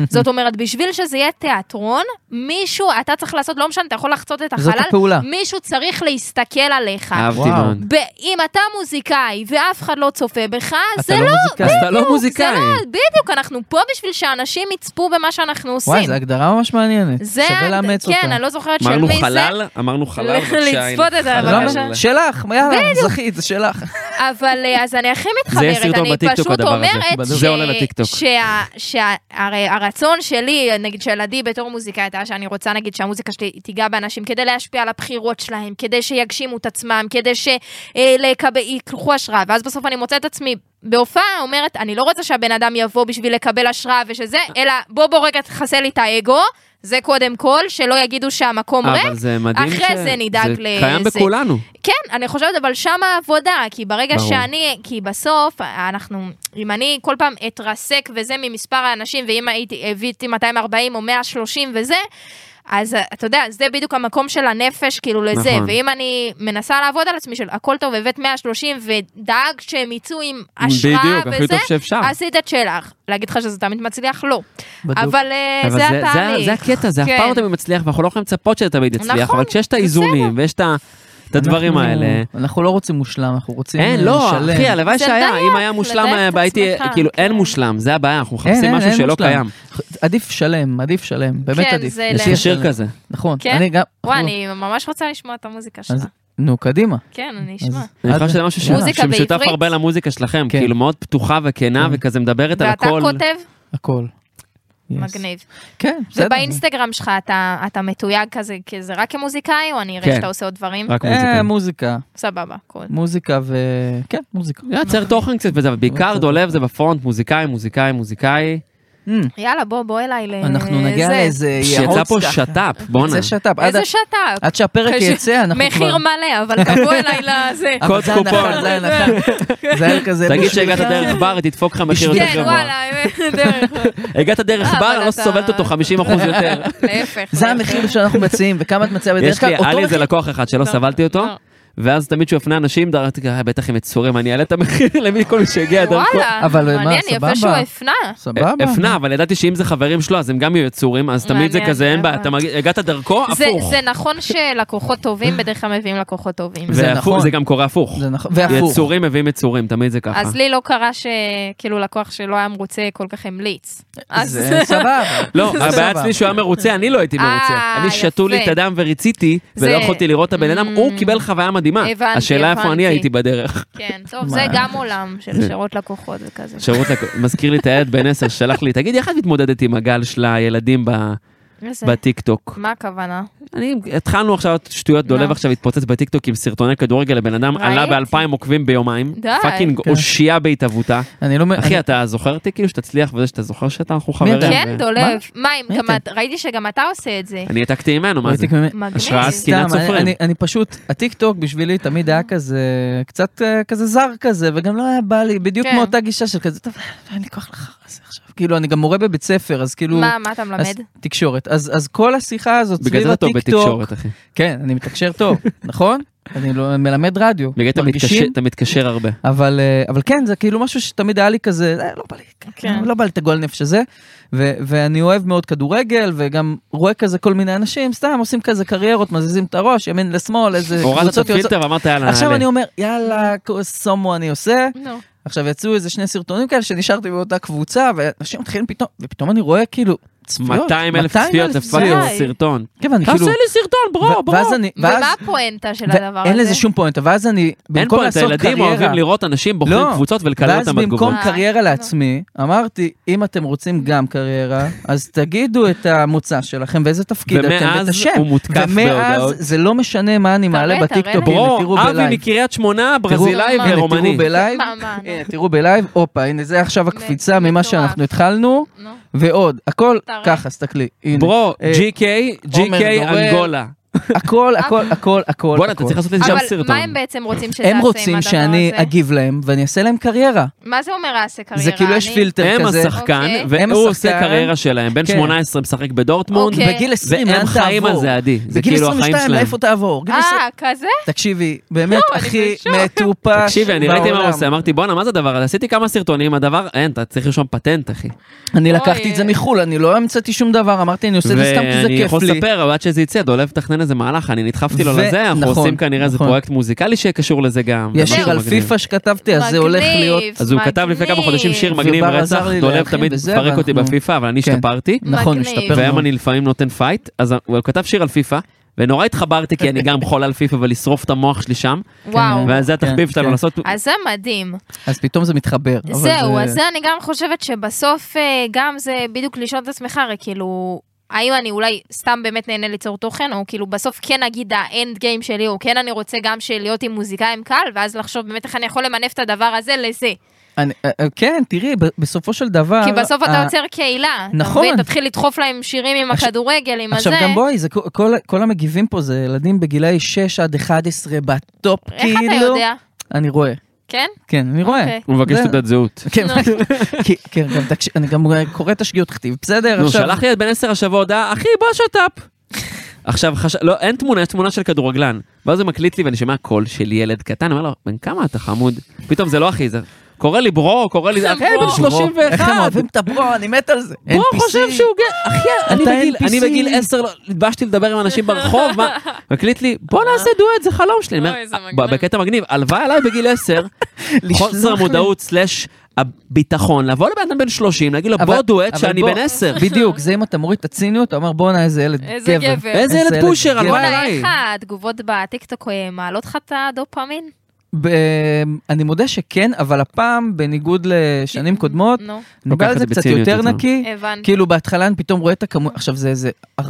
S4: זאת אומרת, בשביל שזה יהיה תיאטרון, מישהו, אתה צריך לעשות, לא משנה, אתה יכול לחצות את
S1: זאת
S4: החלל,
S1: הפעולה. אה,
S4: מישהו צריך להסתכל עליך.
S3: אהבתי
S1: וואו.
S3: מאוד.
S4: ב- אם אתה מוזיקאי ואף אחד לא צופה בך, זה
S1: אתה לא
S4: לא...
S1: מוזיקאי.
S3: אז אתה לא
S4: זה
S3: מוזיקאי.
S4: לא, בדיוק, אנחנו פה בשביל שאנשים יצפו במה שאנחנו עושים.
S1: וואי, זו הגדרה ממש מעניינת.
S4: זה
S1: שווה
S4: הד-
S1: לאמץ אותה.
S4: כן, אני לא זוכרת של
S3: אמרנו
S4: מי זה,
S3: חלל, אמרנו חלל, בבקשה. הנה,
S4: לצפות את זה,
S3: חלל.
S4: בבקשה.
S1: לא שלך, יאללה, זכית, זה שלך.
S4: אבל אה, אז אני הכי
S3: זה יהיה
S4: מתחברת,
S3: סרטון
S4: אני
S3: בטיקטוק,
S4: פשוט
S3: הדבר הזה.
S4: אומרת
S3: בדיוק. זה עולה לטיקטוק.
S4: שהרצון שלי, נגיד של עדי בתור מוזיקאית, היה שאני רוצה נגיד שהמוזיקה שלי תיגע באנשים כדי להשפיע על הבחירות שלהם, כדי שיגשימו את עצמם, כדי שיקחו השראה, ואז בסוף אני מוצאת את עצמי. בהופעה אומרת, אני לא רוצה שהבן אדם יבוא בשביל לקבל השראה ושזה, אלא בוא בוא רגע תחסל לי את האגו, זה קודם כל, שלא יגידו שהמקום ריק,
S3: אבל זה מדהים
S4: אחרי זה נדאג
S3: זה
S4: לזה.
S3: קיים בכולנו.
S4: כן, אני חושבת, אבל שם העבודה, כי ברגע
S3: ברור.
S4: ברור. שאני, כי בסוף, אנחנו, אם אני כל פעם אתרסק וזה ממספר האנשים, ואם הייתי, הבאתי 240 או 130 וזה, אז אתה יודע, זה בדיוק המקום של הנפש, כאילו, לזה.
S3: נכון.
S4: נכון. ואם אני מנסה לעבוד על עצמי של הכל טוב, הבאת 130 ודאגת שהם יצאו עם השראה
S3: בדיוק,
S4: וזה,
S3: הכי טוב שאפשר.
S4: עשית את שלך. להגיד לך שזה תמיד מצליח? לא.
S1: בדיוק.
S4: אבל, אה,
S3: אבל
S4: זה
S3: זה- זה-
S4: התהליך.
S3: זה הקטע, זה אף פעם
S4: כן.
S3: לא תמיד מצליח, ואנחנו לא יכולים לצפות שזה תמיד יצליח,
S4: נכון,
S3: אבל כשיש את
S4: בסדר.
S3: האיזונים ויש את ה- את הדברים
S1: אנחנו-
S3: האלה...
S1: אנחנו לא רוצים מושלם, אנחנו רוצים אה,
S3: אין,
S1: שלם.
S3: לא, אחי, הלוואי
S4: זה
S3: שהיה,
S4: לדייק,
S3: אם היה מושלם,
S4: לדייק את
S3: הייתי,
S4: עצמך,
S3: כאילו, אין
S4: כן.
S3: מושלם, זה הבעיה, אנחנו
S1: אין,
S3: מחפשים
S1: אין,
S3: משהו
S1: אין
S3: שלא
S1: מושלם.
S3: קיים.
S1: עדיף שלם, עדיף שלם, באמת
S4: כן,
S1: עדיף.
S4: זה
S1: לפי
S4: לב.
S3: יש שיר
S1: השלם.
S3: כזה.
S1: נכון,
S4: כן?
S1: אני גם...
S4: וואי,
S1: אנחנו-
S4: אני ממש רוצה לשמוע את המוזיקה שלך.
S1: אז- נו, קדימה.
S4: כן, אני
S1: אז-
S4: אשמע.
S3: אני
S1: אז-
S3: חושב שזה משהו ש-
S1: יאללה,
S4: מוזיקה
S3: שמשותף
S4: בעברית.
S3: הרבה למוזיקה שלכם,
S1: כן.
S3: כאילו מאוד פתוחה וכנה
S1: כן.
S3: וכזה מדברת על
S4: ואתה
S3: הכל.
S4: כותב?
S1: הכל. Yes.
S4: מגניב.
S1: כן, בסדר.
S4: ובאינסטגרם שלך אתה, אתה מתויג כזה, כזה רק כמוזיקאי, או אני אראה
S3: כן.
S4: שאתה עושה עוד דברים?
S3: רק
S1: אה,
S3: מוזיקה.
S1: מוזיקה.
S4: סבבה, קול.
S1: מוזיקה ו... כן, מוזיקה.
S3: יוצר תוכן קצת
S1: לא
S3: וזה, אבל בעיקר דולב זה בפרונט, מוזיקאי, מוזיקאי, מוזיקאי.
S1: Hmm,
S4: יאללה, בוא, בוא אליי ל...
S1: אנחנו נגיע
S4: אה, זה.
S1: לאיזה
S3: שיצא
S1: ייעוץ
S3: פה
S1: ככה.
S3: שת"פ, אוקיי. בואנה.
S1: זה שת"פ. עד ה-
S4: איזה שת"פ.
S1: עד שהפרק
S4: (laughs) אחרי ש-
S1: יצא, אנחנו כבר...
S4: מחיר מלא, אבל תבוא
S1: (laughs)
S4: אליי לזה.
S1: אבל
S3: קוד
S1: זה הנחה,
S3: קופון.
S1: זה הנחה. זה היה כזה...
S3: תגיד
S1: בשבילך.
S3: שהגעת דרך בר, תדפוק לך מחיר יותר
S4: כן,
S3: גבוה.
S4: וואלה, (laughs)
S1: (laughs)
S4: דרך.
S3: הגעת דרך בר,
S4: אה, אבל
S3: אני לא
S4: אתה-
S3: סובלת אותו 50% יותר.
S4: להפך.
S1: זה המחיר שאנחנו מציעים, וכמה את מציעה בדרך
S3: יש
S1: כלל.
S3: לי, היה
S1: אותו
S3: לי איזה
S1: מחיר.
S3: לקוח אחד שלא
S4: לא,
S3: סבלתי אותו,
S4: לא.
S3: ואז תמיד כשהוא הפנה אנשים, דרתי, "אה, בטח הם יצורים, אני אעלה את המחיר (laughs) למי כל מי שהגיע דרכו.
S4: וואלה,
S1: אבל מה,
S4: מעניין,
S1: סבבה?
S4: יפה שהוא הפנה.
S1: סבבה.
S3: הפנה, אבל ידעתי שאם זה חברים שלו, אז הם גם יהיו יצורים, אז תמיד זה
S4: מעניין,
S3: כזה, אין בעיה,
S4: אבל-
S3: אתה מגיע- הגעת דרכו,
S4: זה-
S3: הפוך.
S4: זה נכון שלקוחות טובים בדרך כלל מביאים לקוחות טובים.
S1: זה
S3: והפוך-
S1: נכון.
S3: זה גם קורה הפוך.
S1: זה נכון, והפוך.
S3: יצורים מביאים יצורים, תמיד זה ככה.
S4: אז לי לא קרה שכאילו לקוח שלא היה מרוצה כל כך המליץ. אז-
S1: זה סבבה.
S4: (laughs)
S3: לא,
S1: זה
S3: הבעיה
S1: סבבה.
S3: אצלי שהוא היה מרוצה, אני לא הייתי
S4: אה,
S3: מרוצה. אני שתו לי
S4: יפה.
S3: את הדם וריציתי, ולא
S4: זה-
S3: יכולתי לראות את הבן אדם, הוא
S4: Mm.
S3: קיבל חוויה מדהימה.
S4: הבנתי,
S3: השאלה איפה אני
S4: הבנתי.
S3: הייתי בדרך.
S4: כן, טוב,
S1: מה?
S4: זה גם עולם של
S3: זה-
S4: שירות לקוחות וכזה.
S3: שירות, לק- (laughs) מזכיר לי את הילד בן 10 ששלח לי, תגידי, איך את מתמודדת עם הגל של הילדים ב-
S4: איזה-
S3: בטיקטוק?
S4: מה הכוונה?
S3: אני, התחלנו עכשיו שטויות, דולב
S4: מה?
S3: עכשיו התפוצץ בטיקטוק עם סרטוני כדורגל לבן אדם, עלה
S4: לא. ראיתי.
S3: באלפיים עוקבים ביומיים.
S4: די.
S3: פאקינג
S1: כן.
S3: אושייה בהתהוותה.
S1: אני לא... מ-
S3: אחי,
S1: אני-
S3: אתה זוכר אותי כאילו שתצליח וזה שאתה זוכר שאנחנו
S1: מי
S3: חברים?
S1: אתה?
S3: ו-
S4: כן, דולב. מה, אם
S1: מי
S4: גם
S1: אתה?
S4: את- ראיתי שגם אתה עושה את זה.
S3: אני העתקתי ממנו, מה זה?
S1: ראיתי כמה-
S4: מגניב.
S3: השראה
S4: סתם,
S3: סקינת
S1: סתם, אני-
S3: סופרים.
S1: אני- אני פשוט, הטיקטוק בשבילי תמיד היה כזה, קצת אה, כזה זר כזה, וגם לא היה בא לי, בדיוק
S4: כן.
S1: מאותה גישה של כזה, טוב, אין לי כוח לחרא הזה עכשיו. כאילו, אני גם מורה בבית ספר, אז כאילו...
S4: מה, מה אתה
S1: אז-
S4: מלמד?
S1: תקשורת. אז אז כל השיחה הזאת סביב
S3: בגלל זה אתה טוב
S1: הטיקטוק...
S3: בתקשורת, אחי.
S1: כן, אני מתקשר טוב, (laughs) נכון? אני לא- מלמד רדיו.
S3: בגלל זה אתה
S1: מרגישים?
S3: מתקשר- אתה מתקשר הרבה.
S1: אבל, אה, אבל כן, זה כאילו משהו שתמיד היה לי כזה, "אה, לא בא לי,
S4: כן.
S1: לא בא לי את הגועל נפש הזה. ו- ואני אוהב מאוד כדורגל, וגם רואה כזה כל מיני אנשים, סתם עושים כזה קריירות, מזיזים את הראש, ימין לשמאל, איזה
S3: הורדת את
S1: יוצאות-
S3: הפילטר ואמרת יאללה,
S1: עכשיו
S3: נעלה."
S1: אני אומר, יאללה, סומו אני עושה.
S4: נו.
S1: עכשיו יצאו איזה שני סרטונים כאלה שנשארתי באותה קבוצה, ואנשים מתחילים פתאום, ופתאום אני רואה כאילו צפיות.
S3: 200 אלף
S1: 200,000
S3: צפיות זה פאקינג
S4: צפיות.
S3: סרטון.
S1: כן, ואני
S3: תעשה
S1: כאילו...
S3: לי סרטון, ברו,
S1: ו-
S3: ברו.
S1: ואז אני... ואז-
S4: ומה הפואנטה של הדבר הזה?
S1: ואין לזה שום פואנטה, ואז אני,
S3: אין
S1: במקום
S3: פה את
S1: לעשות
S3: הילדים אוהבים
S1: קריירה,
S3: לראות אנשים בוחרים
S1: לא.
S3: קבוצות ולקלל
S1: ואז
S3: אותם בתגובות.
S1: במקום
S4: אה,
S1: קריירה
S4: לא.
S1: לעצמי, אמרתי, אם אתם רוצים גם
S3: (laughs)
S1: קריירה, אז תגידו את המוצא שלכם ואיזה תפקיד אתם ואת
S3: ומאז
S1: השם.
S3: הוא מותקף
S1: ומאז
S3: בהודעות.
S1: זה לא משנה מה אני מעלה
S4: תראה,
S1: בטיקטוקים, תראו
S4: תראה.
S3: ברו, אבי
S1: בלייב.
S3: מקריית שמונה, ברזילאי
S4: מה?
S1: הנה,
S3: ורומני.
S1: תראו בלייב,
S4: מה, מה, נו.
S1: הנה, תראו בלייב, הופה, הנה זה עכשיו הקפיצה ממה
S4: מטורף.
S1: שאנחנו התחלנו,
S4: נו.
S1: ועוד, הכל
S4: תראה.
S1: ככה, סתכלי, הנה.
S3: ברו,
S1: אה,
S3: GK, GK
S1: עומר דורל.
S3: אנגולה.
S1: הכל, הכל, הכל, הכל.
S3: בואנה, אתה
S1: הכל.
S3: צריך לעשות איזה שם
S4: אבל
S3: סרטון.
S4: מה הם בעצם רוצים שתעשה עם
S1: הם
S4: הדבר
S1: רוצים
S4: הזה?
S1: שאני אגיב להם ואני אעשה להם קריירה.
S4: מה זה אומר אעשה קריירה?
S1: זה כאילו יש
S4: אני-
S1: פילטר
S3: הם
S1: כזה.
S3: השחקן,
S4: אוקיי.
S1: הם
S3: והוא עושה
S1: השחקן.
S3: קריירה שלהם, בן
S1: כן.
S3: 18 משחק בדורטמונד,
S4: אוקיי.
S1: בגיל 20, לאן
S3: והם חיים על
S1: תעבור?
S3: זה, עדי. זה
S1: בגיל
S3: כאילו החיים
S1: 22,
S3: שלהם.
S1: לאיפה תעבור? גיל 20
S4: אה, כזה?
S1: תקשיבי, באמת
S4: אני
S1: הכי
S4: בשוק.
S1: מטופש
S3: תקשיבי, אני ראיתי מה הוא
S1: בעולם.
S3: עושה, אמרתי, בואנה, מה זה הדבר הזה? עשיתי כמה סרטונים, הדבר, אין, אתה צריך לרשום פטנט, אחי.
S1: אני
S4: אוי.
S1: לקחתי את זה מחו"ל, אני לא המצאתי שום דבר, אמרתי, אני עושה את זה סתם כי זה
S3: ואני
S1: כיף
S3: יכול
S1: לי.
S3: לספר, אבל עד שזה יצא, דולב תכנן איזה מהלך, אני נדחפתי לו
S1: ו-
S3: לזה, אנחנו
S1: נכון,
S3: עושים כנראה איזה
S1: נכון.
S3: פרויקט מוזיקלי שיהיה קשור לזה גם.
S1: יש
S3: זה
S1: שיר
S3: משהו
S1: על
S3: מגניב.
S1: פיפא שכתבתי, אז זה הולך
S4: מגניב,
S1: להיות...
S3: אז הוא כתב לפני כמה
S4: מגניב.
S3: חודשים שיר
S1: ובר
S3: מגניב
S1: עזר
S3: רצח,
S1: לי
S3: דולב
S1: להכין
S3: תמיד
S1: וזה,
S3: מפרק אותי
S1: ואנחנו-
S3: בפיפא, אבל אני
S1: כן.
S3: השתפרתי,
S1: נכון,
S4: מגניב.
S1: משתפר
S3: והיום
S1: מאוד.
S3: אני לפעמים נותן פייט, אז הוא כתב שיר על פיפא, ונורא התחברתי, כי אני גם חולה על פיפא ולשרוף את המוח שלי שם,
S4: וואו.
S1: כן.
S3: ואז זה התחביב
S1: כן,
S3: שלנו
S1: כן.
S3: לעשות...
S4: אז זה מדהים.
S1: אז פתאום זה מתחבר. אבל
S4: זהו,
S1: זה-
S4: אז זה אני גם חושבת שבסוף אה, גם זה בדיוק לשאול את עצמך, הרי כאילו, האם אני אולי סתם באמת נהנה ליצור תוכן, או כאילו בסוף כן אגיד האנד גיים שלי, או כן אני רוצה גם להיות עם מוזיקאים קהל, ואז לחשוב באמת איך אני יכול למנף את הדבר הזה לזה.
S1: אני- אה, אה, כן, תראי, ב- בסופו של דבר...
S4: כי בסוף אתה
S1: ה-
S4: יוצר קהילה.
S1: נכון.
S4: נכון. תתחיל לדחוף להם שירים עם
S1: עכשיו-
S4: הכדורגל, עם הזה.
S1: עכשיו גם בואי, זה כל- כל- כל המגיבים פה זה ילדים בגילאי 6 עד 11 בטופ,
S4: איך
S1: כאילו.
S4: אתה יודע?
S1: אני רואה,
S4: כן?
S1: כן, אני רואה.
S4: אוקיי.
S3: הוא מבקש
S1: זה-
S3: תעודת זהות.
S1: כן,
S4: נו.
S1: כי- כן, גם תקשיב, אני גם קורא את השגיאות כתיב, בסדר,
S3: נו,
S1: עכשיו...
S3: שלח לי את בן עשר השבוע הודעה, אחי, בוא שת"פ. עכשיו, חש... לא, אין תמונה, יש תמונה של כדורגלן. ואז הוא מקליט לי ואני שומע קול של ילד קטן, אומר לו, בן כמה אתה חמוד? פתאום זה לא אחי, זה קורא לי ברו, קורא לי, אחי,
S4: ברו.
S3: בן 31.
S1: איך הם אוהבים את הברו, אני מת על זה.
S3: ברו
S1: NPC.
S3: חושב שהוא גאה, אחי, אני
S1: אתה
S3: בגיל,
S1: NPC.
S3: אני בגיל 10, לא- התבשתי לדבר עם אנשים ברחוב,
S1: (laughs)
S3: מה? מקליט לי, בוא נעשה דואט, זה חלום שלי. אני אומר,
S4: אוי, זה
S3: "ב-
S4: מגניב."
S3: בקטע מגניב, הלוואי עליי בגיל 10,
S1: (laughs) לשלוח
S3: חוסר
S1: לי.
S3: מודעות סלאש הביטחון, לבוא לבן אדם בן 30, להגיד לו,
S1: אבל-
S3: בוא דואט
S1: אבל
S3: שאני
S1: בוא- אה,
S3: בן 10.
S1: בדיוק, זה אם אתה מוריד את הציניות, אתה אומר בואנה איזה ילד גבר.
S4: איזה גבר.
S3: איזה ילד פושר, על מה
S4: בואנה,
S3: עליי?
S4: איך התגובות בטיקטוק אה, מעלות לך את הדופמין?
S1: ב- אני מודה שכן, אבל הפעם, בניגוד לשנים קודמות,
S4: נו,
S1: אני בא
S3: לוקח את
S1: לזה
S3: זה
S1: קצת
S3: בציניות
S1: יותר
S3: יותר.
S1: נקי.
S4: הבנתי.
S1: כאילו בהתחלה אני פתאום רואה את הכמות, עכשיו זה איזה 400-600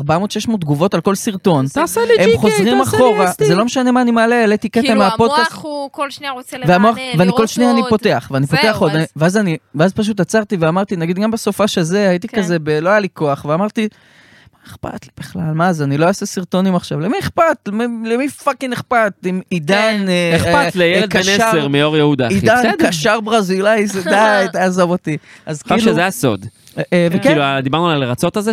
S1: תגובות על כל סרטון.
S3: תעשה לי
S1: הם
S3: ג'יקי,
S1: חוזרים
S3: תעשה לי
S1: אחורה,
S3: אסתי.
S1: זה לא משנה מה אני מעלה, העליתי קטע
S4: כאילו
S1: מהפודקאסט.
S4: המוח הוא כל שנייה רוצה לרענן,
S1: והמוח,
S4: לראות
S1: ואני כל שנייה אני
S4: עוד.
S1: פותח, ואני
S4: זהו,
S1: פותח עוד,
S4: אז-
S1: אני- ואז אני, ואז פשוט עצרתי ואמרתי, נגיד גם בסופש הזה הייתי
S4: כן.
S1: כזה, ב- לא היה לי כוח, ואמרתי, מה אכפת לי בכלל, מה זה, אני לא אעשה סרטונים עכשיו, למי אכפת, למי- למי פאקינג אכפת, אם עידן,
S4: כן.
S1: אה, אה,
S3: אכפת לילד
S1: אה,
S3: בן
S1: קשר-
S3: 10 מאור יהודה, אחי,
S1: עידן
S3: בסדר.
S1: קשר ברזילאי, זה (laughs) די, תעזוב אותי. אז
S3: חושב
S1: כאילו,
S3: שזה הסוד.
S1: אה, אה, וכן,
S3: כאילו, דיברנו על הרצות הזה,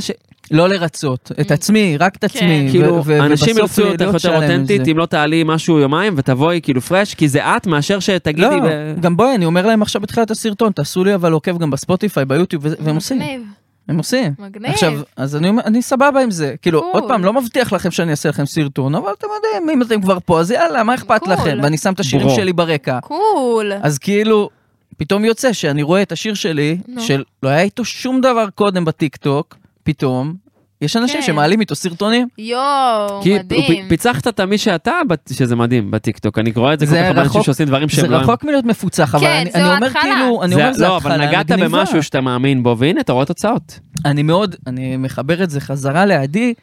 S1: לא לרצות, את עצמי, רק את עצמי, ו-
S3: שכאילו,
S1: ו-
S3: כאילו, אנשים
S1: ובסוף
S3: ירצו
S1: להיות
S3: אותך יותר
S1: שלם עם
S3: אותנטית,
S1: זה.
S3: אם לא תעלי משהו יומיים ותבואי כאילו פרש, כי זה את מאשר
S1: לא,
S3: שתגידי... ב-
S1: גם בואי, אני אומר להם עכשיו בתחילת הסרטון, תעשו לי אבל עוקב גם בספוטיפיי, ביוטיוב, וזה- והם עושים.
S4: מגניב.
S1: הם עושים.
S4: מגניב.
S1: עכשיו, אז אני אומר, אני סבבה עם זה. כאילו,
S4: קול.
S1: עוד פעם, לא מבטיח לכם שאני אעשה לכם סרטון, אבל אתם יודעים, אם אתם כבר פה, אז יאללה, מה אכפת
S4: קול.
S1: לכם? ואני שם את השירים
S3: ברור.
S1: שלי ברקע.
S4: קול.
S1: אז כאילו, פתאום יוצא שאני רואה את השיר שלי,
S4: נו.
S1: של לא היה איתו שום דבר קודם בטיקטוק, פתאום, יש אנשים
S4: כן.
S1: שמעלים איתו סרטונים.
S4: יואו,
S3: כי
S4: מדהים.
S3: פ- פיצחת את מי שאתה, בת- שזה מדהים, בטיקטוק. אני רואה את זה כל
S1: זה
S3: כך הרבה אנשים
S1: רחוק-
S3: שעושים דברים
S1: זה
S3: שהם לא... הם.
S1: רחוק מלהיות מפוצח, אבל
S4: כן,
S1: אני-
S4: זו
S1: אני אומר
S4: ההתחלה.
S1: כאילו, אני אומר, זה
S3: לא, אבל
S1: התחלה,
S3: נגעת
S1: גניבה."
S3: במשהו שאתה מאמין בו, והנה, אתה רואה תוצאות.
S1: אני מאוד, אני מחבר את זה חזרה לעדי,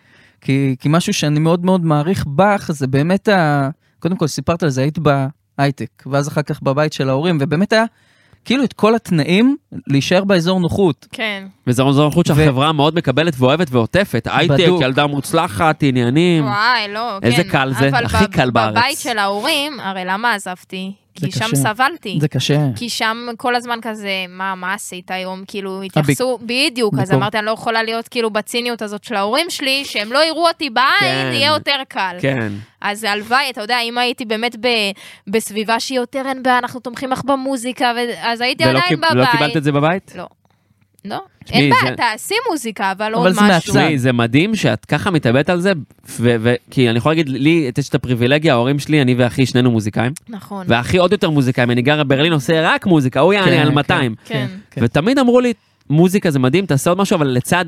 S1: כי, כי משהו שאני מאוד מאוד מעריך בך, זה באמת ה... קודם כל, סיפרת על זה, היית בהייטק, ואז אחר כך בבית של ההורים, ובאמת היה כאילו את כל התנאים להישאר באזור נוחות.
S4: כן.
S3: וזה זו החוץ
S1: ו-
S3: שהחברה מאוד מקבלת ואוהבת ועוטפת. הייטק,
S1: בדוק.
S3: ילדה מוצלחת, עניינים.
S4: וואי, לא, כן.
S3: איזה קל זה,
S4: אבל
S3: הכי
S4: בב-
S3: קל בארץ.
S4: בבית של ההורים, הרי למה עזבתי?
S1: זה
S4: כי שם
S1: קשה.
S4: סבלתי.
S1: זה קשה.
S4: כי שם כל הזמן כזה, מה, מה עשית היום? כאילו, התייחסו, בדיוק, אז
S1: ביקור.
S4: אמרתי, אני לא יכולה להיות כאילו בציניות הזאת של ההורים שלי, שהם לא יראו אותי בעין,
S3: כן.
S4: יהיה יותר קל.
S3: כן.
S4: אז הלוואי, אתה יודע, אם הייתי באמת ב- בסביבה שהיא יותר אין בעיה, אנחנו תומכים לך במוזיקה, ו- אז הייתי
S3: ולא
S4: עדיין
S3: קיב-
S4: בבית.
S3: לא קיבלת את זה בבית?
S4: לא. לא,
S3: תשמעי,
S4: אין
S3: זה-
S4: בעיה, תעשי מוזיקה, אבל עוד
S1: זה
S4: משהו.
S1: מהצד.
S3: תשמעי, זה מדהים שאת ככה מתאבדת על זה, ו- ו- כי אני יכול להגיד, לי יש את הפריבילגיה, ההורים שלי, אני ואחי, שנינו מוזיקאים,
S4: נכון.
S3: ואחי עוד יותר מוזיקאים, אני גרה בברלין, עושה רק מוזיקה, הוא יעני
S1: כן,
S3: על
S1: כן.
S3: 200.
S4: כן.
S1: כן.
S3: ותמיד אמרו לי, מוזיקה זה מדהים, תעשה עוד משהו, אבל לצד,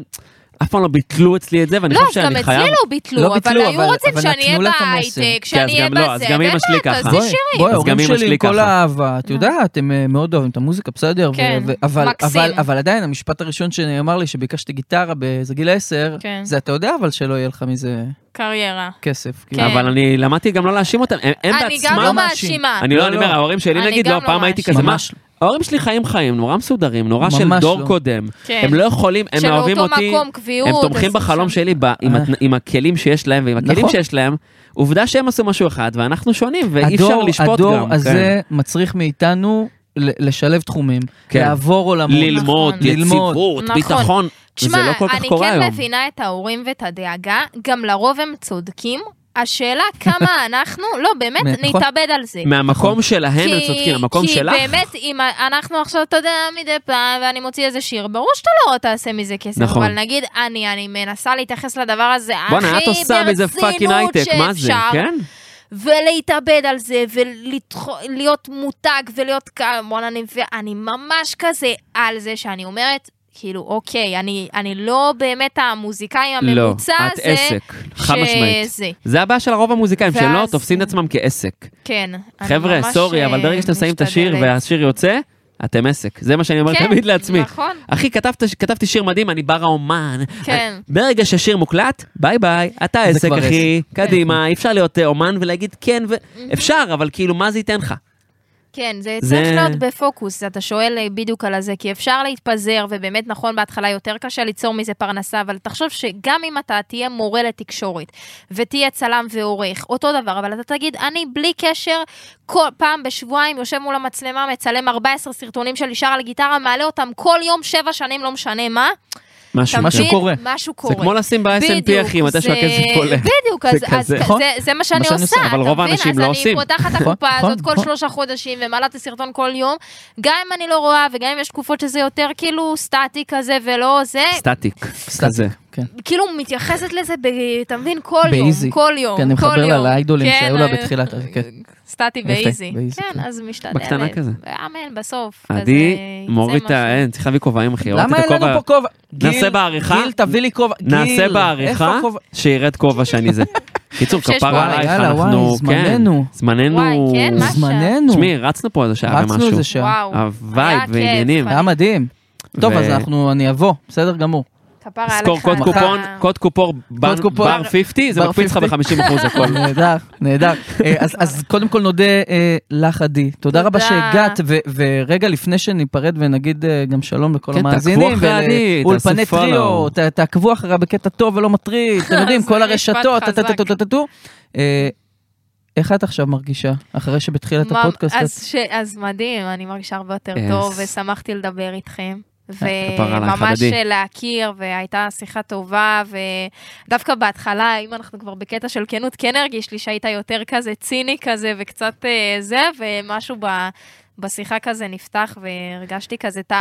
S3: אף פעם לא ביטלו אצלי את זה, ואני
S4: לא,
S3: חושב
S4: גם
S3: שאני
S4: אצלי
S3: חייב...
S4: לא
S1: לא
S4: ביטלו, אבל
S1: ביטלו,
S4: היו
S1: אבל-
S4: רוצים
S1: אבל
S4: שאני אהיה
S1: נתנו לה את המסר.
S4: בהייטק,
S3: כן, אז
S4: שאני אהיה
S3: גם לא, אז
S4: בזה,
S3: גם אמא שלי
S4: באמת,
S3: ככה.
S4: תעשי
S1: אה, בואי,
S4: שירים.
S1: בואי,
S3: אז
S1: ההורים
S3: גם אמא
S1: שלי
S3: שלי
S1: עם כל
S3: ככה.
S1: האהבה, את יודעת, הם אה, מאוד אוהבים את המוזיקה, בסדר, ו-
S4: כן,
S1: ו- אבל-
S4: מקסים.
S1: אבל- אבל עדיין, המשפט הראשון שנאמר לי, שביקשתי גיטרה באיזה גיל 10,
S4: כן.
S1: זה אתה יודע אבל שלא יהיה לך מזה
S4: קריירה.
S1: כסף. כאילו.
S4: כן.
S3: אבל אני למדתי גם לא להאשים אותם, הם הם
S4: אני גם
S3: בעצמם...
S4: לא
S1: מאשים.
S4: מאשימה.
S3: אני לא,
S1: לא,
S3: אני אומר,
S1: לא.
S3: ההורים שלי
S4: אני
S3: נגיד,
S4: גם
S3: לא,
S4: לא
S3: פעם הייתי
S4: מאשימה.
S3: כזה, מה?
S1: ממש
S3: ההורים שלי חיים חיים, נורא מסודרים, נורא של
S1: ממש
S3: דור
S1: לא.
S3: קודם.
S4: כן.
S3: הם לא יכולים, הם
S4: של
S3: אוהבים
S4: אותו
S3: אותי,
S4: מקום, קביעות.
S3: הם תומכים
S4: אז-
S3: בחלום שלי ב- עם
S1: אה.
S3: התנ- עם הכלים שיש להם ועם הכלים
S1: נכון.
S3: שיש להם. עובדה שהם עשו משהו אחד ואנחנו שונים, ואי אפשר
S1: הדור-
S3: לשפוט גם.
S1: הדור הזה מצריך מאיתנו ל- לשלב תחומים,
S3: כן.
S1: לעבור
S3: כן.
S1: עולמות.
S3: ללמוד,
S1: נכון. ללמוד.
S3: יציבות,
S4: נכון.
S3: ביטחון. זה
S4: תשמע,
S3: לא כל כך
S4: אני
S3: קורה
S4: כן
S3: היום.
S4: מבינה את ההורים ואת הדאגה, גם לרוב הם צודקים. השאלה
S3: (laughs)
S4: כמה אנחנו, לא, באמת,
S1: נכון.
S4: נתאבד על זה.
S3: מהמקום שלהם הם
S4: אה, נכון. כי-
S3: צודקים, המקום שלך.
S4: כי באמת, אם אנחנו עכשיו, אתה יודע, מדי פעם, ואני מוציא איזה שיר, ברור שאתה לא תעשה מזה כסף,
S3: נכון.
S4: אבל נגיד, אני, אני מנסה להתייחס לדבר הזה הכי
S3: בואנה, את עושה מזה פאקינג
S4: ברצינות
S3: הייטק, מה זה,
S4: שאפשר,
S3: כן?
S4: ולהתאבד על זה, ולהיות מותג, ולהיות כמובן, אני, ואני ממש כזה על זה שאני אומרת, כאילו, אוקיי, אני, אני לא באמת המוזיקאי
S3: לא,
S4: הממוצע
S3: את
S4: הזה.
S3: עסק, חד משמעית.
S4: שזה,
S3: זה הבעיה של הרוב המוזיקאים, שהם לא
S4: ואז-
S3: תופסים את עצמם כעסק.
S4: כן. אני
S3: חבר'ה,
S4: ממש, אה,
S3: סורי, אבל ברגע שאתם שמים את השיר
S4: משתדלת.
S3: והשיר יוצא, אתם עסק. זה מה שאני אומר
S4: כן,
S3: תמיד לעצמי.
S4: נכון.
S3: אחי, כתבת, כתבתי שיר מדהים, אני בר האומן.
S4: כן.
S3: ברגע שהשיר מוקלט, ביי ביי, אתה עסק,
S1: כבר
S3: אחי,
S4: כן.
S3: קדימה, אי אפשר להיות אה, אומן ולהגיד כן, ו... אפשר, אבל כאילו, מה זה ייתן לך?
S4: כן, זה
S3: זה-
S4: צריך להיות בפוקוס, אתה שואל אה, בדיוק על הזה, כי אפשר להתפזר, ובאמת נכון, בהתחלה יותר קשה ליצור מזה פרנסה, אבל תחשוב שגם אם אתה תהיה מורה לתקשורת, ותהיה צלם ועורך, אותו דבר, אבל אתה תגיד, אני בלי קשר, כל פעם בשבועיים יושב מול המצלמה, מצלם 14 סרטונים שלי, שר על גיטרה, מעלה אותם כל יום, שבע שנים, לא משנה מה,
S3: משהו.
S4: אתה
S1: משהו
S3: כן.
S4: מבין?
S1: קורה.
S4: משהו קורה.
S3: זה כמו לשים ב-S&P,
S4: בדיוק,
S3: אחי, מתי
S4: זה-
S3: שהכסף עולה.
S4: בדיוק,
S3: זה
S4: אז- אז
S3: כזה.
S1: נכון.
S4: זה- זה מה שאני עושה,
S3: אבל
S4: אתה
S3: רוב
S4: מבין?
S3: האנשים לא עושים.
S4: אז אני פותחת את
S1: נכון,
S4: הקופה
S1: נכון,
S4: הזאת כל
S1: נכון.
S4: שלושה חודשים ומעלה את הסרטון כל יום, גם אם אני לא רואה וגם אם יש תקופות שזה יותר כאילו סטטי כזה ולא זה,
S3: סטטיק,
S1: סטטיק.
S3: כזה.
S1: כן.
S4: כאילו מתייחסת לזה, ב- אתה מבין? כל יום,
S1: באיזי.
S4: כל יום,
S1: כן, אני
S4: כל
S1: מחבר לה
S4: יום.
S1: לאיידולים
S4: כן,
S1: שהיו לה
S4: אה,
S1: בתחילת, כן.
S4: סטטי
S1: יפה,
S4: באיזי.
S1: באיזי, כן.
S4: כן, אז משתדלת.
S3: בקטנה כזה.
S4: אמן, בסוף.
S3: עדי, אה,
S4: כזה,
S3: מוריד
S4: זה
S3: את ה... אין, צריך להביא כובעים, אחי.
S1: למה
S3: הורדתי את
S1: אין לנו
S3: הכובע.
S1: פה כובע?
S3: נעשה
S1: גיל,
S3: בעריכה?
S1: גיל, תביא לי כובע. גיל,
S3: נעשה
S1: איפה
S3: בעריכה,
S1: הכובע?
S3: שירד
S1: (laughs)
S3: כובע שאני זה. קיצור,
S4: שיש
S3: כפרה
S4: כובע.
S3: עלייך,
S1: יאללה,
S3: אנחנו...
S1: וואי, זמננו.
S3: כן, זמננו...
S4: וואי, כן, מה
S1: זמננו.
S3: תשמעי, רצנו פה איזה שעה
S1: רצנו
S3: ומשהו.
S1: איזה
S4: משהו.
S1: שעה.
S4: וואו.
S3: הווייב
S4: היה כיף,
S3: ועניינים.
S1: היה מדהים. טוב,
S3: ו-
S1: אז אנחנו, אני אבוא, בסדר גמור.
S4: כפרה עליך. נכון. אה,
S3: זכור קוד
S4: אתה-
S3: קופון, קוד קופון בן-
S1: קופון.
S3: בר 50, זה
S1: בר
S3: מקפיץ לך
S1: 50.
S3: ב-50% הכל.
S1: (laughs) נהדר, נהדר. אה, אז- אז קודם כל נודה אה, לך, עדי. תודה רבה
S4: תודה.
S1: שהגעת, ו- ורגע לפני שניפרד ונגיד אה, גם שלום לכל
S3: כן, תעקבו
S1: המאזינים.
S3: אחרי עדי, תעשו
S1: ולאולפני
S3: follow.
S1: טריו, ת- תעקבו אחריה בקטע טוב ולא מטריד,
S4: (laughs)
S1: אתם יודעים,
S4: זה
S1: כל
S4: משפט
S1: הרשתות,
S4: חזק.
S1: טה-טה-טה-טה-טה. אה, איך את עכשיו מרגישה, אחרי שבתחילת
S4: ממ-
S1: הפודקאסט? את-
S4: אז, ש... אז מדהים, אני מרגישה הרבה יותר
S3: אז-
S4: טוב, ושמחתי לדבר איתכם.
S3: אה, כפרה עלייך,
S4: וממש
S3: עדי.
S4: להכיר, והייתה שיחה טובה, ודווקא בהתחלה, אם אנחנו כבר בקטע של כנות, כן הרגיש לי שהיית יותר כזה ציני כזה, וקצת אה, זה, ומשהו ב... בשיחה כזה נפתח, והרגשתי כזה, ת...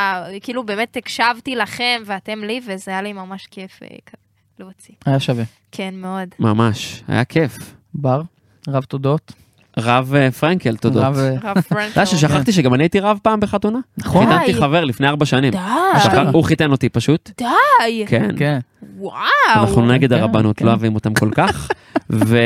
S4: כאילו באמת הקשבתי לכם, ואתם לי, וזה היה לי ממש כיף אה, כ- להוציא.
S1: היה שווה.
S4: כן,
S3: (laughs)
S4: מאוד.
S3: ממש, היה כיף.
S1: בר, רב תודות.
S3: רב אה, פרנקל, תודות.
S1: רב, אה,
S4: רב פרנקל.
S3: אתה יודע ששכחתי שגם אני הייתי רב פעם בחתונה?
S1: נכון.
S3: חיתנתי
S4: די.
S3: חבר לפני ארבע שנים.
S4: די,
S3: שכח- הוא חיתן אותי פשוט.
S4: די.
S3: כן.
S1: אה, כן.
S4: וואו.
S3: אנחנו נגד
S1: כן,
S3: הרבנות,
S1: כן.
S3: לא אוהבים אותם כל כך. ו...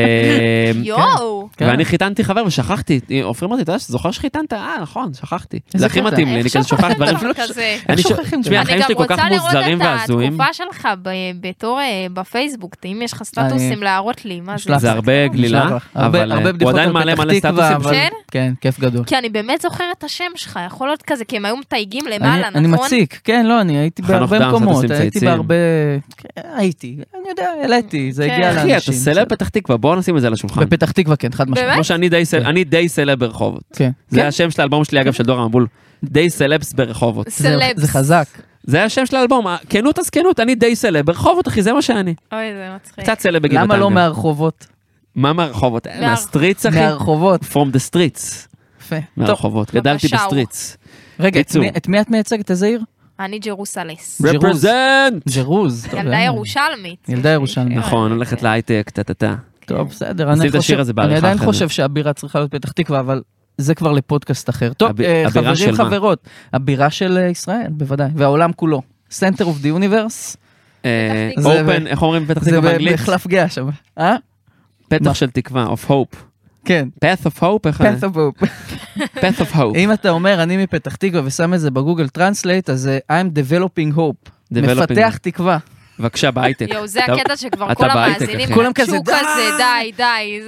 S4: יואו.
S1: (laughs) כן.
S3: ואני חיתנתי חבר ושכחתי, עופרי אמרתי, אתה יודע, זוכר שחיתנת? אה, נכון, שכחתי.
S1: איזה
S3: זה הכי
S1: קטע.
S3: מתאים לי, אני
S4: איך
S3: כזה שוכח
S4: שוכחים
S3: דברים.
S4: דבר כזה?
S3: אני ש-
S1: שוכחים
S3: תשמעי,
S1: דברים?
S3: החיים שלי כל כך מוזרים
S4: אני
S3: והזויים.
S4: גם רוצה לראות את התקופה שלך ב- בתור אה, בפייסבוק, אם יש לך סטטוסים להראות לי, מה זה?
S1: אשלח
S3: זה הרבה גלילה,
S1: נשלח לך. הרבה-
S3: אבל אה,
S1: הרבה
S3: הוא
S1: בדיחות
S3: עדיין
S1: על
S3: מעלה
S1: פתח
S3: מלא
S1: תקווה,
S3: סטטוסים.
S1: אבל-
S4: כן?
S1: כן, כיף גדול.
S4: כי אני באמת זוכרת את השם שלך, יכול להיות כזה, כי הם היו מתייגים
S1: אני-
S4: למעלה, נכון?
S1: אני מציק, כן, לא, אני הייתי
S3: חנוך דאום,
S1: בהרבה מקומות,
S3: סטטוסים
S1: הייתי
S3: צייצים.
S1: בהרבה... כן, הייתי, אני יודע, העליתי, זה
S4: כן.
S1: הגיע
S4: אחי,
S1: לאנשים.
S3: אחי, אתה סלב
S1: בסדר.
S3: פתח תקווה, בואו נשים את זה על השולחן.
S1: בפתח תקווה, כן, חד משמעית.
S4: באמת?
S3: כמו שאני די סלב,
S1: כן.
S3: אני די סלב ברחובות.
S1: כן.
S3: זה
S1: כן,
S3: השם של האלבום שלי, אגב, של דור המבול. די סלבס ברחובות.
S1: זה-
S4: סלבס.
S1: זה חזק.
S3: זה השם של האלבום, כנות אז כנות, אני די סלב ברחובות, אחי, זה מה שאני.
S4: אוי, זה מצחיק.
S3: קצת סלב בגבעתיים.
S1: למה לא
S3: גם.
S1: מהרחובות?
S3: מה מהרחובות?
S4: מה-
S3: מהסטריטס, אחי.
S1: מהרחובות.
S3: From the streets.
S1: יפה. טוב,
S3: מהרחובות. גדלתי
S4: בבקשה, הוא.
S3: בסטריטס.
S1: רגע, את
S3: קיצור.
S1: מי- את מי את מייצגת? איזה עיר?
S4: אני ג'רוסלס.
S1: ג'רוז.
S4: אה.
S3: רפרזנט!
S1: ג'רוז. טוב,
S4: ילדה
S1: אין-
S4: ירושלמית.
S1: ילדה ירושלמית.
S3: נכון,
S4: אה.
S3: הולכת להייטק, טה-טה-טה.
S1: טוב, בסדר.
S3: נשים
S1: אני
S3: כן. את השיר
S1: חושב-
S3: הזה בעריכה
S1: אני עדיין
S3: אחרי
S1: חושב
S3: זה.
S1: שהבירה צריכה להיות פתח תקווה, אבל זה כבר לפודקאסט אחר. טוב,
S3: הב-
S1: אה,
S3: הבירה של
S1: חברים,
S3: מה?
S1: חברות, הבירה של אה, ישראל, בוודאי, והעולם כולו. Center of the Universe, תקווה.
S3: אופן, אה, איך אומרים פתח
S1: זה
S3: תקווה
S1: ב-
S3: באנגלית?
S1: מחלף גאה שם, אה?
S3: פתח
S1: מה?
S3: של תקווה, of hope.
S1: כן,
S3: path of hope, איך...
S1: path of hope.
S3: path of hope.
S1: אם אתה אומר, אני מפתח תקווה ושם את זה בגוגל טרנסלייט, אז אה, I'm developing hope.
S3: Developing
S1: מפתח תקווה.
S3: בבקשה, בהייטק.
S4: יואו, זה
S3: אתה-
S4: הקטע שכבר
S3: אתה
S4: כל
S3: בהייטק,
S4: המאזינים
S3: אחי.
S1: כולם כזה,
S4: נטשו
S1: די.
S4: כזה, די,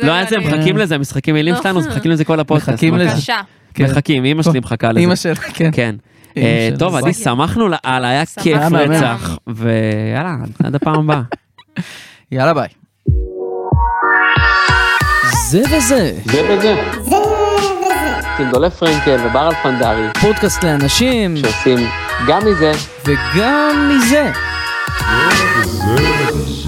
S4: די.
S3: לא, אז הם
S4: אני- אה.
S3: מחכים לזה, המשחקים מילים שלנו, אז מחכים לזה כל הפודקאסט.
S1: מחכים לזה.
S4: בבקשה.
S1: כן.
S3: מחכים, אימא
S1: טוב,
S3: שלי מחכה לזה.
S1: אימא שלך, כן.
S3: כן.
S1: אימא
S3: אה,
S1: שלה.
S3: טוב, עדי, שמחנו לאללה, היה
S4: שמחנו.
S3: כיף
S1: היה מהמם.
S3: רצח, ויאללה, עד הפעם הבאה.
S1: יאללה, ביי.
S5: זה וזה,
S2: זה וזה. עם דולף פרנקל וברל פנדרי,
S5: פודקאסט לאנשים,
S2: שעושים גם מזה
S5: וגם מזה.
S6: Service.